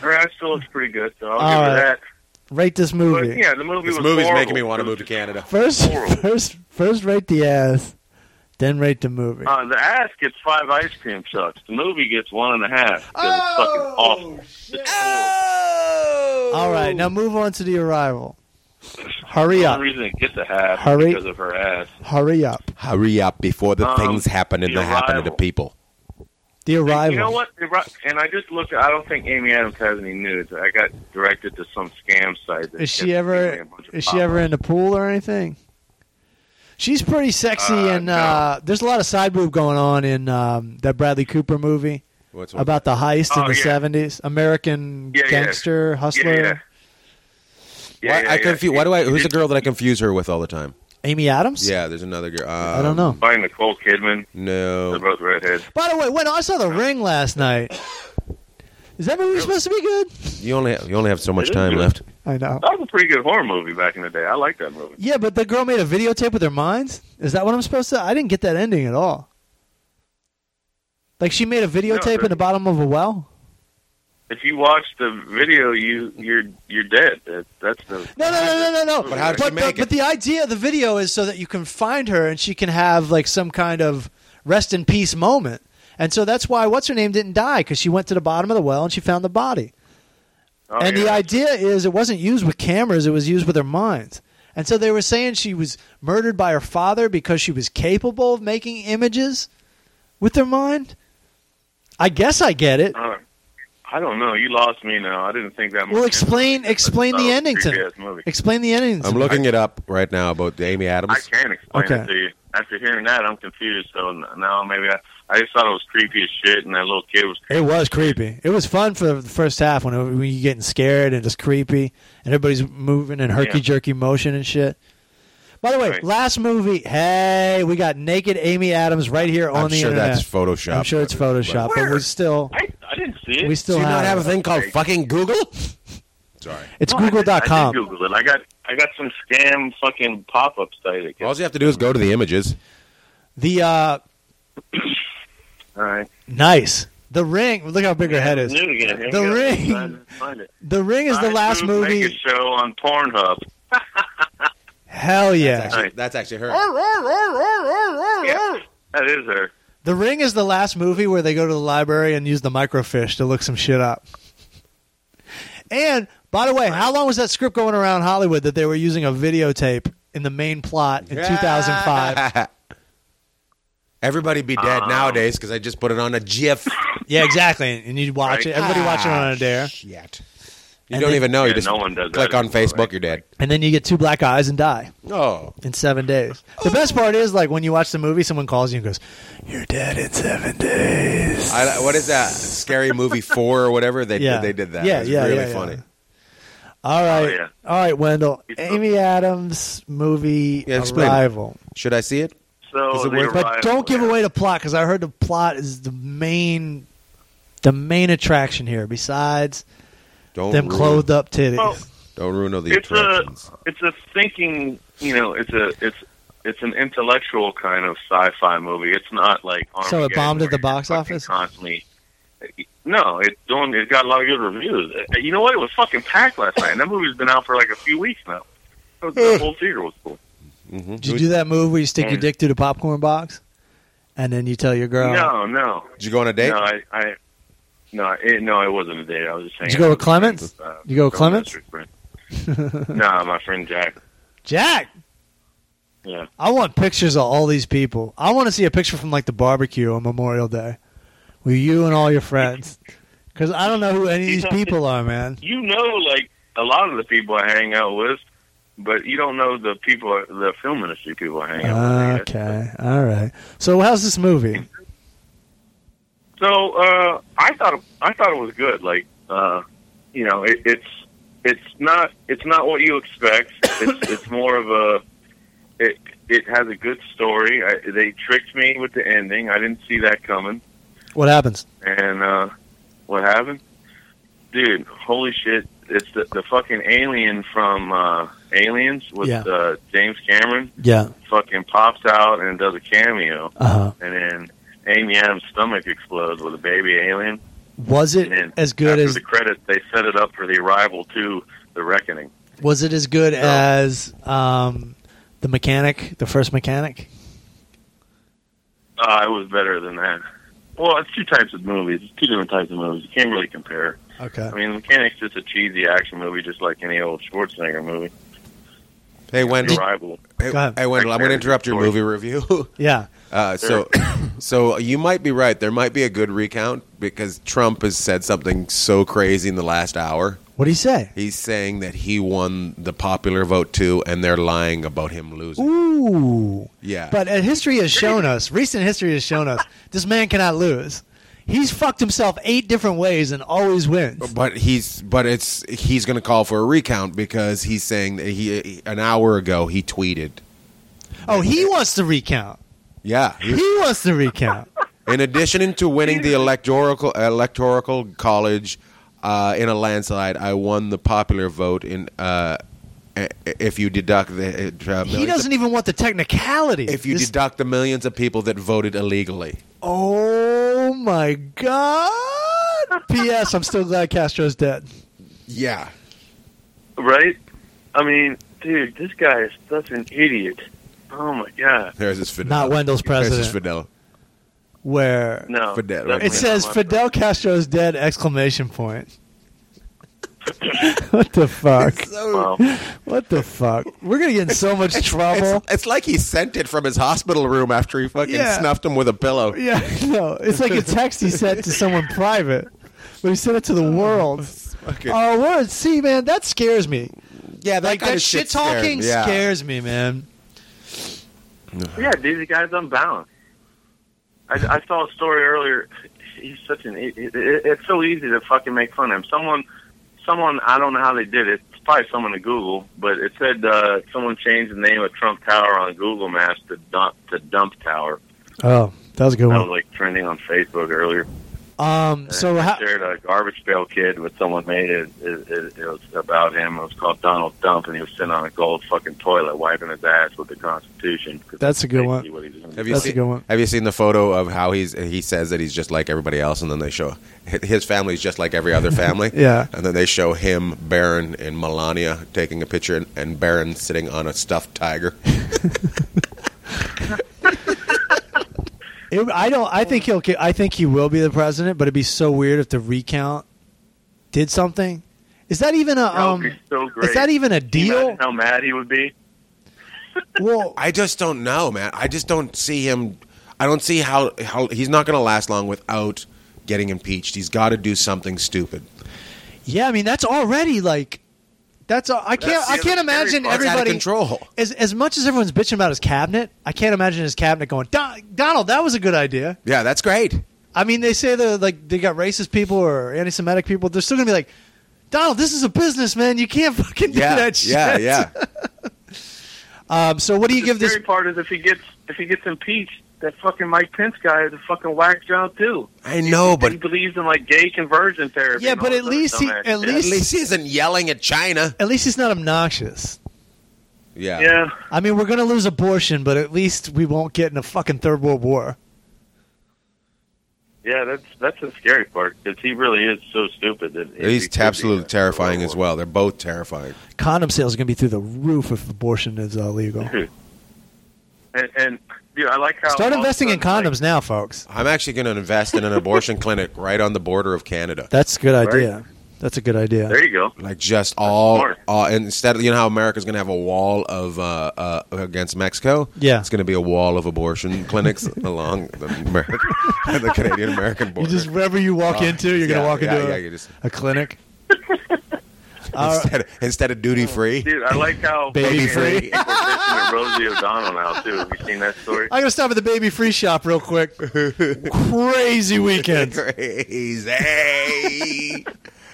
[SPEAKER 2] her ass still looks pretty good, so I'll
[SPEAKER 3] All
[SPEAKER 2] give her
[SPEAKER 3] right.
[SPEAKER 2] that.
[SPEAKER 3] rate this movie.
[SPEAKER 2] But yeah, the movie
[SPEAKER 1] This
[SPEAKER 2] was
[SPEAKER 1] movie's
[SPEAKER 2] horrible.
[SPEAKER 1] making me want to move to Canada.
[SPEAKER 3] First,
[SPEAKER 2] Horrible.
[SPEAKER 3] (laughs) first, first, rate the ass, then rate the movie.
[SPEAKER 2] Uh, the ass gets five ice cream trucks. The movie gets one and a half because
[SPEAKER 3] Oh,
[SPEAKER 2] it's fucking awful. It's
[SPEAKER 3] Ah!
[SPEAKER 2] horrible.
[SPEAKER 1] Uh,
[SPEAKER 3] All right, now move on to the arrival. Hurry
[SPEAKER 2] The
[SPEAKER 3] up!
[SPEAKER 2] only reason it gets a half is
[SPEAKER 3] Hurry.
[SPEAKER 2] because of her ass.
[SPEAKER 3] Hurry up!
[SPEAKER 1] Hurry up before the
[SPEAKER 2] Um,
[SPEAKER 1] things happen and
[SPEAKER 2] the
[SPEAKER 1] they happen to the
[SPEAKER 2] arrival.
[SPEAKER 1] people.
[SPEAKER 3] The arrival.
[SPEAKER 2] You know what? The ri- And I just looked. I don't think Amy Adams has any nudes. I got directed to some scam site. that
[SPEAKER 3] Is
[SPEAKER 2] kept
[SPEAKER 3] she
[SPEAKER 2] giving me a
[SPEAKER 3] ever
[SPEAKER 2] bunch of
[SPEAKER 3] is she ever
[SPEAKER 2] pop-ups.
[SPEAKER 3] in the pool or anything? She's pretty sexy,
[SPEAKER 2] Uh,
[SPEAKER 3] and uh, there's a lot of side boob going on in um, that Bradley Cooper movie
[SPEAKER 1] What's what-
[SPEAKER 3] about the heist
[SPEAKER 2] Oh,
[SPEAKER 3] in the
[SPEAKER 2] yeah.
[SPEAKER 3] '70s, American
[SPEAKER 2] Yeah, yeah.
[SPEAKER 3] gangster hustler.
[SPEAKER 2] Yeah, yeah. Yeah,
[SPEAKER 1] Why,
[SPEAKER 2] yeah,
[SPEAKER 1] I
[SPEAKER 2] yeah.
[SPEAKER 1] confuse. Why do I? Who's the girl that I confuse her with all the time?
[SPEAKER 3] Amy Adams?
[SPEAKER 1] Yeah, there's another girl. um,
[SPEAKER 3] I don't know.
[SPEAKER 2] By Nicole Kidman. They're
[SPEAKER 1] No.
[SPEAKER 2] both redheads.
[SPEAKER 3] By the way, when I saw The Ring last night, is that movie supposed to be good?
[SPEAKER 1] You only have, you only have so much
[SPEAKER 2] is
[SPEAKER 1] time
[SPEAKER 2] good.
[SPEAKER 1] left.
[SPEAKER 3] I know.
[SPEAKER 2] That was a pretty good horror movie back in the day. I like that movie.
[SPEAKER 3] Yeah, but the girl made a videotape with her minds. Is that what I'm supposed to? I didn't get that ending at all. Like she made a videotape in
[SPEAKER 2] but-
[SPEAKER 3] the bottom of a well.
[SPEAKER 2] If you watch the video, you you're you're dead. That, that's the
[SPEAKER 3] No, no, no, no, no, no.
[SPEAKER 2] But how
[SPEAKER 1] did she
[SPEAKER 3] but,
[SPEAKER 1] make
[SPEAKER 3] but,
[SPEAKER 1] it?
[SPEAKER 3] but the idea of the video is so that you can find her and she can have like some kind of rest in peace moment. And so that's why what's her name didn't die because she went to the bottom of the well and she found the body.
[SPEAKER 2] oh,
[SPEAKER 3] and the
[SPEAKER 2] yeah.
[SPEAKER 3] idea is it wasn't used with cameras, it was used with her minds. And so they were saying she was murdered by her father because she was capable of making images with her mind. I guess I get it.
[SPEAKER 2] Uh, I don't know. You lost me now. I didn't think that.
[SPEAKER 3] Well, explain explain the ending to me.
[SPEAKER 2] me.
[SPEAKER 3] Explain the ending. to
[SPEAKER 1] I'm
[SPEAKER 3] me.
[SPEAKER 1] looking it up right now about Amy
[SPEAKER 2] I
[SPEAKER 1] Adams.
[SPEAKER 2] can explain
[SPEAKER 3] Okay.
[SPEAKER 2] it to you. After hearing that, I'm confused. So n- now maybe I, I just thought it was creepy as shit, and that little kid was.
[SPEAKER 3] It was creepy. It was fun for the first half when, when you getting scared and it's creepy and everybody's moving in herky jerky motion and shit. By the way,
[SPEAKER 2] Right.
[SPEAKER 3] last movie, hey, we got naked Amy Adams right here on
[SPEAKER 1] I'm
[SPEAKER 3] the
[SPEAKER 1] sure
[SPEAKER 3] internet.
[SPEAKER 1] that's Photoshop.
[SPEAKER 3] I'm sure it's Photoshop, but we still
[SPEAKER 2] I, I didn't see it.
[SPEAKER 3] we
[SPEAKER 1] Do
[SPEAKER 3] still
[SPEAKER 1] you not have a
[SPEAKER 3] have it.
[SPEAKER 1] thing called fucking Google? Sorry.
[SPEAKER 3] It's
[SPEAKER 2] No, I did- I
[SPEAKER 3] Google.com.
[SPEAKER 2] did Google it. I got I got some scam fucking pop up site. It
[SPEAKER 1] All you have to do is go to the images.
[SPEAKER 3] The uh,
[SPEAKER 2] All right.
[SPEAKER 3] nice, the ring. Look how big her head is.
[SPEAKER 2] New again. Here
[SPEAKER 3] The
[SPEAKER 2] we go.
[SPEAKER 3] Ring.
[SPEAKER 2] Find it. Find it.
[SPEAKER 3] The ring is the
[SPEAKER 2] I
[SPEAKER 3] last
[SPEAKER 2] do make a
[SPEAKER 3] movie.
[SPEAKER 2] show on Pornhub.
[SPEAKER 3] Hell yeah,
[SPEAKER 2] Nice.
[SPEAKER 1] That's actually her.
[SPEAKER 2] Yeah, that is her.
[SPEAKER 3] the ring is the last movie where they go to the library and use the microfiche to look some shit up. And by the way, how long was that script going around Hollywood that they were using a videotape in the main plot in 2005?
[SPEAKER 1] (laughs) Everybody be
[SPEAKER 2] Uh-huh.
[SPEAKER 1] dead nowadays because I just put it on a GIF. Ah,
[SPEAKER 3] yeah, exactly. And you'd watch it. Everybody watching it on a dare.
[SPEAKER 1] Shit. You
[SPEAKER 3] And
[SPEAKER 1] don't
[SPEAKER 3] then-
[SPEAKER 1] even know. you
[SPEAKER 2] Yeah,
[SPEAKER 1] just
[SPEAKER 2] no one does that
[SPEAKER 1] click on
[SPEAKER 2] anymore,
[SPEAKER 1] Facebook,
[SPEAKER 2] right?
[SPEAKER 1] you're dead.
[SPEAKER 3] And then you get two black eyes and die.
[SPEAKER 1] Oh.
[SPEAKER 3] in seven days. The best part is like when you watch the movie, someone calls you and goes, "You're dead in seven days."
[SPEAKER 1] I, what is that? Scary Movie 4 or whatever? They,
[SPEAKER 3] Yeah.
[SPEAKER 1] they did that.
[SPEAKER 3] Yeah,
[SPEAKER 1] it was
[SPEAKER 3] yeah,
[SPEAKER 1] really
[SPEAKER 3] yeah, yeah.
[SPEAKER 1] funny.
[SPEAKER 3] All right,
[SPEAKER 2] Oh, yeah.
[SPEAKER 3] all right, Wendell.
[SPEAKER 2] It's not-
[SPEAKER 3] Amy Adams movie
[SPEAKER 1] Yeah, explain it.
[SPEAKER 3] Arrival,
[SPEAKER 1] Should I see it?
[SPEAKER 2] So
[SPEAKER 1] Is it
[SPEAKER 2] the
[SPEAKER 1] worth-
[SPEAKER 3] but
[SPEAKER 2] arrival,
[SPEAKER 3] don't give
[SPEAKER 2] yeah.
[SPEAKER 3] away the plot because I heard the plot is the main, the main attraction here. Besides
[SPEAKER 1] Don't
[SPEAKER 3] them
[SPEAKER 1] ruin,
[SPEAKER 3] clothed up titties.
[SPEAKER 2] Oh, Well,
[SPEAKER 1] Don't ruin all the
[SPEAKER 2] it's uh, a
[SPEAKER 1] attractions.
[SPEAKER 2] it's a thinking you know it's a it's it's an intellectual kind of sci-fi movie it's not like
[SPEAKER 3] So it
[SPEAKER 2] Armageddon
[SPEAKER 3] bombed at
[SPEAKER 2] where
[SPEAKER 3] the
[SPEAKER 2] you're
[SPEAKER 3] box
[SPEAKER 2] fucking
[SPEAKER 3] office?
[SPEAKER 2] constantly no it doing it got a lot of good reviews Uh, you know what it was fucking packed last night and that movie's been out for like a few weeks now So
[SPEAKER 3] Eh.
[SPEAKER 2] the whole theater was full
[SPEAKER 1] Mhm.
[SPEAKER 3] Did you do that move where you stick your
[SPEAKER 2] And-
[SPEAKER 3] dick through the popcorn box, and then you tell your girl?
[SPEAKER 2] no no
[SPEAKER 1] Did you go on a date?
[SPEAKER 2] no I, I no it, no it wasn't a date I was just saying
[SPEAKER 3] Did you go with Clements?
[SPEAKER 2] Uh,
[SPEAKER 3] You go with
[SPEAKER 2] going out
[SPEAKER 3] Clements?
[SPEAKER 2] with your friend. (laughs) nah my friend Jack
[SPEAKER 3] Jack.
[SPEAKER 2] yeah
[SPEAKER 3] I want pictures of all these people. I want to see a picture from like the barbecue on Memorial Day with you and all
[SPEAKER 2] (laughs)
[SPEAKER 3] your friends. Because I don't know who any of these people are, man.
[SPEAKER 2] you know like a lot of the people I hang out with, but you don't know the people, the film industry people I hang out with. I guess.
[SPEAKER 3] Okay, all right. So how's this movie?
[SPEAKER 2] So uh, I thought I thought it was good. Like uh, you know, it, it's it's not it's not what you expect.
[SPEAKER 3] (coughs)
[SPEAKER 2] It's it's more of a it it has a good story. I, they tricked me with the ending. I didn't see that coming.
[SPEAKER 3] What happens?
[SPEAKER 2] And uh, what happened? Dude, holy shit. It's the, the fucking alien from uh, Aliens with
[SPEAKER 3] Yeah.
[SPEAKER 2] uh, James Cameron
[SPEAKER 3] Yeah.
[SPEAKER 2] fucking pops out and does a cameo.
[SPEAKER 3] Uh huh.
[SPEAKER 2] And then Amy Adams' stomach explodes with a baby alien.
[SPEAKER 3] Was it
[SPEAKER 2] And then
[SPEAKER 3] as good
[SPEAKER 2] after
[SPEAKER 3] as
[SPEAKER 2] the credits, they set it up for the arrival to the reckoning.
[SPEAKER 3] was it as good as um, the mechanic, the first mechanic?
[SPEAKER 2] Uh, it was better than that. Well, it's two types of movies. It's two different types of movies. You can't really compare.
[SPEAKER 3] Okay.
[SPEAKER 2] I mean, Mechanic's just a cheesy action movie, just like any old Schwarzenegger movie.
[SPEAKER 1] hey, Wendell.
[SPEAKER 2] The Arrival.
[SPEAKER 1] Hey,
[SPEAKER 3] Go ahead.
[SPEAKER 1] hey, Wendell, I'm going to interrupt your
[SPEAKER 2] Sorry.
[SPEAKER 1] movie review. (laughs)
[SPEAKER 3] Yeah.
[SPEAKER 1] Uh, so, (coughs) so you might be right. There might be a good recount because Trump has said something so crazy in the last hour.
[SPEAKER 3] What do you say?
[SPEAKER 1] He's saying that he won the popular vote too, and they're lying about him losing.
[SPEAKER 3] Ooh.
[SPEAKER 1] Yeah,
[SPEAKER 3] But uh, history has shown us, recent history has shown us, this man cannot lose. He's fucked himself eight different ways and always wins.
[SPEAKER 2] Oh,
[SPEAKER 1] but he's but it's he's going to call for a recount because he's saying that he an hour ago he tweeted
[SPEAKER 3] Oh, he wants to recount.
[SPEAKER 1] Yeah.
[SPEAKER 3] He wants to
[SPEAKER 2] (laughs)
[SPEAKER 3] recount.
[SPEAKER 1] In addition to winning the electoral electoral college uh, in a landslide, I won the popular vote in. Uh, i- if you deduct the, uh,
[SPEAKER 3] He
[SPEAKER 1] millions
[SPEAKER 3] doesn't even want the technicality.
[SPEAKER 1] of, if you
[SPEAKER 3] This-
[SPEAKER 1] deduct the millions of people that voted illegally,
[SPEAKER 3] Oh my God! P.S. I'm still glad Castro's dead.
[SPEAKER 1] yeah,
[SPEAKER 2] Right? I mean, dude, this guy is such an idiot. Oh my god.
[SPEAKER 1] there's his Fidel.
[SPEAKER 3] Not Wendell's
[SPEAKER 1] There's his
[SPEAKER 3] president.
[SPEAKER 1] Fidel.
[SPEAKER 3] Where
[SPEAKER 1] Fidel,
[SPEAKER 2] No. definitely
[SPEAKER 1] right
[SPEAKER 3] it
[SPEAKER 1] Wait,
[SPEAKER 2] not
[SPEAKER 3] says
[SPEAKER 2] my
[SPEAKER 3] Fidel Castro is dead! Exclamation point. (laughs) what the fuck?
[SPEAKER 2] Wow.
[SPEAKER 3] What the fuck? We're gonna get in so much trouble.
[SPEAKER 1] It's, it's like he sent it from his hospital room after he fucking
[SPEAKER 3] Yeah.
[SPEAKER 1] snuffed him with a pillow.
[SPEAKER 3] Yeah, no, it's like a text he sent to someone private, but he sent it
[SPEAKER 1] (laughs)
[SPEAKER 3] to the world.
[SPEAKER 1] Fucking-
[SPEAKER 3] Oh, we're at sea, man. That scares me.
[SPEAKER 1] yeah,
[SPEAKER 3] Like that,
[SPEAKER 1] kinda
[SPEAKER 3] shit
[SPEAKER 1] scared
[SPEAKER 3] talking
[SPEAKER 1] me. Yeah.
[SPEAKER 3] scares me, man.
[SPEAKER 2] Yeah, dude, the guy's unbalanced. I, I saw a story earlier. He's such an. It, it, it's so easy to fucking make fun of him. Someone, someone. I don't know how they did it. It's probably someone at Google, but it said uh, someone changed the name of Trump Tower on Google Maps to dump to Dump Tower.
[SPEAKER 3] Oh, that was a good
[SPEAKER 2] That was
[SPEAKER 3] one.
[SPEAKER 2] like trending on Facebook earlier.
[SPEAKER 3] Um, so
[SPEAKER 2] I
[SPEAKER 3] how,
[SPEAKER 2] shared a garbage pail kid with someone made it, it, it. It was about him. It was called Donald Dump, and he was sitting on a gold fucking toilet wiping his ass with the Constitution. 'cause
[SPEAKER 3] That's a good one.
[SPEAKER 2] basically What he was
[SPEAKER 1] Have you
[SPEAKER 3] that's
[SPEAKER 1] seen,
[SPEAKER 3] a good one.
[SPEAKER 1] Have you seen the photo of how he's he says that he's just like everybody else, and then they show his family's just like every other family.
[SPEAKER 3] (laughs) Yeah.
[SPEAKER 1] and then they show him, Baron, and Melania taking a picture, and, and Baron sitting on a stuffed tiger.
[SPEAKER 3] It, I don't. I think he'll. I think he will be the president, but it'd be so weird if the recount did something. Is that even a?
[SPEAKER 2] That
[SPEAKER 3] Um,
[SPEAKER 2] would be so great.
[SPEAKER 3] is that even a
[SPEAKER 2] Can you
[SPEAKER 3] deal?
[SPEAKER 2] imagine How mad he would be.
[SPEAKER 3] Well,
[SPEAKER 1] I just don't know, man. I just don't see him. I don't see how how he's not going to last long without getting impeached. He's got to do something stupid.
[SPEAKER 3] yeah. I mean, that's already like. That's. a- I can't.
[SPEAKER 2] That's the
[SPEAKER 3] I can't
[SPEAKER 2] other scary
[SPEAKER 3] imagine
[SPEAKER 2] part.
[SPEAKER 1] It's out of
[SPEAKER 3] everybody.
[SPEAKER 1] control.
[SPEAKER 3] As as much as everyone's bitching about his cabinet, I can't imagine his cabinet going. "Don- Donald, that was a good idea.
[SPEAKER 1] Yeah, that's great.
[SPEAKER 3] I mean, they say they're like they got racist people or anti-Semitic people. They're still gonna be like, Donald, this is a business, man. You can't fucking do
[SPEAKER 1] Yeah,
[SPEAKER 3] that shit.
[SPEAKER 1] yeah, yeah. (laughs)
[SPEAKER 3] Um, so, what do you give
[SPEAKER 2] the
[SPEAKER 3] this?
[SPEAKER 2] scary part is if he gets if he gets impeached, that fucking Mike Pence guy is a fucking whack job too.
[SPEAKER 1] I know, but
[SPEAKER 2] he believes in like gay conversion therapy.
[SPEAKER 3] Yeah,
[SPEAKER 2] and
[SPEAKER 3] but
[SPEAKER 2] all
[SPEAKER 3] at
[SPEAKER 2] this other
[SPEAKER 3] least he-
[SPEAKER 2] dumbass
[SPEAKER 3] at
[SPEAKER 2] shit.
[SPEAKER 1] at
[SPEAKER 3] least-
[SPEAKER 1] least he isn't yelling at China.
[SPEAKER 3] At least he's not obnoxious.
[SPEAKER 1] Yeah.
[SPEAKER 2] yeah.
[SPEAKER 3] I mean, we're going to lose abortion, but at least we won't get in a fucking third world war.
[SPEAKER 2] Yeah, that's that's the scary part because he really is so stupid. That it-
[SPEAKER 1] He's
[SPEAKER 2] it could be
[SPEAKER 1] absolutely
[SPEAKER 2] a-
[SPEAKER 1] terrifying as well. They're both terrifying.
[SPEAKER 3] Condom sales are going to be through the roof if abortion is uh, legal.
[SPEAKER 2] And, and dude, I like how
[SPEAKER 3] Start
[SPEAKER 2] all of a
[SPEAKER 3] investing in
[SPEAKER 2] sudden,
[SPEAKER 3] condoms now, folks.
[SPEAKER 1] I'm actually going to invest in an abortion clinic right on the border of Canada.
[SPEAKER 3] That's a good
[SPEAKER 2] Right.
[SPEAKER 3] idea. That's a good idea.
[SPEAKER 2] Like, there you go.
[SPEAKER 1] Like just all,
[SPEAKER 2] smart.
[SPEAKER 1] all and instead of you know how America's going to have a wall of uh, uh, against Mexico.
[SPEAKER 3] Yeah.
[SPEAKER 1] it's going to be a wall of abortion (laughs) clinics along the, American, (laughs) the Canadian American
[SPEAKER 3] You
[SPEAKER 1] border.
[SPEAKER 3] just wherever you walk
[SPEAKER 1] Uh,
[SPEAKER 3] into, you're
[SPEAKER 1] yeah,
[SPEAKER 3] going to walk
[SPEAKER 1] yeah,
[SPEAKER 3] into
[SPEAKER 1] yeah,
[SPEAKER 3] a,
[SPEAKER 1] you just- (laughs)
[SPEAKER 3] a clinic. All right.
[SPEAKER 1] instead, of- instead of duty free.
[SPEAKER 2] (laughs) Dude, I like how
[SPEAKER 3] Baby
[SPEAKER 2] fucking
[SPEAKER 3] free.
[SPEAKER 2] people are bitching at Rosie O'Donnell now too. Have you seen that story?
[SPEAKER 3] I'm going to stop at the baby free shop real quick.
[SPEAKER 1] (laughs)
[SPEAKER 3] Crazy weekends.
[SPEAKER 1] Crazy.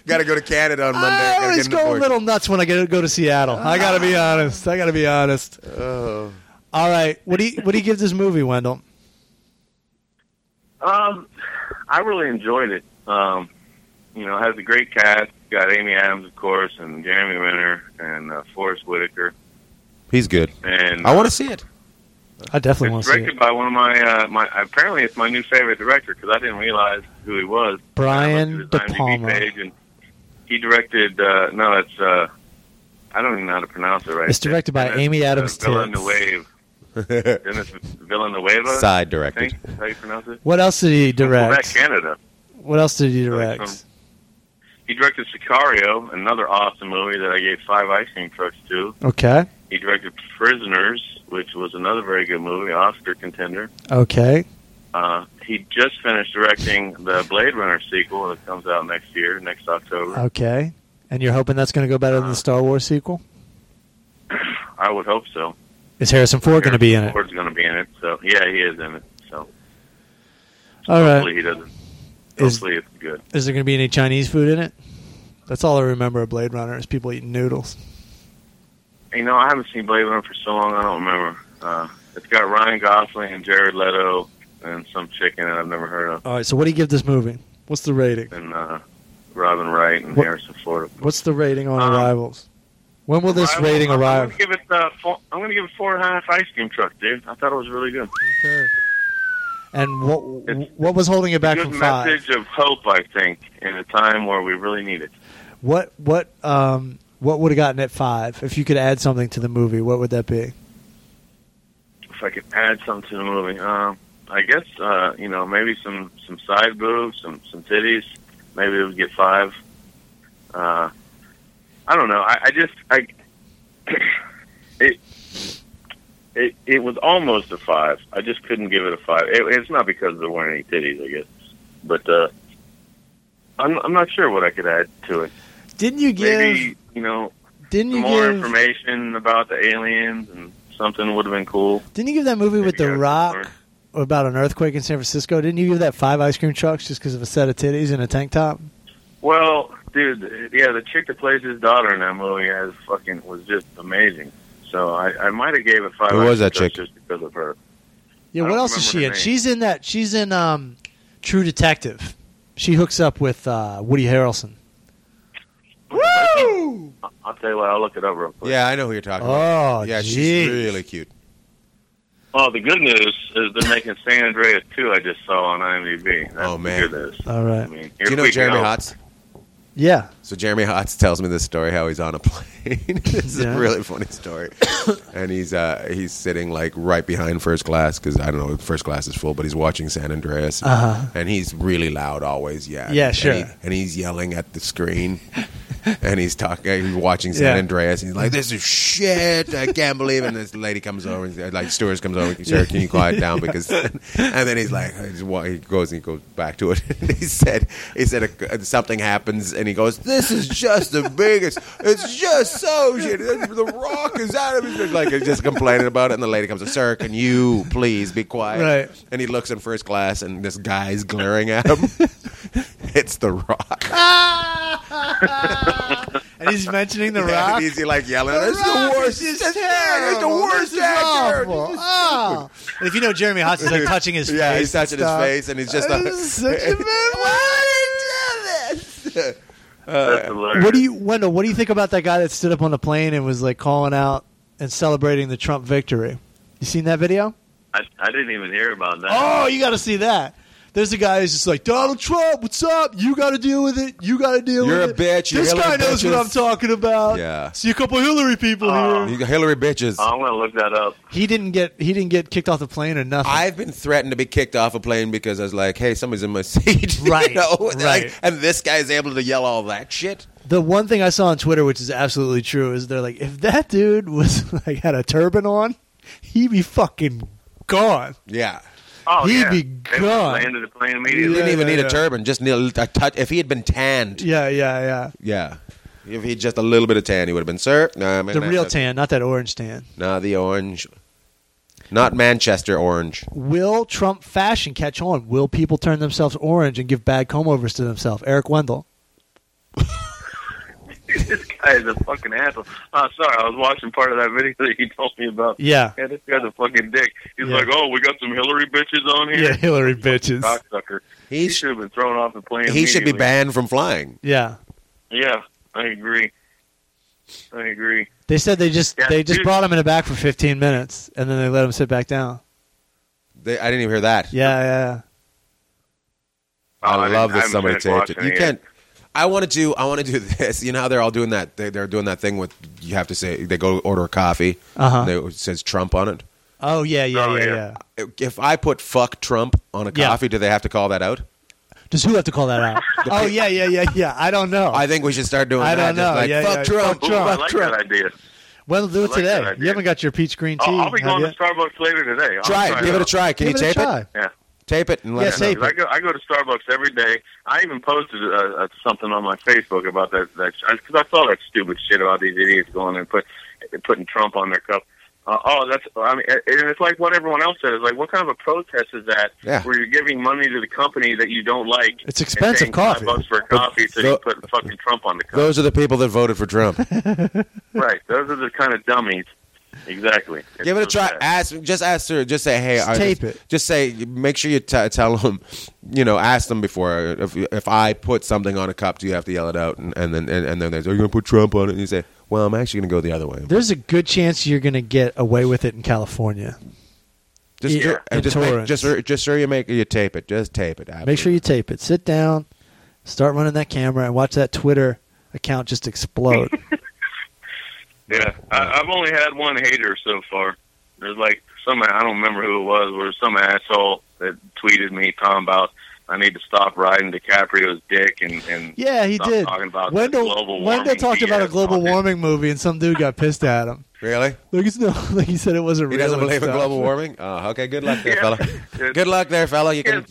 [SPEAKER 1] Got to go to Canada on Monday.
[SPEAKER 3] I
[SPEAKER 1] Gotta
[SPEAKER 3] always
[SPEAKER 1] get an
[SPEAKER 3] Ah, go a
[SPEAKER 1] abortion.
[SPEAKER 3] little nuts when I get, go to Seattle. I gotta be
[SPEAKER 1] Ah.
[SPEAKER 3] honest. I gotta be honest.
[SPEAKER 1] Oh.
[SPEAKER 3] All right, what do you what do you give this movie, Wendell?
[SPEAKER 2] Um, I really enjoyed it. Um, you know, it has a great cast. Got Amy Adams, of course, and Jeremy Renner and uh, Forrest Whitaker.
[SPEAKER 1] He's good.
[SPEAKER 2] And
[SPEAKER 1] I want to see it.
[SPEAKER 3] I definitely want
[SPEAKER 2] it's
[SPEAKER 3] to see it.
[SPEAKER 2] directed by one of my uh, my. Apparently, it's my new favorite director because I didn't realize who he was. I
[SPEAKER 3] Brian
[SPEAKER 2] looked
[SPEAKER 3] De
[SPEAKER 2] at his IMDb
[SPEAKER 3] Palma.
[SPEAKER 2] page and he directed. Uh, no, it's. Uh, I don't even know how to pronounce it right.
[SPEAKER 3] It's directed by
[SPEAKER 2] Dennis,
[SPEAKER 3] Amy Adams
[SPEAKER 2] Uh, Villanueva. Dennis Villanueva.
[SPEAKER 1] Side
[SPEAKER 2] I think
[SPEAKER 1] directed.
[SPEAKER 2] is how you pronounce it.
[SPEAKER 3] What else did he
[SPEAKER 2] Quebec,
[SPEAKER 3] direct?
[SPEAKER 2] Canada.
[SPEAKER 3] What else did he direct?
[SPEAKER 2] Correct. He directed Sicario, another awesome movie that I gave five ice cream trucks to.
[SPEAKER 3] Okay,
[SPEAKER 2] He directed Prisoners, which was another very good movie, Oscar contender.
[SPEAKER 3] okay.
[SPEAKER 2] Uh, he just finished directing the Blade Runner sequel that comes out next year, next October.
[SPEAKER 3] Uh, Okay. And you're hoping that's going to go better than
[SPEAKER 2] Uh,
[SPEAKER 3] the Star Wars sequel?
[SPEAKER 2] I would hope so.
[SPEAKER 3] Is Harrison Ford going to be in it?
[SPEAKER 2] Ford's going to be in it. So yeah, he is in it. So
[SPEAKER 3] All
[SPEAKER 2] hopefully
[SPEAKER 3] right.
[SPEAKER 2] he doesn't.
[SPEAKER 3] Is-
[SPEAKER 2] Hopefully it's good.
[SPEAKER 3] Is there going to be any Chinese food in it? That's all I remember of Blade Runner is people eating noodles.
[SPEAKER 2] You know, I haven't seen Blade Runner for so long. I don't remember. Uh, It's got Ryan Gosling and Jared Leto and some chicken that I've never heard of
[SPEAKER 3] All right, so what do you give this movie? What's the rating?
[SPEAKER 2] and uh, Robin Wright and
[SPEAKER 3] What-
[SPEAKER 2] Harrison Ford.
[SPEAKER 3] What's the rating on
[SPEAKER 2] Um,
[SPEAKER 3] Arrivals? When will this
[SPEAKER 2] Arrival-
[SPEAKER 3] rating
[SPEAKER 2] I'm gonna
[SPEAKER 3] arrive?
[SPEAKER 2] give it, uh, four, I'm going to give it four and a half ice cream truck, dude. I thought it was really good.
[SPEAKER 3] Okay. And what
[SPEAKER 2] It's-
[SPEAKER 3] what was holding it back
[SPEAKER 2] good
[SPEAKER 3] from five?
[SPEAKER 2] message of hope, I think, in a time where we really need it.
[SPEAKER 3] What what um what would have gotten it five if you could add something to the movie? What would that be?
[SPEAKER 2] If I could add something to the movie, um, I guess uh, you know maybe some some side boobs, some some titties. Maybe it would get five. Uh, I don't know. I, I just I (coughs) it. It, it was almost a five. I just couldn't give it a five. It, it's not because there weren't any titties, I guess, but uh, I'm I'm not sure what I could add to it.
[SPEAKER 3] Didn't you give
[SPEAKER 2] Maybe you know
[SPEAKER 3] didn't you
[SPEAKER 2] more
[SPEAKER 3] give
[SPEAKER 2] information about the aliens and something would have been cool.
[SPEAKER 3] didn't you give that movie with
[SPEAKER 2] Maybe I
[SPEAKER 3] the
[SPEAKER 2] could
[SPEAKER 3] Rock
[SPEAKER 2] learn.
[SPEAKER 3] about an earthquake in San Francisco? Didn't you give that five ice cream trucks just because of a set of titties and a tank top?
[SPEAKER 2] Well, dude, yeah, the chick that plays his daughter in that movie has fucking was just amazing. So I, I might have gave it five.
[SPEAKER 1] Who was
[SPEAKER 2] Oscars
[SPEAKER 1] that chick?
[SPEAKER 2] Just because of her.
[SPEAKER 3] Yeah,
[SPEAKER 2] I
[SPEAKER 3] what
[SPEAKER 2] don't
[SPEAKER 3] else
[SPEAKER 2] remember
[SPEAKER 3] is she
[SPEAKER 2] her
[SPEAKER 3] in?
[SPEAKER 2] name.
[SPEAKER 3] She's in that. She's in um, True Detective. She hooks up with uh, Woody Harrelson.
[SPEAKER 2] Woo! I'll tell you what. I'll look it up real quick.
[SPEAKER 1] Yeah, I know who you're talking
[SPEAKER 3] Oh,
[SPEAKER 1] about. Yeah,
[SPEAKER 3] jeez.
[SPEAKER 1] she's really cute.
[SPEAKER 2] Well, Oh, the good news is they're making San Andreas two. I just saw on IMDb. That's
[SPEAKER 1] Oh, man.
[SPEAKER 2] the good news.
[SPEAKER 3] All
[SPEAKER 2] I
[SPEAKER 3] right.
[SPEAKER 2] mean, here
[SPEAKER 1] Do you know
[SPEAKER 2] we
[SPEAKER 1] Jeremy
[SPEAKER 2] go.
[SPEAKER 1] Hotz?
[SPEAKER 3] Yeah.
[SPEAKER 1] So Jeremy Hotz tells me this story how he's on a plane. (laughs) this is
[SPEAKER 3] Yeah.
[SPEAKER 1] a really funny story, (coughs) and he's uh, he's sitting like right behind first class because I don't know first class is full, but he's watching San Andreas,
[SPEAKER 3] Uh-huh.
[SPEAKER 1] and he's really loud always. Yeah,
[SPEAKER 3] Yeah,
[SPEAKER 1] And
[SPEAKER 3] sure.
[SPEAKER 1] he- and he's yelling at the screen, (laughs) and he's talking. He's watching San
[SPEAKER 3] Yeah.
[SPEAKER 1] Andreas. And he's like, "This is shit. I can't believe." it." And this lady comes over, and like Stewart comes over, "Sir, can you quiet down?" Because, and then he's like, he's wa- he goes and he goes back to it. (laughs) he said, he said uh, something happens, and he goes, "This is just the biggest. It's just so shit. The Rock is out of his like he's just complaining about it." And the lady comes, "Sir, can you please be quiet?"
[SPEAKER 3] Right.
[SPEAKER 1] And he looks in first class, and this guy's glaring at him. (laughs) it's the Rock.
[SPEAKER 3] and he's mentioning the
[SPEAKER 1] (laughs) Yeah,
[SPEAKER 3] rock.
[SPEAKER 1] and he's like yelling,
[SPEAKER 3] The
[SPEAKER 1] "It's the
[SPEAKER 3] Rock
[SPEAKER 1] worst. It's
[SPEAKER 3] is just
[SPEAKER 1] the- It's the
[SPEAKER 3] terrible.
[SPEAKER 1] worst
[SPEAKER 3] This is
[SPEAKER 1] actor.
[SPEAKER 3] awful. Ah. And if you know Jeremy Hotz, is like touching his
[SPEAKER 1] Yeah,
[SPEAKER 3] face.
[SPEAKER 1] he's touching
[SPEAKER 3] and stuff. Uh,
[SPEAKER 1] his face, and he's just like,
[SPEAKER 3] This is such
[SPEAKER 1] (laughs)
[SPEAKER 3] a bad-
[SPEAKER 1] Why did you do this?
[SPEAKER 2] That's hilarious.
[SPEAKER 3] What do you, Wendell? What do you think about that guy that stood up on the plane and was like calling out and celebrating the Trump victory? You seen that video?
[SPEAKER 2] I, I didn't even hear about that.
[SPEAKER 3] Oh, you got to see that. There's a guy who's just like Donald Trump. What's up? You got to deal with it. You got to deal
[SPEAKER 1] You're
[SPEAKER 3] with
[SPEAKER 1] a
[SPEAKER 3] it.
[SPEAKER 1] bitch. You
[SPEAKER 3] This
[SPEAKER 1] Hillary
[SPEAKER 3] guy knows what
[SPEAKER 1] bitches."
[SPEAKER 3] I'm talking about.
[SPEAKER 1] Yeah. Uh,
[SPEAKER 3] See a couple Hillary
[SPEAKER 1] (laughs)
[SPEAKER 3] people
[SPEAKER 2] Oh.
[SPEAKER 3] here.
[SPEAKER 1] Um, You Hillary bitches.
[SPEAKER 2] I'm gonna look that up.
[SPEAKER 3] He didn't get he didn't get kicked off the plane or nothing.
[SPEAKER 1] I've been threatened to be kicked off a plane because I was like, "Hey, somebody's in my (laughs) seat," you
[SPEAKER 3] Right,
[SPEAKER 1] know?
[SPEAKER 3] right.
[SPEAKER 1] Like, and this guy's able to yell all that shit.
[SPEAKER 3] the one thing I saw on Twitter, which is absolutely true, is they're like, if that dude was (laughs) like had a turban on, he'd be fucking gone.
[SPEAKER 1] Yeah,
[SPEAKER 2] Oh,
[SPEAKER 3] He'd
[SPEAKER 2] yeah.
[SPEAKER 3] be
[SPEAKER 2] They
[SPEAKER 3] gone.
[SPEAKER 2] Landed the plane
[SPEAKER 1] he
[SPEAKER 2] immediately.
[SPEAKER 1] didn't
[SPEAKER 3] Yeah,
[SPEAKER 1] even
[SPEAKER 3] yeah,
[SPEAKER 1] need
[SPEAKER 3] yeah.
[SPEAKER 1] a turban. Just need a, a touch. If he had been tanned,
[SPEAKER 3] Yeah, yeah, yeah.
[SPEAKER 1] yeah. If he had just a little bit of tan, he would have been, "Sir, nah, man,
[SPEAKER 3] The
[SPEAKER 1] nah,
[SPEAKER 3] real
[SPEAKER 1] nah,
[SPEAKER 3] tan, not that orange tan.
[SPEAKER 1] nah, the orange, not Manchester orange."
[SPEAKER 3] Will Trump fashion catch on? Will people turn themselves orange and give bad comb overs to themselves? Eric Wendell.
[SPEAKER 2] (laughs) this guy is a fucking asshole. Oh, sorry, I was watching part of that video that you told me about.
[SPEAKER 3] Yeah.
[SPEAKER 2] Yeah, this guy's a fucking dick. He's
[SPEAKER 3] Yeah.
[SPEAKER 2] like, oh, we got some Hillary bitches on here.
[SPEAKER 3] Yeah, Hillary bitches.
[SPEAKER 2] Cocksucker.
[SPEAKER 1] He
[SPEAKER 2] He
[SPEAKER 1] sh-
[SPEAKER 2] should have been thrown off the plane.
[SPEAKER 1] he should be
[SPEAKER 2] immediately.
[SPEAKER 1] banned from flying.
[SPEAKER 3] Yeah.
[SPEAKER 2] Yeah, I agree. I agree.
[SPEAKER 3] They said they just
[SPEAKER 2] Yeah,
[SPEAKER 3] they just
[SPEAKER 2] dude.
[SPEAKER 3] brought him in the back for 15 minutes and then they let him sit back down.
[SPEAKER 1] They, I didn't even hear that.
[SPEAKER 3] Yeah, yeah.
[SPEAKER 1] I,
[SPEAKER 2] Oh, I
[SPEAKER 1] love
[SPEAKER 2] didn't- I
[SPEAKER 1] that
[SPEAKER 2] haven't
[SPEAKER 1] somebody
[SPEAKER 2] finished
[SPEAKER 1] taped it.
[SPEAKER 2] watching
[SPEAKER 1] You
[SPEAKER 2] it
[SPEAKER 1] can't. I want to do. I want to do (laughs) this. You know how they're all doing that. They, they're doing that thing with you have to say they go order a coffee.
[SPEAKER 3] Uh-huh.
[SPEAKER 1] and they- It says Trump on it.
[SPEAKER 3] Oh yeah, yeah,
[SPEAKER 2] Oh,
[SPEAKER 3] yeah, yeah,
[SPEAKER 2] yeah.
[SPEAKER 1] If I put "fuck Trump" on a
[SPEAKER 3] Yeah.
[SPEAKER 1] coffee, do they have to call that out?
[SPEAKER 3] Does who have to call
[SPEAKER 2] (laughs)
[SPEAKER 3] that out? oh yeah, yeah, yeah, yeah. I don't know.
[SPEAKER 1] I think we should start doing
[SPEAKER 3] I
[SPEAKER 1] that.
[SPEAKER 3] don't
[SPEAKER 1] just
[SPEAKER 3] know.
[SPEAKER 1] like,
[SPEAKER 3] Yeah,
[SPEAKER 1] fuck
[SPEAKER 3] yeah.
[SPEAKER 1] Trump.
[SPEAKER 3] Fuck
[SPEAKER 2] Ooh,
[SPEAKER 3] Trump.
[SPEAKER 2] I like
[SPEAKER 3] Trump.
[SPEAKER 2] that idea.
[SPEAKER 3] Well, do it
[SPEAKER 2] like
[SPEAKER 3] today.
[SPEAKER 2] that idea.
[SPEAKER 3] You haven't got your peach green tea.
[SPEAKER 2] I'll, I'll be
[SPEAKER 3] have
[SPEAKER 2] going
[SPEAKER 3] you?
[SPEAKER 2] to Starbucks later today. I'll
[SPEAKER 1] Try it. Give it a
[SPEAKER 2] out.
[SPEAKER 1] try. Can
[SPEAKER 3] Give
[SPEAKER 1] you
[SPEAKER 3] it a
[SPEAKER 1] tape
[SPEAKER 3] try.
[SPEAKER 1] it?
[SPEAKER 2] Yeah.
[SPEAKER 1] Tape it and let
[SPEAKER 3] Yeah,
[SPEAKER 1] us know.
[SPEAKER 3] tape
[SPEAKER 2] I go, I go to Starbucks every day. I even posted uh, uh, something on my Facebook about that that because I saw that stupid shit about these idiots going and put putting Trump on their cup. Uh, oh, that's I mean, a- and it's like what everyone else says. Like, what kind of a protest is that?
[SPEAKER 1] Yeah.
[SPEAKER 2] Where you're giving money to the company that you don't like.
[SPEAKER 3] It's expensive
[SPEAKER 2] and paying five
[SPEAKER 3] coffee.
[SPEAKER 2] Bucks for a coffee, so
[SPEAKER 1] tho-
[SPEAKER 2] you put fucking Trump on the cup.
[SPEAKER 1] Those are the people that voted for Trump.
[SPEAKER 2] right. Those are the kind of dummies Exactly. It's
[SPEAKER 1] Give it a
[SPEAKER 2] so
[SPEAKER 1] try.
[SPEAKER 2] sad.
[SPEAKER 1] Ask, just ask her. Just say, hey,
[SPEAKER 3] Just
[SPEAKER 1] I-
[SPEAKER 3] tape it.
[SPEAKER 1] Just say, make sure you t- tell them, you know, ask them before. If, if I put something on a cup, do you have to yell it out? And, and then and, and then they say, are you gonna put Trump on it? And you say, well, I'm actually gonna go the other way.
[SPEAKER 3] There's a good chance you're going to get away with it in California.
[SPEAKER 1] Just,
[SPEAKER 3] Yeah.
[SPEAKER 1] and just, make,
[SPEAKER 3] Torrance.
[SPEAKER 1] just, just sure you make you tape it. Just tape it.
[SPEAKER 3] Make sure you tape it. Sit down, start running that camera, and watch that Twitter account
[SPEAKER 2] (laughs)
[SPEAKER 3] just explode.
[SPEAKER 2] Yeah, I, I've only had one hater so far. There's like some I don't remember who it was, where some asshole that tweeted me talking about I need to stop riding DiCaprio's dick and and
[SPEAKER 3] yeah, he
[SPEAKER 2] stop
[SPEAKER 3] did.
[SPEAKER 2] talking about
[SPEAKER 3] Wendell,
[SPEAKER 2] the global
[SPEAKER 3] Wendell
[SPEAKER 2] warming
[SPEAKER 3] talked about a
[SPEAKER 2] BS
[SPEAKER 3] global
[SPEAKER 2] bullshit.
[SPEAKER 3] warming movie, and some dude got pissed at him.
[SPEAKER 1] Really?
[SPEAKER 3] Like, it's no, (laughs) like he said it wasn't
[SPEAKER 1] He
[SPEAKER 3] real.
[SPEAKER 1] doesn't
[SPEAKER 3] and
[SPEAKER 1] believe in
[SPEAKER 3] stuff.
[SPEAKER 1] global warming. Oh, okay. Good luck there,
[SPEAKER 2] Yeah.
[SPEAKER 1] fella.
[SPEAKER 2] It's-
[SPEAKER 1] Good luck there, fella. You can.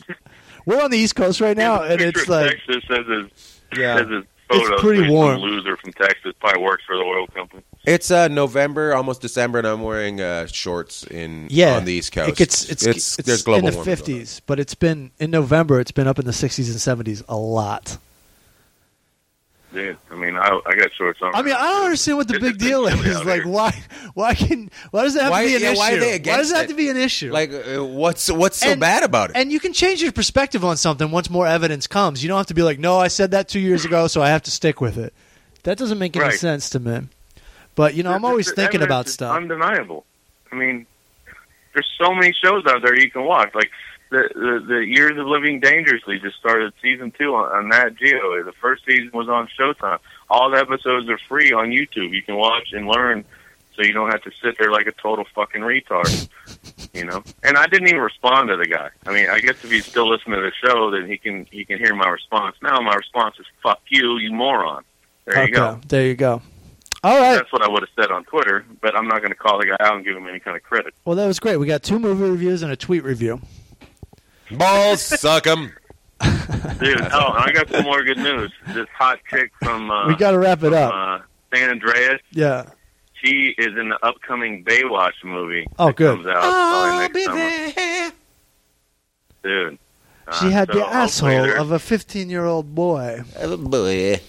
[SPEAKER 3] We're on the East Coast right now,
[SPEAKER 2] Yeah, the
[SPEAKER 3] and
[SPEAKER 2] picture
[SPEAKER 3] it's
[SPEAKER 2] of
[SPEAKER 3] like
[SPEAKER 2] Texas says his,
[SPEAKER 1] Yeah.
[SPEAKER 2] says his photo.
[SPEAKER 3] pretty
[SPEAKER 2] so he's some
[SPEAKER 3] warm.
[SPEAKER 2] Loser from Texas probably works for the oil company.
[SPEAKER 1] It's uh, November, almost December, and I'm wearing uh, shorts in
[SPEAKER 3] yeah,
[SPEAKER 1] on the East Coast.
[SPEAKER 3] It gets it's it's,
[SPEAKER 1] there's global
[SPEAKER 3] in the
[SPEAKER 1] warming going on.
[SPEAKER 3] fifties, but it's been in November. It's been up in the sixties and seventies a lot.
[SPEAKER 2] Dude, I mean, I, I got shorts on.
[SPEAKER 3] I mean, I don't understand what the
[SPEAKER 2] It's
[SPEAKER 3] big
[SPEAKER 2] been
[SPEAKER 3] deal
[SPEAKER 2] chilly
[SPEAKER 3] is.
[SPEAKER 2] out
[SPEAKER 3] Like,
[SPEAKER 2] here.
[SPEAKER 3] why why can why does that have
[SPEAKER 1] Why-
[SPEAKER 3] to be an
[SPEAKER 1] yeah,
[SPEAKER 3] issue?
[SPEAKER 1] why are they
[SPEAKER 3] does
[SPEAKER 1] against
[SPEAKER 3] that have
[SPEAKER 1] it?
[SPEAKER 3] to be an issue?
[SPEAKER 1] Like, uh, what's what's so
[SPEAKER 3] And-
[SPEAKER 1] bad about it?
[SPEAKER 3] And you can change your perspective on something once more evidence comes. You don't have to be like, no, I said that two years ago, so I have to stick with it. That doesn't make any
[SPEAKER 2] Right.
[SPEAKER 3] sense to me. But you know, I'm
[SPEAKER 2] The-
[SPEAKER 3] always
[SPEAKER 2] the
[SPEAKER 3] thinking
[SPEAKER 2] evidence
[SPEAKER 3] about
[SPEAKER 2] is
[SPEAKER 3] stuff.
[SPEAKER 2] Undeniable. I mean, there's so many shows out there you can watch. Like the the, the Years of Living Dangerously just started season two on, on that Geo. The first season was on Showtime. All the episodes are free on YouTube. You can watch and learn, so you don't have to sit there like a total fucking retard. You know. And I didn't even respond to the guy. I mean, I guess if he's still listening to the show, then he can he can hear my response. Now my response is "fuck you, you moron." There you
[SPEAKER 3] Okay,
[SPEAKER 2] go.
[SPEAKER 3] There you go. All right.
[SPEAKER 2] That's what I would have said on Twitter, but I'm not going to call the guy out and give him any kind of credit.
[SPEAKER 3] Well, that was great. We got two movie reviews and a tweet review.
[SPEAKER 1] Balls suck (laughs) 'em.
[SPEAKER 2] Dude,
[SPEAKER 3] (laughs)
[SPEAKER 2] oh, and I got some more good news. This hot chick from uh,
[SPEAKER 3] we got to wrap it up.
[SPEAKER 2] uh, San Andreas,
[SPEAKER 3] yeah.
[SPEAKER 2] she is in the upcoming Baywatch movie.
[SPEAKER 3] Oh,
[SPEAKER 2] that
[SPEAKER 3] good.
[SPEAKER 2] Comes out probably next summer.
[SPEAKER 1] there.
[SPEAKER 2] Dude. Uh,
[SPEAKER 3] She had
[SPEAKER 2] so
[SPEAKER 3] the
[SPEAKER 2] hopefully
[SPEAKER 3] asshole
[SPEAKER 2] they're-
[SPEAKER 3] of a 15 year old boy.
[SPEAKER 1] Oh, boy.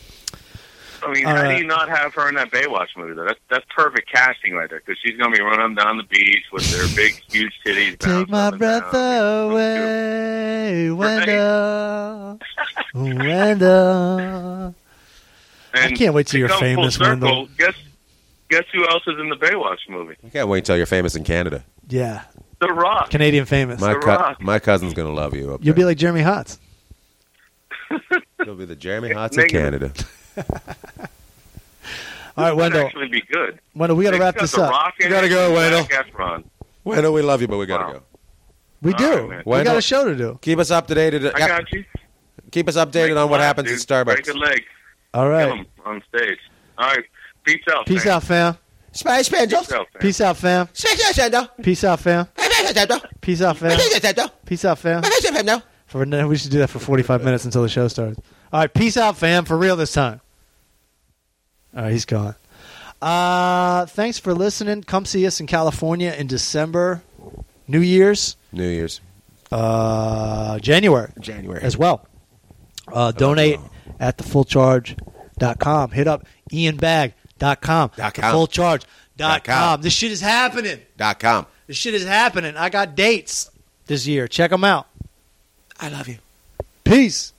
[SPEAKER 2] I mean,
[SPEAKER 3] All
[SPEAKER 2] how
[SPEAKER 3] right.
[SPEAKER 2] do you not have her in that Baywatch movie though? That's that's perfect casting right there because she's going to be running down the beach with her big, huge titties.
[SPEAKER 3] Take
[SPEAKER 2] bouncing
[SPEAKER 3] my
[SPEAKER 2] up and
[SPEAKER 3] breath
[SPEAKER 2] down.
[SPEAKER 3] away,
[SPEAKER 2] (laughs) Right.
[SPEAKER 3] Wendell. Wendell.
[SPEAKER 2] And
[SPEAKER 3] I can't wait till
[SPEAKER 2] to
[SPEAKER 3] you're
[SPEAKER 2] come full
[SPEAKER 3] famous,
[SPEAKER 2] circle,
[SPEAKER 3] Wendell.
[SPEAKER 2] Guess guess who else is in the Baywatch movie?
[SPEAKER 1] You can't wait till you're famous in Canada.
[SPEAKER 3] Yeah.
[SPEAKER 2] The Rock.
[SPEAKER 3] Canadian famous.
[SPEAKER 1] My
[SPEAKER 2] The
[SPEAKER 1] cou-
[SPEAKER 2] Rock.
[SPEAKER 1] my cousin's gonna love you. Up
[SPEAKER 3] You'll be
[SPEAKER 1] there.
[SPEAKER 3] like Jeremy Hotz.
[SPEAKER 1] you'll be the Jeremy Hotz of
[SPEAKER 2] Negative.
[SPEAKER 1] Canada.
[SPEAKER 3] All right,
[SPEAKER 2] That'd
[SPEAKER 3] Wendell.
[SPEAKER 2] actually be good.
[SPEAKER 3] Wendell, we got to wrap this up.
[SPEAKER 1] You gotta go, Wendell.
[SPEAKER 2] Efron.
[SPEAKER 1] Wendell, we love you, but we gotta
[SPEAKER 2] Wow.
[SPEAKER 1] go.
[SPEAKER 3] We
[SPEAKER 2] All
[SPEAKER 3] do.
[SPEAKER 2] right, man.
[SPEAKER 3] we got
[SPEAKER 1] Wendell-
[SPEAKER 3] a show to do.
[SPEAKER 1] Keep us up to date.
[SPEAKER 2] I got you.
[SPEAKER 1] Keep us updated
[SPEAKER 2] Break
[SPEAKER 1] on what
[SPEAKER 2] a leg,
[SPEAKER 1] happens
[SPEAKER 2] dude.
[SPEAKER 1] at
[SPEAKER 2] Break a
[SPEAKER 1] Starbucks.
[SPEAKER 2] leg.
[SPEAKER 3] All
[SPEAKER 2] Kill
[SPEAKER 3] right.
[SPEAKER 2] him on stage. All right. Peace out.
[SPEAKER 3] Peace
[SPEAKER 2] man.
[SPEAKER 3] out, fam.
[SPEAKER 1] Space Pendles.
[SPEAKER 2] Peace out. man.
[SPEAKER 3] Peace out, fam.
[SPEAKER 1] Space Pendles.
[SPEAKER 3] Peace out, fam.
[SPEAKER 1] Space Pendles.
[SPEAKER 3] Peace
[SPEAKER 2] (laughs)
[SPEAKER 3] out,
[SPEAKER 1] Space
[SPEAKER 3] fam.
[SPEAKER 1] Pendles.
[SPEAKER 3] Peace out, fam.
[SPEAKER 1] Space Pendles.
[SPEAKER 3] For now, we should do that for 45 minutes until the show starts. All right, peace out, fam. For real this time. All right, he's gone. Uh, thanks for listening. Come see us in California in December, New Year's,
[SPEAKER 1] New Year's.
[SPEAKER 3] uh, January
[SPEAKER 1] January.
[SPEAKER 3] as well. Uh, donate at thefullcharge.com. Hit up ianbag.com.
[SPEAKER 1] Dot com. Dot
[SPEAKER 3] Fullcharge.com.
[SPEAKER 1] com.
[SPEAKER 3] This shit is happening.
[SPEAKER 1] Dot com.
[SPEAKER 3] This shit is happening. I got dates this year. Check them out.
[SPEAKER 1] I love you.
[SPEAKER 3] Peace.